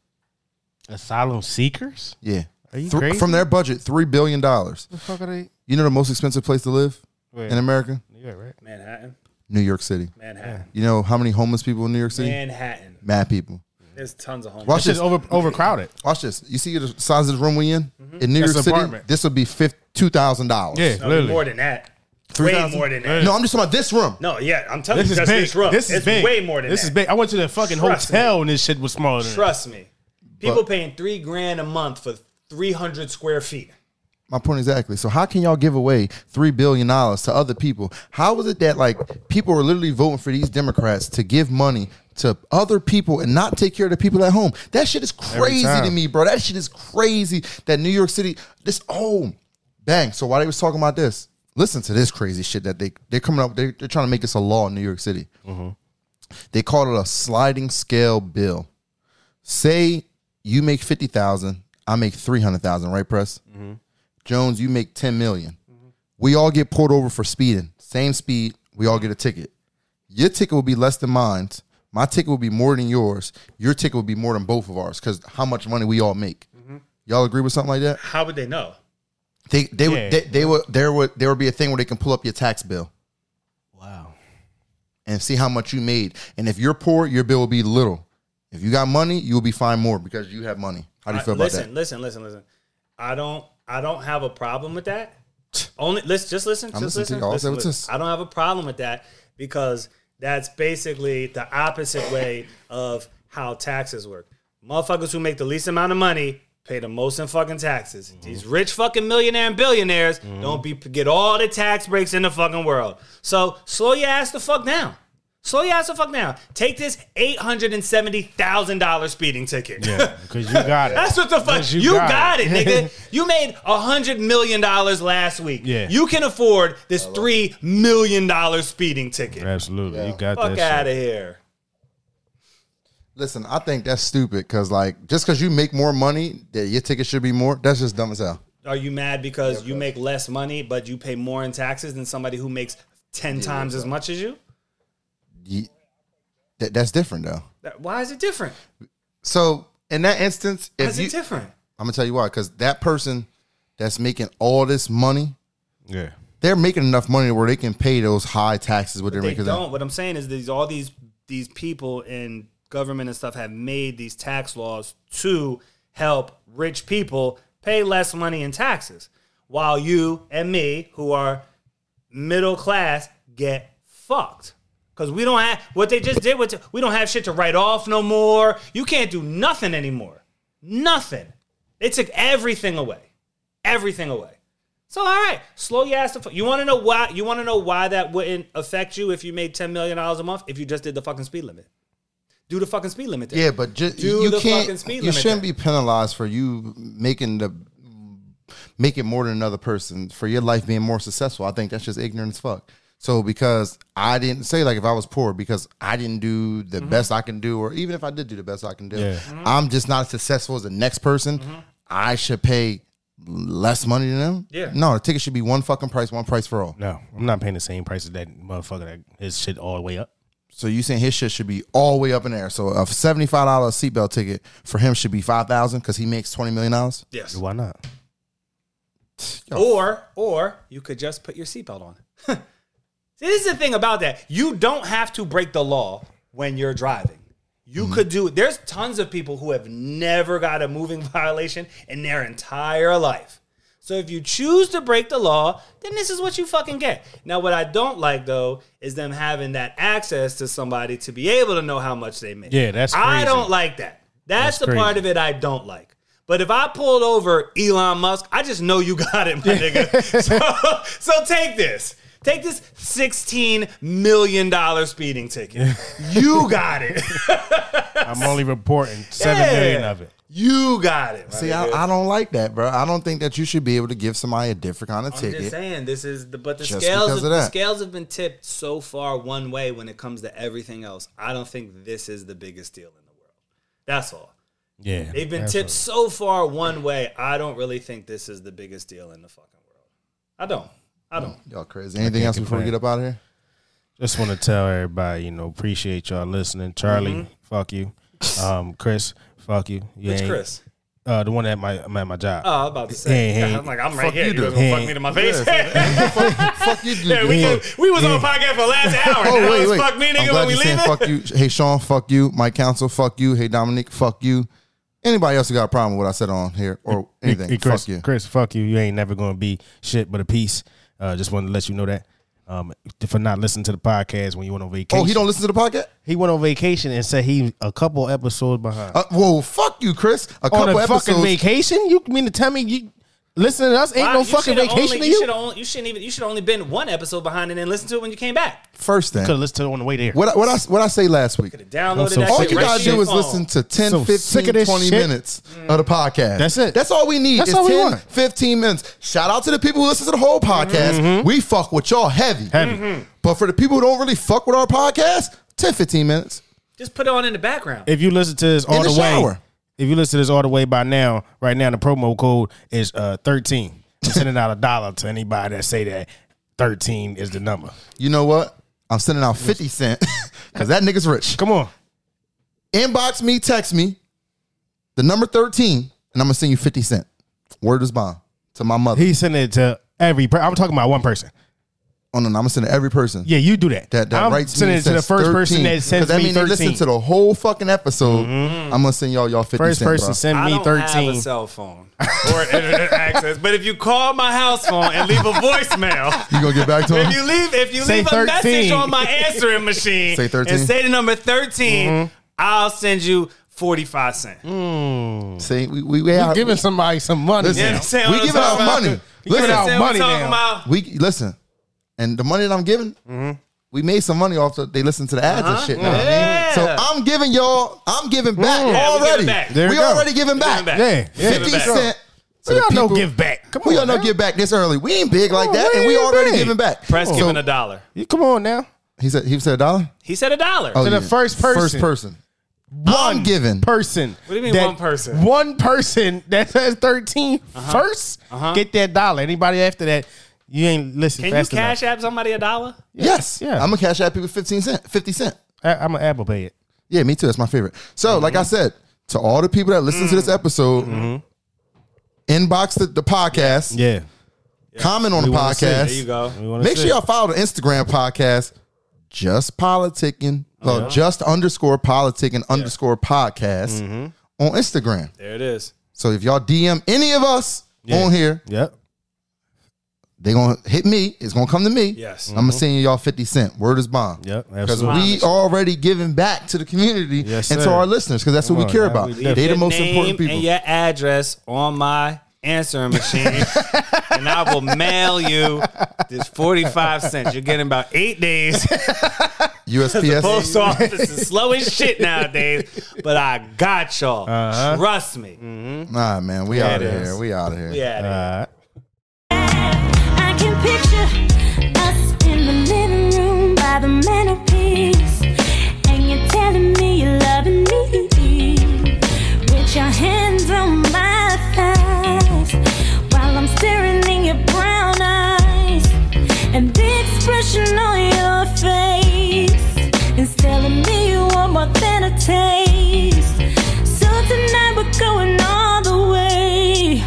Speaker 4: Asylum seekers?
Speaker 2: Yeah,
Speaker 4: Are you
Speaker 2: Thr-
Speaker 4: crazy?
Speaker 2: from their budget, three billion dollars.
Speaker 4: The fuck are they?
Speaker 2: You know the most expensive place to live
Speaker 4: Wait.
Speaker 2: in America?
Speaker 4: Yeah, right.
Speaker 3: Manhattan.
Speaker 2: New York City.
Speaker 3: Manhattan.
Speaker 2: You know how many homeless people in New York City?
Speaker 3: Manhattan.
Speaker 2: Mad people.
Speaker 3: There's tons of homeless.
Speaker 2: Watch
Speaker 4: It's just
Speaker 2: this.
Speaker 4: over overcrowded.
Speaker 2: Watch this. You see the size of the room we in in New
Speaker 4: That's
Speaker 2: York City.
Speaker 4: apartment.
Speaker 2: This would be two thousand dollars.
Speaker 4: Yeah,
Speaker 3: No,
Speaker 4: literally.
Speaker 3: more than that. way
Speaker 2: 3,000?
Speaker 3: more than that.
Speaker 2: No, I'm just talking about this room.
Speaker 3: No, yeah, I'm telling
Speaker 4: This
Speaker 3: you,
Speaker 4: is
Speaker 3: just
Speaker 4: big.
Speaker 3: this room.
Speaker 4: This is
Speaker 3: it's
Speaker 4: big.
Speaker 3: way more than
Speaker 4: this
Speaker 3: that.
Speaker 4: is big. I went to the fucking
Speaker 3: Trust
Speaker 4: hotel and this shit was smaller than that.
Speaker 3: Trust me. People paying three grand a month for 300 square feet.
Speaker 2: My point exactly. So how can y'all give away three billion dollars to other people? How is it that like people are literally voting for these Democrats to give money to other people and not take care of the people at home? That shit is crazy to
Speaker 4: time.
Speaker 2: me, bro. That shit is crazy. That New York City, this oh bang. So while they was talking about this, listen to this crazy shit that they they're coming up. They're, they're trying to make this a law in New York City. They called it a sliding scale bill say you make 50,000, I make 300,000, right press? Jones, you make 10 million. We all get pulled over for speeding. Same speed, we all get a ticket. Your ticket will be less than mine. My ticket will be more than yours. Your ticket will be more than both of ours cuz how much money we all make. Y'all agree with something like that?
Speaker 3: How would they know?
Speaker 2: They they
Speaker 4: Yeah.
Speaker 2: would they, they would there would there would be a thing where they can pull up your tax bill
Speaker 4: Wow.
Speaker 2: and see how much you made. And if you're poor, your bill will be little. If you got money, you'll be fine more because you have money. How do you
Speaker 3: I-
Speaker 2: feel about
Speaker 3: listen,
Speaker 2: that?
Speaker 3: listen, listen, listen. I don't I don't have a problem with that. Only let's just listen.
Speaker 2: I'm
Speaker 3: just
Speaker 2: listening to
Speaker 3: listen.
Speaker 2: y'all.
Speaker 3: listen,
Speaker 2: Say what's
Speaker 3: listen.
Speaker 2: this?
Speaker 3: I don't have a problem with that because that's basically the opposite way of how taxes work. Motherfuckers who make the least amount of money pay the most in fucking taxes.
Speaker 2: Mm-hmm.
Speaker 3: These rich fucking millionaire and billionaires don't be get all the tax breaks in the fucking world. So slow your ass the fuck down. Slow your ass the fuck down. Take this eight hundred and seventy thousand dollars speeding ticket.
Speaker 4: Yeah, because
Speaker 3: *laughs*
Speaker 4: you got it.
Speaker 3: That's what the fuck.
Speaker 4: Because
Speaker 3: You, got,
Speaker 4: *laughs*
Speaker 3: it, nigga. You made a hundred million dollars last week.
Speaker 4: Yeah.
Speaker 3: You can afford this three million dollar speeding ticket.
Speaker 4: Absolutely, you got
Speaker 3: Fuck
Speaker 4: that.
Speaker 3: out
Speaker 4: Shit.
Speaker 3: of here.
Speaker 2: Listen, I think that's stupid because like just because you make more money, that your ticket should be more. That's just dumb as hell.
Speaker 3: Are you mad because you make less money but you pay more in taxes than somebody who makes ten times as much as you?
Speaker 2: Ye- that, that's different though.
Speaker 3: That- Why is it different?
Speaker 2: So in that instance,
Speaker 3: Why
Speaker 2: if
Speaker 3: is
Speaker 2: you,
Speaker 3: it different?
Speaker 2: I'm gonna tell you why. Because that person that's making all this money,
Speaker 4: Yeah,
Speaker 2: they're making enough money where they can pay those high taxes. What they're
Speaker 3: They
Speaker 2: making.
Speaker 3: don't. What I'm saying is these all these these people in government and stuff have made these tax laws to help rich people pay less money in taxes, while you and me, who are middle class, get fucked. Cause we don't have what they just did. With we don't have shit to write off no more. You can't do nothing anymore. Nothing. They took everything away. Everything away. So all right, slow your ass to. Fu- you want to know why? You want to know why that wouldn't affect you if you made ten million dollars a month if you just did the fucking speed limit? Do the fucking speed limit. Then.
Speaker 2: Yeah, but just
Speaker 3: Do
Speaker 2: you
Speaker 3: the
Speaker 2: can't.
Speaker 3: fucking speed
Speaker 2: you
Speaker 3: limit
Speaker 2: shouldn't
Speaker 3: then.
Speaker 2: be penalized for you making the make it more than another person for your life being more successful. I think that's just ignorant as fuck. So because I didn't say like if I was poor because I didn't do the
Speaker 3: Mm-hmm.
Speaker 2: best I can do, or even if I did do the best I can do,
Speaker 4: Yeah.
Speaker 2: I'm just not as successful as the next person.
Speaker 3: Mm-hmm.
Speaker 2: I should pay less money than them.
Speaker 3: Yeah.
Speaker 2: No, the ticket should be one fucking price, one price for all.
Speaker 4: no, I'm not paying the same price as that motherfucker that his shit all the way up.
Speaker 2: So you saying his shit should be all the way up in there? So a seventy five dollar seatbelt ticket for him should be five thousand because he makes twenty million dollars.
Speaker 3: Yes.
Speaker 4: Why not? Oh.
Speaker 3: Or or you could just put your seatbelt on. *laughs* See, this is the thing about that. You don't have to break the law when you're driving. You
Speaker 4: Mm-hmm.
Speaker 3: could do. There's tons of people who have never got a moving *laughs* violation in their entire life. So if you choose to break the law, then this is what you fucking get. Now, what I don't like though is them having that access to somebody to be able to know how much they make.
Speaker 4: Yeah, that's
Speaker 3: I
Speaker 4: crazy.
Speaker 3: don't like that. That's,
Speaker 4: That's
Speaker 3: the part
Speaker 4: crazy.
Speaker 3: of it I don't like. But if I pulled over Elon Musk, I just know you got it, my nigga. *laughs* So, so take this. Take this $16 million speeding ticket. *laughs* You got it.
Speaker 4: I'm
Speaker 3: *laughs*
Speaker 4: only reporting seven million
Speaker 3: Yeah.
Speaker 4: of it.
Speaker 3: You got it. my
Speaker 2: See,
Speaker 3: nigga.
Speaker 2: I, I don't like that, bro. I don't think that you should be able to give somebody a different kind of
Speaker 3: I'm just
Speaker 2: ticket.
Speaker 3: saying this is the but the
Speaker 2: Just
Speaker 3: scales
Speaker 2: because
Speaker 3: have,
Speaker 2: of
Speaker 3: the
Speaker 2: that.
Speaker 3: scales have been tipped so far one way when it comes to everything else. I don't think this is the biggest deal in the world. That's all.
Speaker 4: Yeah,
Speaker 3: They've been
Speaker 4: that's
Speaker 3: tipped so far one way. I don't really think this is the biggest deal in the fucking world. I don't. I don't.
Speaker 2: Y'all crazy. Anything else before we
Speaker 4: complain.
Speaker 2: get up out of here?
Speaker 4: Just want to tell everybody, you know, appreciate y'all listening. Charlie,
Speaker 3: Mm-hmm.
Speaker 4: fuck you. Um, Chris, fuck you. you
Speaker 3: It's
Speaker 4: ain't-
Speaker 3: Chris.
Speaker 4: Uh, the one at my I'm at my job.
Speaker 3: Oh, I'm about to say.
Speaker 4: Hey, hey.
Speaker 3: I'm like, I'm right here. You,
Speaker 2: you
Speaker 3: you
Speaker 2: do.
Speaker 3: guys gonna
Speaker 4: Hey.
Speaker 3: fuck me to my face?
Speaker 2: Fuck you,
Speaker 3: yeah, we,
Speaker 2: dude.
Speaker 3: *laughs* could- we was on podcast for the last hour.
Speaker 2: Oh,
Speaker 3: now
Speaker 2: wait,
Speaker 3: it's
Speaker 2: wait.
Speaker 3: *laughs* fuck me,
Speaker 2: I'm
Speaker 3: nigga,
Speaker 2: glad
Speaker 3: when we
Speaker 2: you're
Speaker 3: leave
Speaker 2: saying
Speaker 3: it.
Speaker 2: fuck you. Hey, Sean, fuck you. Mike Council, fuck you. Hey, Dominic, fuck you. Anybody else who got a problem with what I said on here or
Speaker 4: Hey,
Speaker 2: anything,
Speaker 4: hey, Chris,
Speaker 2: fuck you.
Speaker 4: Chris, fuck you. You ain't never gonna be shit but a piece. Uh, just wanted to let you know that. Um, for not listening to the podcast when you went on vacation.
Speaker 2: Oh, he don't listen to the podcast?
Speaker 4: He went on vacation and said he a couple episodes behind.
Speaker 2: Uh, whoa, fuck you, Chris. A
Speaker 4: on
Speaker 2: couple
Speaker 4: a fucking
Speaker 2: episodes.
Speaker 4: vacation? You mean to tell me you Listen to us ain't
Speaker 3: Why-
Speaker 4: no
Speaker 3: you
Speaker 4: fucking
Speaker 3: shoulda
Speaker 4: vacation
Speaker 3: only-
Speaker 4: to you.
Speaker 3: shoulda only- you shouldn't even. You should only been one episode behind and then listen to it when you came back.
Speaker 2: First thing,
Speaker 4: Could have listened to it on the way there.
Speaker 2: what I, what I what I say last week.
Speaker 3: Downloaded
Speaker 4: so
Speaker 3: that.
Speaker 2: All
Speaker 4: sick
Speaker 3: shit
Speaker 2: you
Speaker 4: of
Speaker 3: right
Speaker 2: gotta
Speaker 3: to your
Speaker 2: do is
Speaker 3: phone.
Speaker 2: listen to 10,
Speaker 4: So sick
Speaker 2: 15,
Speaker 4: of this
Speaker 2: 20
Speaker 4: shit.
Speaker 2: minutes of the podcast.
Speaker 4: That's it.
Speaker 2: That's all we need.
Speaker 4: That's
Speaker 2: it's
Speaker 4: all we
Speaker 2: 10,
Speaker 4: want.
Speaker 2: 15 minutes. Shout out to the people who listen to the whole podcast.
Speaker 4: Mm-hmm.
Speaker 2: We fuck with y'all heavy.
Speaker 4: Heavy.
Speaker 2: But for the people who don't really fuck with our podcast, 10, 15 minutes.
Speaker 3: Just put it on in the background.
Speaker 4: If you listen to this all
Speaker 2: the
Speaker 4: the, way,
Speaker 2: shower.
Speaker 4: if you listen to this all the way by now, right now the promo code is uh, thirteen. I'm sending out a dollar to anybody that say that thirteen is the number.
Speaker 2: You know what? I'm sending out 50 cent *laughs* because that nigga's rich.
Speaker 4: Come on,
Speaker 2: Inbox me, text me, the number 13, and I'm gonna send you 50 cent. Word is bond to my mother.
Speaker 4: he's sending it to every. Per- I'm talking about one person.
Speaker 2: oh no, no, I'm gonna send it to every person.
Speaker 4: Yeah, you do that.
Speaker 2: that, that
Speaker 4: I'm
Speaker 2: writes
Speaker 4: sending
Speaker 2: me
Speaker 4: it to the first person that sends
Speaker 2: that
Speaker 4: me
Speaker 2: means they listen
Speaker 4: thirteen. Mm-hmm.
Speaker 2: to the whole fucking episode. I'm gonna send y'all y'all fifty
Speaker 4: first
Speaker 2: cent,
Speaker 4: person
Speaker 2: bro.
Speaker 4: send
Speaker 3: I
Speaker 4: me
Speaker 3: don't have a
Speaker 4: E thirteen.
Speaker 3: cell phone or internet access, but if you call my house phone and leave a voicemail.
Speaker 2: You gonna get back to
Speaker 4: *laughs*
Speaker 3: If
Speaker 2: him?
Speaker 3: you leave, if you
Speaker 4: Say
Speaker 3: leave a
Speaker 4: 13.
Speaker 3: message on my answering machine
Speaker 2: Say Mm-hmm. 13.
Speaker 3: and say the number 13 I'll send you forty five cent.
Speaker 2: Mm.
Speaker 3: *laughs*
Speaker 2: See, we we, we out,
Speaker 4: Giving somebody some money.
Speaker 2: listen,
Speaker 3: You
Speaker 4: now.
Speaker 3: understand what
Speaker 2: we
Speaker 3: I'm
Speaker 2: giving out
Speaker 3: talking about?
Speaker 2: money.
Speaker 4: You giving
Speaker 2: Listen,
Speaker 4: out
Speaker 3: Understand what I'm
Speaker 4: money
Speaker 3: talking
Speaker 4: now.
Speaker 3: about?
Speaker 2: we listen, and the money that I'm giving,
Speaker 4: Mm-hmm.
Speaker 2: we made some money off. The, they listen to the ads
Speaker 4: Uh-huh.
Speaker 2: and shit. know what I mean?
Speaker 3: Yeah.
Speaker 2: So I'm giving y'all, I'm giving back
Speaker 3: Yeah, we
Speaker 2: already.
Speaker 3: giving back.
Speaker 4: Mm. There
Speaker 2: We
Speaker 4: you go.
Speaker 2: already giving back.
Speaker 3: Giving back.
Speaker 4: Yeah, yeah.
Speaker 2: Fifty
Speaker 3: Giving back.
Speaker 2: cent. to
Speaker 4: We
Speaker 2: the
Speaker 4: all know
Speaker 2: people.
Speaker 4: give back. Come on,
Speaker 2: We all know
Speaker 4: now.
Speaker 2: give back this early. We ain't big like
Speaker 4: on,
Speaker 2: that, and
Speaker 4: we
Speaker 2: we
Speaker 4: ain't
Speaker 2: already
Speaker 4: big.
Speaker 2: giving back.
Speaker 3: Press
Speaker 2: So-
Speaker 3: giving a dollar.
Speaker 4: You come on now.
Speaker 2: He said he said a dollar.
Speaker 3: He said a dollar.
Speaker 2: Oh,
Speaker 4: To the first person.
Speaker 2: First person. One given.
Speaker 4: person. What
Speaker 3: do you mean one person? Uh-huh.
Speaker 4: One person that says 13 first, get that dollar. Anybody after that, you ain't listening
Speaker 3: Can you
Speaker 4: fast
Speaker 3: cash app somebody a dollar?
Speaker 2: Yes.
Speaker 4: Yeah.
Speaker 2: I'm gonna cash out people 15 cent, 50 cent.
Speaker 4: enough. I, I'm an Apple Pay it.
Speaker 2: Yeah, me too. That's my favorite. So,
Speaker 4: Mm-hmm.
Speaker 2: like I said, to all the people that listen to this episode, inbox the, the podcast,
Speaker 4: Yeah.
Speaker 2: comment on the
Speaker 4: wanna see.
Speaker 2: podcast.
Speaker 3: There you go.
Speaker 2: Make sure y'all follow the Instagram podcast, just politicking, well, just underscore politicking underscore podcast
Speaker 4: Mm-hmm.
Speaker 2: on Instagram.
Speaker 3: There it is.
Speaker 2: So if y'all DM any of us on here,
Speaker 4: Yep.
Speaker 2: they gonna hit me. It's gonna come to me.
Speaker 3: Yes.
Speaker 2: I'm gonna send you y'all 50 cent. Word is bond.
Speaker 4: Mm-hmm. Yep,
Speaker 2: Because
Speaker 4: absolutely.
Speaker 2: we already giving back to the community
Speaker 4: Yes,
Speaker 2: and to
Speaker 4: sir.
Speaker 2: our listeners because that's what we
Speaker 4: on,
Speaker 2: care
Speaker 4: man.
Speaker 2: about.
Speaker 4: We
Speaker 2: They the
Speaker 3: Your
Speaker 2: most
Speaker 3: name
Speaker 2: important people.
Speaker 3: And *laughs* your address on my
Speaker 2: *laughs*
Speaker 3: answering machine, and I will mail you this forty five cents. You're getting about eight days.
Speaker 2: *laughs*
Speaker 3: The post
Speaker 2: USPS.
Speaker 3: office is slow as shit nowadays, but I got y'all. Trust me.
Speaker 2: Nah, man, we out of
Speaker 3: it
Speaker 2: here.
Speaker 3: is.
Speaker 2: We out of here.
Speaker 3: Yeah.
Speaker 4: Uh,
Speaker 6: I can picture us in the living room by the mantelpiece. And you're telling me you're loving me. With your hands on my thighs. While I'm staring in your brown eyes. And the expression on your face. Is telling me you want more than a taste. So tonight we're going all the way.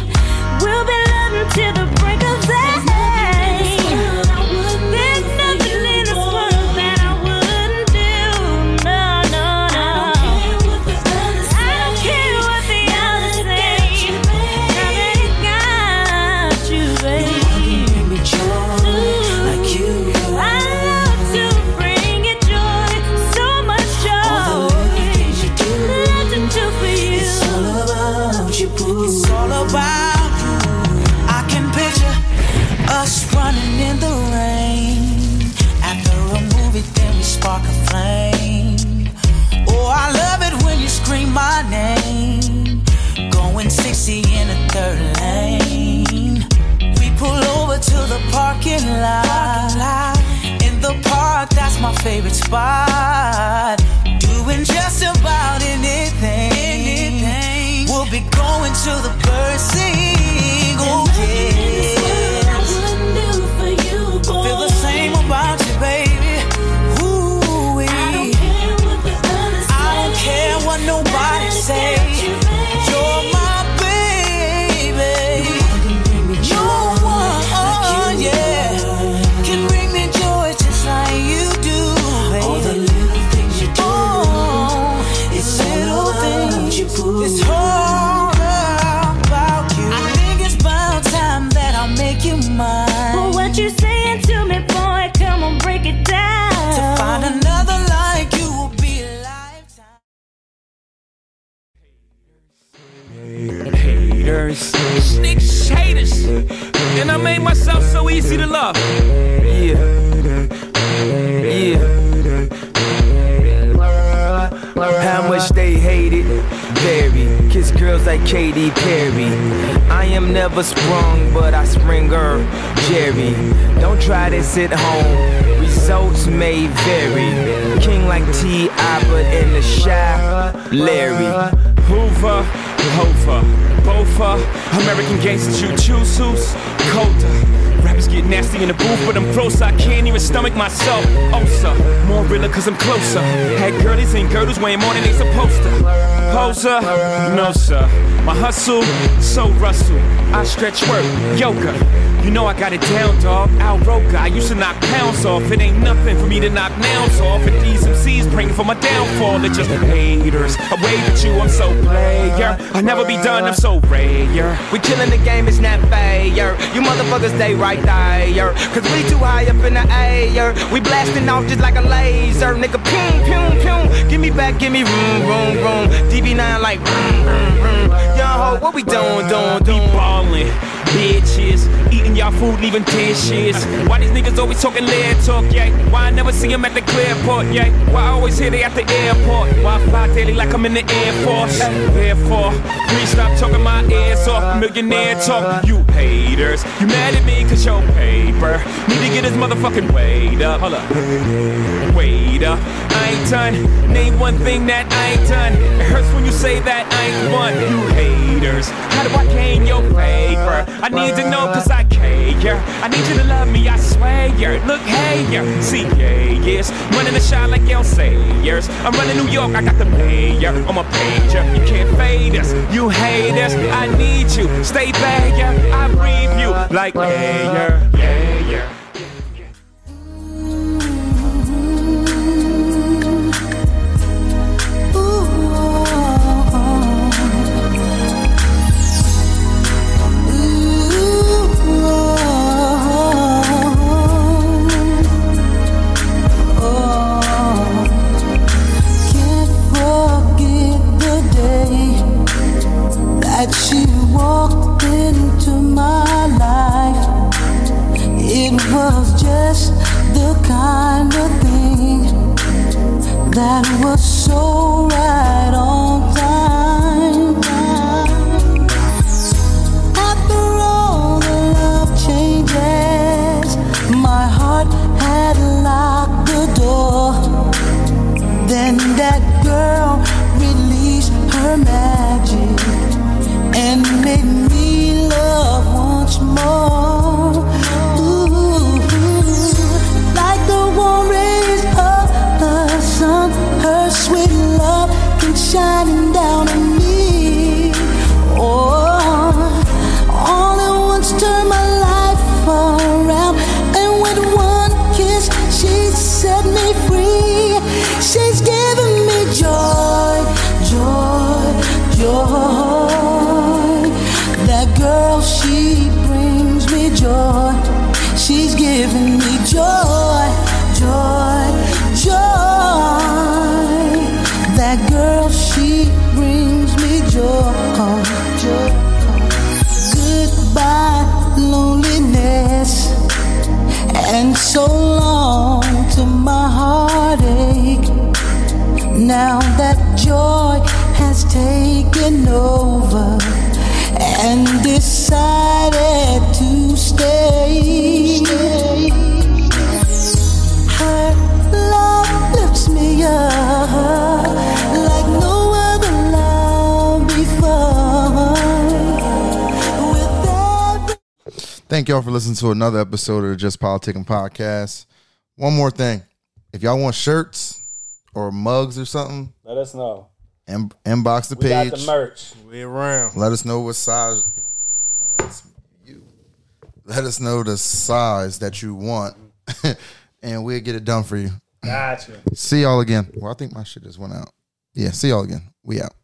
Speaker 6: We'll be loving till the break of day. There's nothing in this world that I wouldn't do. No, no, no. I don't care what the others say. Now that he got you, babe. Mm. I love to bring you joy, so much joy. Love to do for you.
Speaker 7: It's all about you. I can picture us running in the rain. After a movie, then we spark a flame. Oh, I love it when you scream my name. Going 60 in a third lane. We pull over to the parking lot. In the park, that's my favorite spot. Doing just about anything. anything. We'll be going to the bird sing. Oh, yeah. Feel the same about you, baby. Ooh, wee. I don't care what nobody say. You're my baby. No one, yeah, can bring me joy just like you do, baby. All the little things you do, it's little things. It's all about you. I think it's about time that
Speaker 8: very serious. Snitch haters. And I made myself so easy to love. Yeah. Yeah. How much they hate it? Very. Kiss girls like Katy Perry. I am never sprung, but I spring her. Jerry. Don't try this at home. Results may vary. King like T.I., but in the shy, Larry. Hoover, Hova, Bofa, American gangsters, you choose who's colder. Rappers get nasty in the booth, but I'm close. I can't even stomach myself. Osa, more realer cause I'm closer. Had girlies and girdles weighing more than they supposed to. Poser, no sir. My hustle, so Russell. I stretch work, yoga. You know I got it down, dog. Al Roker, I used to knock pounds off. It ain't nothing for me to knock nouns off. And these MCs praying for my downfall. They're just haters. I wave at you, I'm so player. I'll never be done, I'm so rare.
Speaker 9: We killing the game, it's not fair. You motherfuckers stay right there. Cause we too high up in the air. We blasting off just like a laser. Nigga, pum, pum, pum. Give me back, give me room, room, room. DB9 like room, room, room. Young ho, what we doing, doing,
Speaker 8: Be
Speaker 9: doing?
Speaker 8: ballin', bitches. Eating y'all food, leaving dishes. Why these niggas always talking lead talk, yeah? Why I never see them at the clearport, yeah? Why I always hear they at the airport? Why I fly daily like I'm in the Air Force? Therefore, please stop talking my ears off. Millionaire talk, you haters. You mad at me cause your paper. Need to get his motherfucking weight up. Hold up. Wait up. I ain't done. Name one thing that I ain't done. It hurts when you say that I ain't one. You haters. How do I gain your favor? I need to know cause I care. I need you to love me, I swear. Look, hey, yeah. see, yeah, yes. Running the shot like y'all sayers. I'm running New York, I got the mayor on my pager. You can't fade us, you hate us. I need you, stay there, yeah. I breathe you like air, yeah, yeah.
Speaker 10: Can't forget the day that she walked into my life. It was just the kind of thing that was so right on time. After all the love changes, my heart had locked the door. Then that girl released her magic and made me love once more. Ooh, like the warm rays of the sun, her sweet love can shining down on me. Oh, all at once turned my life around, and with one kiss, she set me free. She's given me joy, joy, joy. That girl, she brings me joy. She's giving me joy, joy, joy. That girl, she brings me joy, joy. Goodbye, loneliness and so long to my heartache. Now that joy has taken over and decided to stay. Her love lifts me up like no other love before. With every
Speaker 2: Thank y'all for listening to another episode of the Just Politicking Podcast. One more thing. If y'all want shirts or mugs or something,
Speaker 3: Let us know.
Speaker 2: in- inbox the
Speaker 3: We
Speaker 2: page.
Speaker 3: got the merch.
Speaker 4: We around.
Speaker 2: Let us know what size. That's you. Let us know the size that you want, *laughs* and we'll get it done for you.
Speaker 3: Gotcha.
Speaker 2: See y'all again. Well, I think my shit just went out. Yeah, see y'all again. We out.